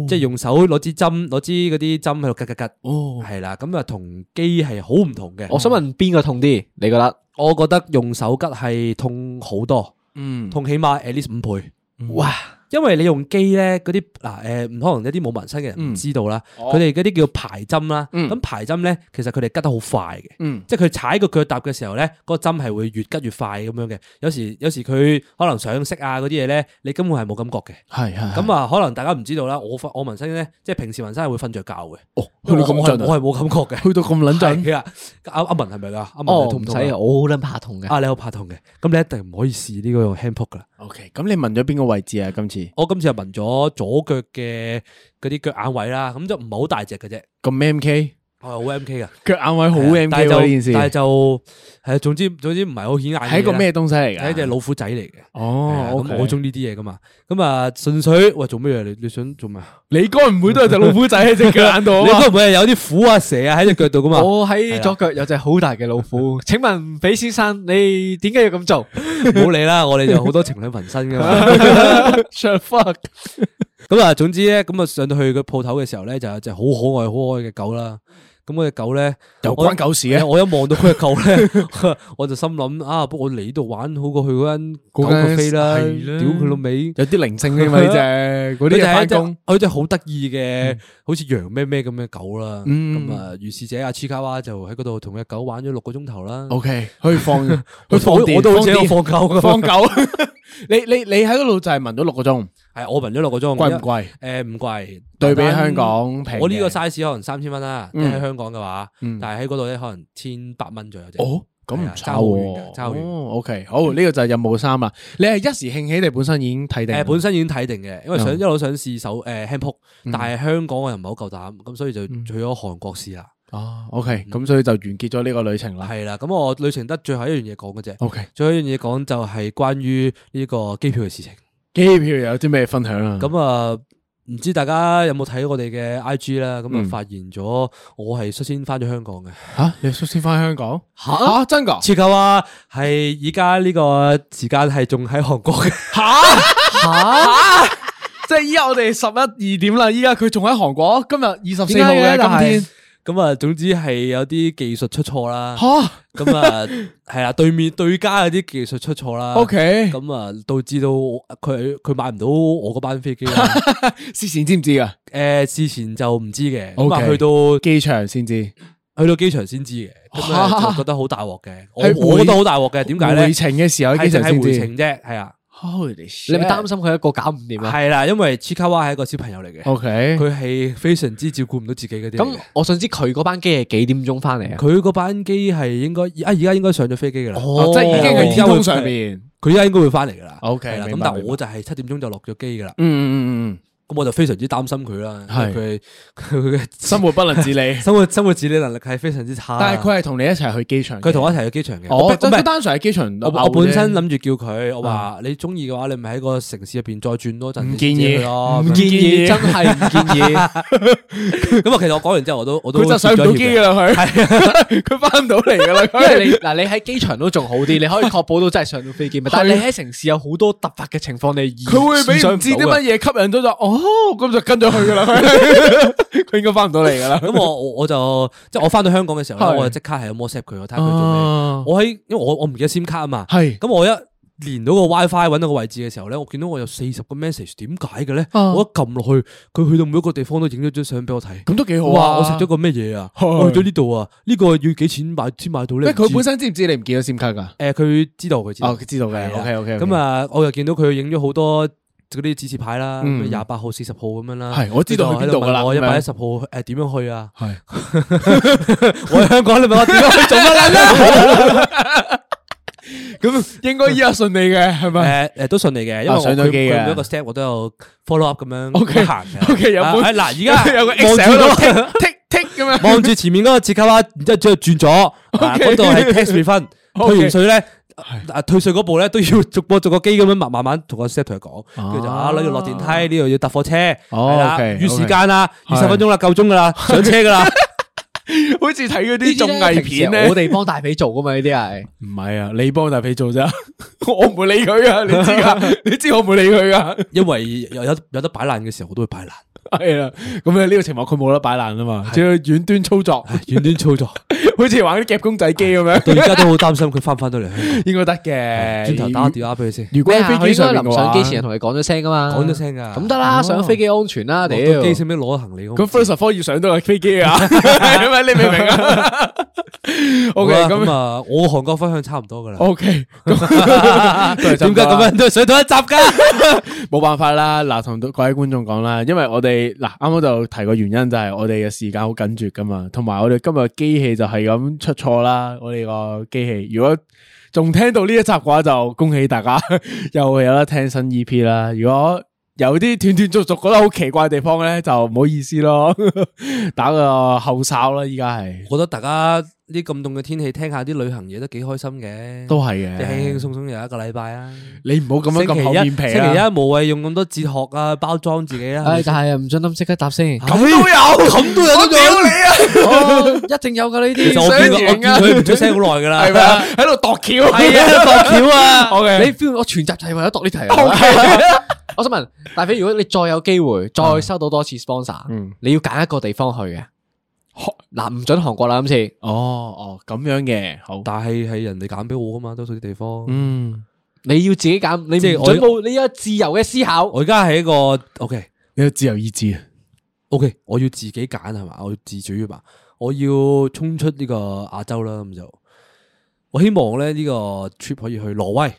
Speaker 1: 即係用手攞支針，攞支嗰啲針喺度吉吉吉，
Speaker 2: 哦
Speaker 1: 係啦，咁啊同機係好唔同嘅。
Speaker 3: 我想問邊個痛啲？你覺得？
Speaker 1: 我覺得用手吉係痛好多，
Speaker 2: 嗯
Speaker 1: 痛起碼 at least 五倍。哇！因為你用機咧，嗰啲嗱誒，唔可能一啲冇紋身嘅
Speaker 2: 嗯
Speaker 1: 人唔知道啦。
Speaker 3: 哦
Speaker 1: 佢哋嗰啲叫排針啦。咁排針咧，其實佢哋吉得好快嘅。
Speaker 2: 嗯
Speaker 1: 即係佢踩個腳踏嘅時候咧，嗰個針係會越吉越快咁樣嘅。有時有時佢可能上色啊嗰啲嘢咧，你根本係冇感覺嘅。
Speaker 2: 係係
Speaker 1: 咁啊，可能大家唔知道啦。我瞓我紋身咧，即係平時紋身係會瞓着覺嘅。哦，
Speaker 2: 去到咁盡啊
Speaker 1: 我係冇感覺嘅。
Speaker 2: 去到咁撚盡
Speaker 1: 係啊！阿阿文係咪㗎？阿文
Speaker 3: 哦
Speaker 1: 你痛唔痛
Speaker 3: 唔使
Speaker 1: 啊？
Speaker 3: 啊我好撚怕痛嘅
Speaker 1: 啊，你好怕痛嘅，咁你一定唔可以試呢個用 hand poke 噶啦。
Speaker 2: O K，咁你紋咗邊個位置啊？今次
Speaker 1: 我今次係紋咗左腳嘅嗰啲腳眼位啦，咁就唔係好大隻嘅啫，
Speaker 2: 咁 M K，
Speaker 1: 我係哦好 M K 噶，
Speaker 2: 腳眼位好 M
Speaker 1: 但
Speaker 2: K
Speaker 1: 係就
Speaker 2: 喎呢件事，
Speaker 1: 但係就係啊總之總之唔係好顯眼嘅嘢啦。
Speaker 2: 係一個咩東西嚟㗎
Speaker 1: 係一隻老虎仔嚟嘅。係
Speaker 2: 哦
Speaker 1: 啊，
Speaker 2: OK
Speaker 1: 咁我中呢啲嘢噶嘛，咁啊純粹喂做咩嘢？你你想做咩啊？
Speaker 2: 你該唔會都有隻老虎仔喺 隻腳眼度啊
Speaker 1: 你
Speaker 2: 嘛
Speaker 1: 該唔會係有啲虎啊蛇啊喺隻腳度噶嘛？
Speaker 3: 我喺左腳有隻好大嘅老虎，請問比先生，你點解要咁做？
Speaker 1: 唔好理啦，我哋就好多情侶紋身噶 嘛。
Speaker 2: Shut fuck！
Speaker 1: 咁啊，總之咧，咁啊上到去佢鋪頭嘅時候咧，就有隻好可愛、好可愛嘅狗啦。咁嗰只狗咧，
Speaker 2: 又
Speaker 1: 我
Speaker 2: 關狗事啊嘅
Speaker 1: 我一望到佢只狗咧， 我就心諗啊，不過我嚟呢度玩好過去嗰間狗
Speaker 2: 嗰間
Speaker 1: 咖啡啦，
Speaker 2: 係啦
Speaker 1: 屌佢老味，
Speaker 2: 有啲靈性 㗎嘛呢隻嗰
Speaker 1: 佢
Speaker 2: 啲係
Speaker 1: 就係一隻
Speaker 2: 返工
Speaker 1: 佢只好得意嘅，好似羊咩咩咁嘅狗啦。
Speaker 2: 嗯
Speaker 1: 咁啊，如是者阿黐卡哇就喺嗰度同只狗玩咗六個鐘頭啦。
Speaker 2: OK，可 以放，
Speaker 1: 我
Speaker 2: 去放電
Speaker 1: 我都好似喺度
Speaker 2: 電
Speaker 1: 放狗咁
Speaker 2: 放狗。 你你你喺嗰度就係紋咗六個鐘，
Speaker 1: 係我紋咗六個鐘，
Speaker 2: 貴唔貴？
Speaker 1: 誒唔貴，
Speaker 2: 對比
Speaker 1: 但
Speaker 2: 香港平嘅
Speaker 1: 我呢個 size 可能三千蚊啦，即
Speaker 2: 嗯
Speaker 1: 係喺香港嘅話，
Speaker 2: 嗯
Speaker 1: 但係喺嗰度咧可能千八蚊左右啫。
Speaker 2: 哦，咁
Speaker 1: 係啊
Speaker 2: 唔
Speaker 1: 爭
Speaker 2: 差
Speaker 1: 好遠
Speaker 2: 喎
Speaker 1: 㗎，爭好遠。
Speaker 2: 哦，OK，好，呢個就係任務三啦。你係一時興起定本身已經睇定？
Speaker 1: 誒本身已經睇定嘅，因為想
Speaker 2: 嗯
Speaker 1: 一路想試手誒 hand poke，
Speaker 2: 嗯
Speaker 1: 但係香港我又唔係好夠膽，咁所以就去咗韓國試啦。
Speaker 2: 哦，OK，咁所以就完結咗呢個旅程啦。
Speaker 1: 係啦，咁我旅程得最後一樣嘢講嘅啫。
Speaker 2: OK
Speaker 1: 最後一樣嘢講就係關於呢個機票嘅事情。
Speaker 2: 機票有啲咩分享啊？
Speaker 1: 咁啊，唔知大家有冇睇我哋嘅 I G 啦？咁啊
Speaker 2: 嗯，
Speaker 1: 發現咗我係率先翻咗香港嘅。
Speaker 2: 吓，你率先翻香港？吓，真噶？
Speaker 1: 切夠啊！係而家呢個時間係仲喺韓國嘅。
Speaker 2: 吓吓，即係依家我哋十一二點啦，依家佢仲喺韓國，今日二十四號
Speaker 1: 點解
Speaker 2: 嘅今天。。
Speaker 1: 但係咁啊，總之係有啲技術出錯啦。
Speaker 2: 吓
Speaker 1: 咁啊，係啦，對面對家有啲技術出錯啦。
Speaker 2: OK
Speaker 1: 咁啊，導致到我佢佢買唔到我嗰班飛機啦。
Speaker 2: 事前知唔知噶？
Speaker 1: 诶，事前就唔知嘅。咁啊，
Speaker 2: OK
Speaker 1: 去到
Speaker 2: 機場先知，
Speaker 1: 去到機場先知嘅，咁啊就覺得好大鑊嘅。我
Speaker 2: 係
Speaker 1: 我
Speaker 2: 回
Speaker 1: 覺得好大鑊嘅，點解咧？
Speaker 2: 回程嘅時候喺
Speaker 1: 係
Speaker 2: 機場
Speaker 1: 淨係
Speaker 2: 先
Speaker 1: 回
Speaker 2: 知
Speaker 1: 程啫，係啊。
Speaker 2: 你
Speaker 3: 你咪擔心佢一個搞唔掂啊？
Speaker 1: 係啦，因為 Chikawa 係一個小朋友嚟嘅
Speaker 2: OK
Speaker 1: 佢係非常之照顧唔到自己嗰啲嚟嘅。
Speaker 3: 咁我想知佢嗰班機係幾點鐘翻嚟啊？
Speaker 1: 佢嗰班機係應該啊，而家應該上咗飛機噶啦，
Speaker 3: 哦即係已經喺天空上
Speaker 2: 面，
Speaker 1: 佢而家應該會翻嚟噶啦。
Speaker 2: OK，
Speaker 1: 係啦咁
Speaker 2: 明白
Speaker 1: 但我就係七點鐘就落咗機噶啦。
Speaker 2: 嗯嗯嗯嗯，
Speaker 1: 咁我就非常之擔心佢啦，
Speaker 2: 係
Speaker 1: 因為 佢佢嘅
Speaker 2: 生活不能自理
Speaker 1: 生活生活自理能力係非常之差。
Speaker 2: 但係佢係同你一齊去機場嘅，
Speaker 1: 佢同我一齊去機場嘅，
Speaker 2: 哦
Speaker 1: 我
Speaker 2: 即係
Speaker 1: 唔係
Speaker 2: 佢單純喺機場
Speaker 1: 我
Speaker 2: 嘔
Speaker 1: 我本身
Speaker 2: 啫啊
Speaker 1: 諗住叫佢，我話你中意嘅話，你咪喺個城市入邊再轉多陣。
Speaker 2: 唔建議
Speaker 1: 咯，
Speaker 2: 唔建議
Speaker 1: 真係唔建議。 咁啊，其實我講完之後，我都我都
Speaker 3: 佢就上唔到機㗎啦佢
Speaker 1: 係啊，
Speaker 2: 佢翻唔到嚟噶啦。
Speaker 3: 因為你嗱，你喺機場都仲好啲，你可以確保到真係上到飛機嘛。但係你喺城市有好多突發嘅情況，你
Speaker 2: 啊佢會俾
Speaker 3: 想
Speaker 2: 唔知啲乜嘢吸引咗就，哦，咁就跟咗佢噶啦，佢佢应该翻唔到嚟噶啦。
Speaker 1: 咁我我我就即系我翻到香港嘅時候
Speaker 2: 係
Speaker 1: 咧，我就即刻係咁 WhatsApp 佢，我睇下佢做
Speaker 2: 啊
Speaker 1: 咩。我喺因為我我唔記得 SIM 卡啊嘛，
Speaker 2: 係
Speaker 1: 咁我一連到個 WiFi 揾到個位置嘅時候咧，我見到我有四十個 message，點解嘅咧？
Speaker 2: 啊
Speaker 1: 我一撳落去，佢去到每一個地方都影咗張相俾我睇，
Speaker 2: 咁都幾好啊
Speaker 1: 哇！我食咗個咩嘢啊？
Speaker 2: 係
Speaker 1: 我去咗呢度啊？呢個要幾錢買先買到咧？
Speaker 2: 喂，佢
Speaker 1: 唔知
Speaker 2: 本身知唔知你唔見咗閃卡噶？
Speaker 1: 誒佢知道佢知道
Speaker 2: 哦，佢知道嘅
Speaker 1: 係啦
Speaker 2: OK，OK，OK
Speaker 1: 咁啊，我又見到佢影咗好多嗰啲指示牌啦，
Speaker 2: 嗯
Speaker 1: 廿八號、四十號咁樣啦。
Speaker 2: 係我知道去邊度㗎啦
Speaker 1: 我一
Speaker 2: 咁樣
Speaker 1: 百一十號誒點樣去啊？
Speaker 2: 係
Speaker 1: 我喺香港，你問我點樣去做乜啦？
Speaker 2: 咁應該依家順利嘅係咪？
Speaker 1: 誒誒都順利嘅，因為
Speaker 2: 啊
Speaker 1: 我
Speaker 2: 上咗
Speaker 1: 佢
Speaker 2: 機
Speaker 1: 佢
Speaker 2: 嘅
Speaker 1: 每一個 step 我都有 follow up 咁樣
Speaker 2: OK，
Speaker 1: 行嘅。
Speaker 2: OK，有本
Speaker 1: 啊係嗱，而家
Speaker 2: 有個
Speaker 1: 望住
Speaker 2: Excel
Speaker 1: 嗰
Speaker 2: 喺度 tick tick tick 咁樣
Speaker 1: 望住前面嗰個折扣啊，然之後之後轉咗，嗱
Speaker 2: OK
Speaker 1: 嗰度係 tax refund，退完
Speaker 2: OK
Speaker 1: 税咧。啊！退税嗰步咧都要逐步逐個機咁樣慢慢慢同個 set 同佢講，跟住就啊，呢度落電梯，呢度要搭火車，
Speaker 2: 哦
Speaker 1: 係啦，
Speaker 2: OK，
Speaker 1: 預時
Speaker 2: OK
Speaker 1: 間啦，二十
Speaker 2: 係
Speaker 1: 分鐘啦，夠鐘噶啦，上車噶啦。
Speaker 2: 好似睇嗰
Speaker 3: 呢
Speaker 2: 啲綜藝片咧，
Speaker 3: 我哋幫大髀做噶嘛？呢啲係
Speaker 2: 唔係啊，你幫大肥做咋， 我唔會理佢啊，你 知噶，你知我唔會理佢噶。
Speaker 1: 因為有有有得擺爛嘅時候，我都會擺爛。
Speaker 2: 系啦，啊咁咧呢個情況佢冇得擺爛啊嘛，仲要遠端操作，
Speaker 1: 遠端操作，
Speaker 2: 好似玩啲夾公仔機咁
Speaker 1: 到而
Speaker 2: 樣，
Speaker 1: 家都好擔心佢翻唔翻到嚟香港。
Speaker 2: 應該得嘅。
Speaker 1: 轉頭打個電話俾佢先。
Speaker 2: 如果
Speaker 3: 咩
Speaker 2: 喺
Speaker 3: 啊
Speaker 2: 飛機上面
Speaker 3: 臨
Speaker 2: 嘅
Speaker 3: 上
Speaker 2: 話
Speaker 3: 機前同你講咗聲噶嘛？
Speaker 1: 講咗聲㗎
Speaker 3: 咁得啦，上飛機安全啦，屌！
Speaker 1: 落到機先咩攞行李嗰個
Speaker 2: 咁 first of all 要上到架飛 機啊， 係咪你明唔明啊 ？OK，
Speaker 1: 好啦
Speaker 2: 咁
Speaker 1: 咁啊，我韓國分享差唔多 噶啦。
Speaker 2: OK，
Speaker 1: 點解咁樣都係上到一集㗎？
Speaker 2: 冇辦法啦，嗱，同各位觀眾講啦，因為我哋嗱啱啱就提個原因就係我哋嘅時間好緊絀噶嘛，同埋我哋今日嘅機器就係咁出錯啦，我哋個機器如果仲聽到呢一集嘅話，就恭喜大家 又有得聽新 EP 啦。如果有啲斷斷續續覺得好奇怪嘅地方咧，就唔好意思咯， 打個後哨啦，依家係
Speaker 1: 我覺得大家呢咁凍嘅天氣，聽下啲旅行嘢都幾開心嘅。
Speaker 2: 都係嘅
Speaker 1: 即係輕輕鬆鬆又一個禮拜啊。
Speaker 2: 你唔好咁樣
Speaker 1: 星期
Speaker 2: 咁
Speaker 1: 一
Speaker 2: 厚面皮
Speaker 1: 星期
Speaker 2: 啊！
Speaker 1: 一無謂用咁多哲學啊包裝自己啦。
Speaker 3: 唉，但係唔准諗，即刻答先。
Speaker 1: 咁都有，咁都有得講
Speaker 3: 哦一定有噶呢
Speaker 1: 其
Speaker 3: 啲。
Speaker 1: 實我見佢，我
Speaker 3: 想
Speaker 1: 見佢唔出聲好耐㗎啦。
Speaker 2: 啊 係咪啊？喺度度橋，
Speaker 1: 係啊，度橋啊。
Speaker 2: OK
Speaker 3: 你 feel 我全集就係為咗讀呢題 啊。 我想問大肥，如果你再有機會再收到多次 sponsor，你要揀一個地方去嘅。嗱，唔准韓國啦，今次。
Speaker 2: 哦哦，咁樣嘅，好，
Speaker 1: 但係係人哋揀俾我㗎嘛，多數啲地方。
Speaker 2: 嗯，
Speaker 3: 你要自己揀，你
Speaker 1: 即係
Speaker 3: 唔
Speaker 1: 我
Speaker 3: 准冇，你有自由嘅思考。
Speaker 1: 我而家係一個 OK
Speaker 2: 你有自由意志啊！
Speaker 1: OK，我要自己揀係嘛，我要自主啊嘛，我要衝出呢個亞洲啦，咁就我希望咧呢個 trip 可以去挪威，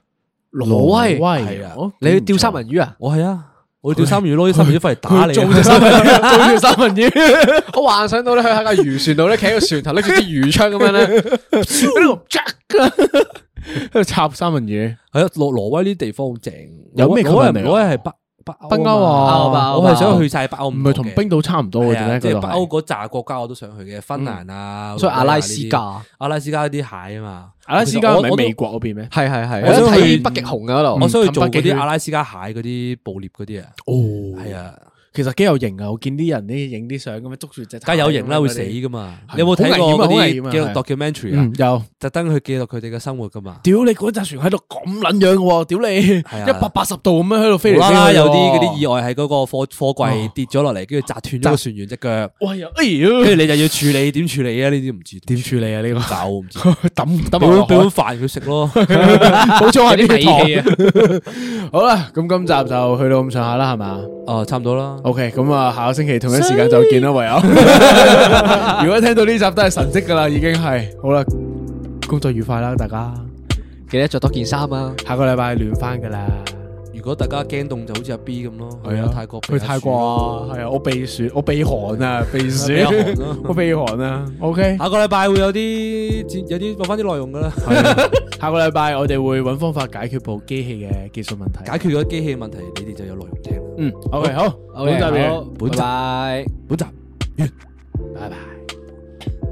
Speaker 3: 挪威
Speaker 2: 挪威
Speaker 1: 係啊
Speaker 2: 哦
Speaker 3: 你要釣三文魚啊？
Speaker 1: 我係啊，我要釣三文魚攞啲三文魚翻嚟打你
Speaker 2: 做
Speaker 1: 啊，
Speaker 2: 只三文 魚，做只三文魚，
Speaker 3: 我幻想到咧，佢喺架漁船度咧，企喺個船頭拎住支魚槍咁樣咧，
Speaker 2: 喺度 jack 喺度插三文魚。
Speaker 1: 係啊，挪挪威呢啲地方好正，
Speaker 2: 有咩吸引
Speaker 1: 挪威
Speaker 2: 力啊
Speaker 1: 挪威係北北
Speaker 2: 北
Speaker 1: 歐
Speaker 2: 歐啊
Speaker 1: 嘛
Speaker 2: 北歐
Speaker 1: 我
Speaker 3: 北
Speaker 1: 係
Speaker 3: 歐
Speaker 1: 想去晒北
Speaker 3: 哦
Speaker 1: 歐五
Speaker 2: 唔
Speaker 1: 國
Speaker 2: 係
Speaker 1: 嘅，
Speaker 2: 同冰島差唔多
Speaker 1: 係
Speaker 2: 嘅啫，
Speaker 1: 啊，即
Speaker 2: 嗰
Speaker 1: 係
Speaker 2: 度
Speaker 1: 北
Speaker 2: 係嗯
Speaker 1: 歐嗰扎國家我都想去嘅，芬蘭啊，
Speaker 3: 所以
Speaker 1: 挪威啊
Speaker 3: 阿拉斯
Speaker 1: 呢
Speaker 3: 加
Speaker 1: 啲阿拉斯加啲蟹啊嘛，
Speaker 2: 阿拉斯加
Speaker 1: 其實
Speaker 2: 唔
Speaker 1: 我
Speaker 2: 係
Speaker 1: 我都
Speaker 2: 美國嗰邊咩？
Speaker 3: 係係係，
Speaker 1: 我想
Speaker 3: 我
Speaker 1: 去
Speaker 3: 睇北極熊啊嗰
Speaker 1: 我
Speaker 3: 度。
Speaker 1: 想去做嗰
Speaker 2: 嗯
Speaker 1: 啲阿拉斯加蟹嗰啲捕獵嗰啲啊，
Speaker 2: 哦
Speaker 1: 係啊。
Speaker 2: 其實幾有型啊！我見啲人咧影啲相咁樣捉住只，
Speaker 1: 梗係有型啦，會死噶嘛？
Speaker 2: 係
Speaker 1: 你有冇睇
Speaker 2: 好危險啊
Speaker 1: 過嗰
Speaker 2: 好危險
Speaker 1: 啲
Speaker 2: 啊
Speaker 1: 記錄 documentary
Speaker 2: 嗯
Speaker 1: 啊？
Speaker 2: 有。
Speaker 1: 特登去記錄佢哋嘅生活噶嘛？
Speaker 2: 屌你嗰隻船喺度咁撚樣喎！屌你
Speaker 1: 係啊
Speaker 2: 一百八十度咁樣喺度飛
Speaker 1: 無
Speaker 2: 嚟
Speaker 1: 啦
Speaker 2: 飛
Speaker 1: 啦
Speaker 2: 去喎哦
Speaker 1: 有啲嗰啲意外喺嗰個貨貨櫃跌咗落嚟，跟住砸斷咗個船員只腳，
Speaker 2: 哇呀！哎 呀
Speaker 1: 跟住你就要處理，點處理啊？呢啲唔知點
Speaker 2: 處理啊呢個啊
Speaker 1: 搞唔 知，
Speaker 2: 抌抌
Speaker 1: 俾
Speaker 2: 落
Speaker 1: 碗 俾
Speaker 2: 海
Speaker 1: 碗飯佢食 咯。
Speaker 2: 補充下啲
Speaker 3: 啲米氣
Speaker 2: 糖。 好啦，咁今集就去到咁上下啦，係嘛
Speaker 1: 哦，差唔多啦。
Speaker 2: ？OK，咁啊，下個星期同一時間就見啦，唯有。如果聽到呢集都係神迹噶啦，已經係好啦，工作愉快啦，大家。
Speaker 3: 記得着多件衫啊！
Speaker 2: 下個禮拜暖翻噶啦，
Speaker 1: 如果大家驚凍就好似阿 B 咁咯，
Speaker 2: 係啊
Speaker 1: 泰國
Speaker 2: 去泰國啊，係啊，我避暑，我避寒啊，避暑
Speaker 1: 避寒啊，
Speaker 2: 我避寒啊。OK，
Speaker 1: 下個禮拜會有啲節有啲播翻啲內容噶啦，
Speaker 2: 係啊下個禮拜我哋會揾方法解決部機器嘅技術問題。
Speaker 1: 解決咗機器問題，你哋就有內容聽啦。
Speaker 2: 嗯，OK，好，
Speaker 3: 好嘅
Speaker 2: 咁就
Speaker 3: 好
Speaker 1: 本集
Speaker 3: 拜拜。
Speaker 1: 本集。
Speaker 2: 拜拜。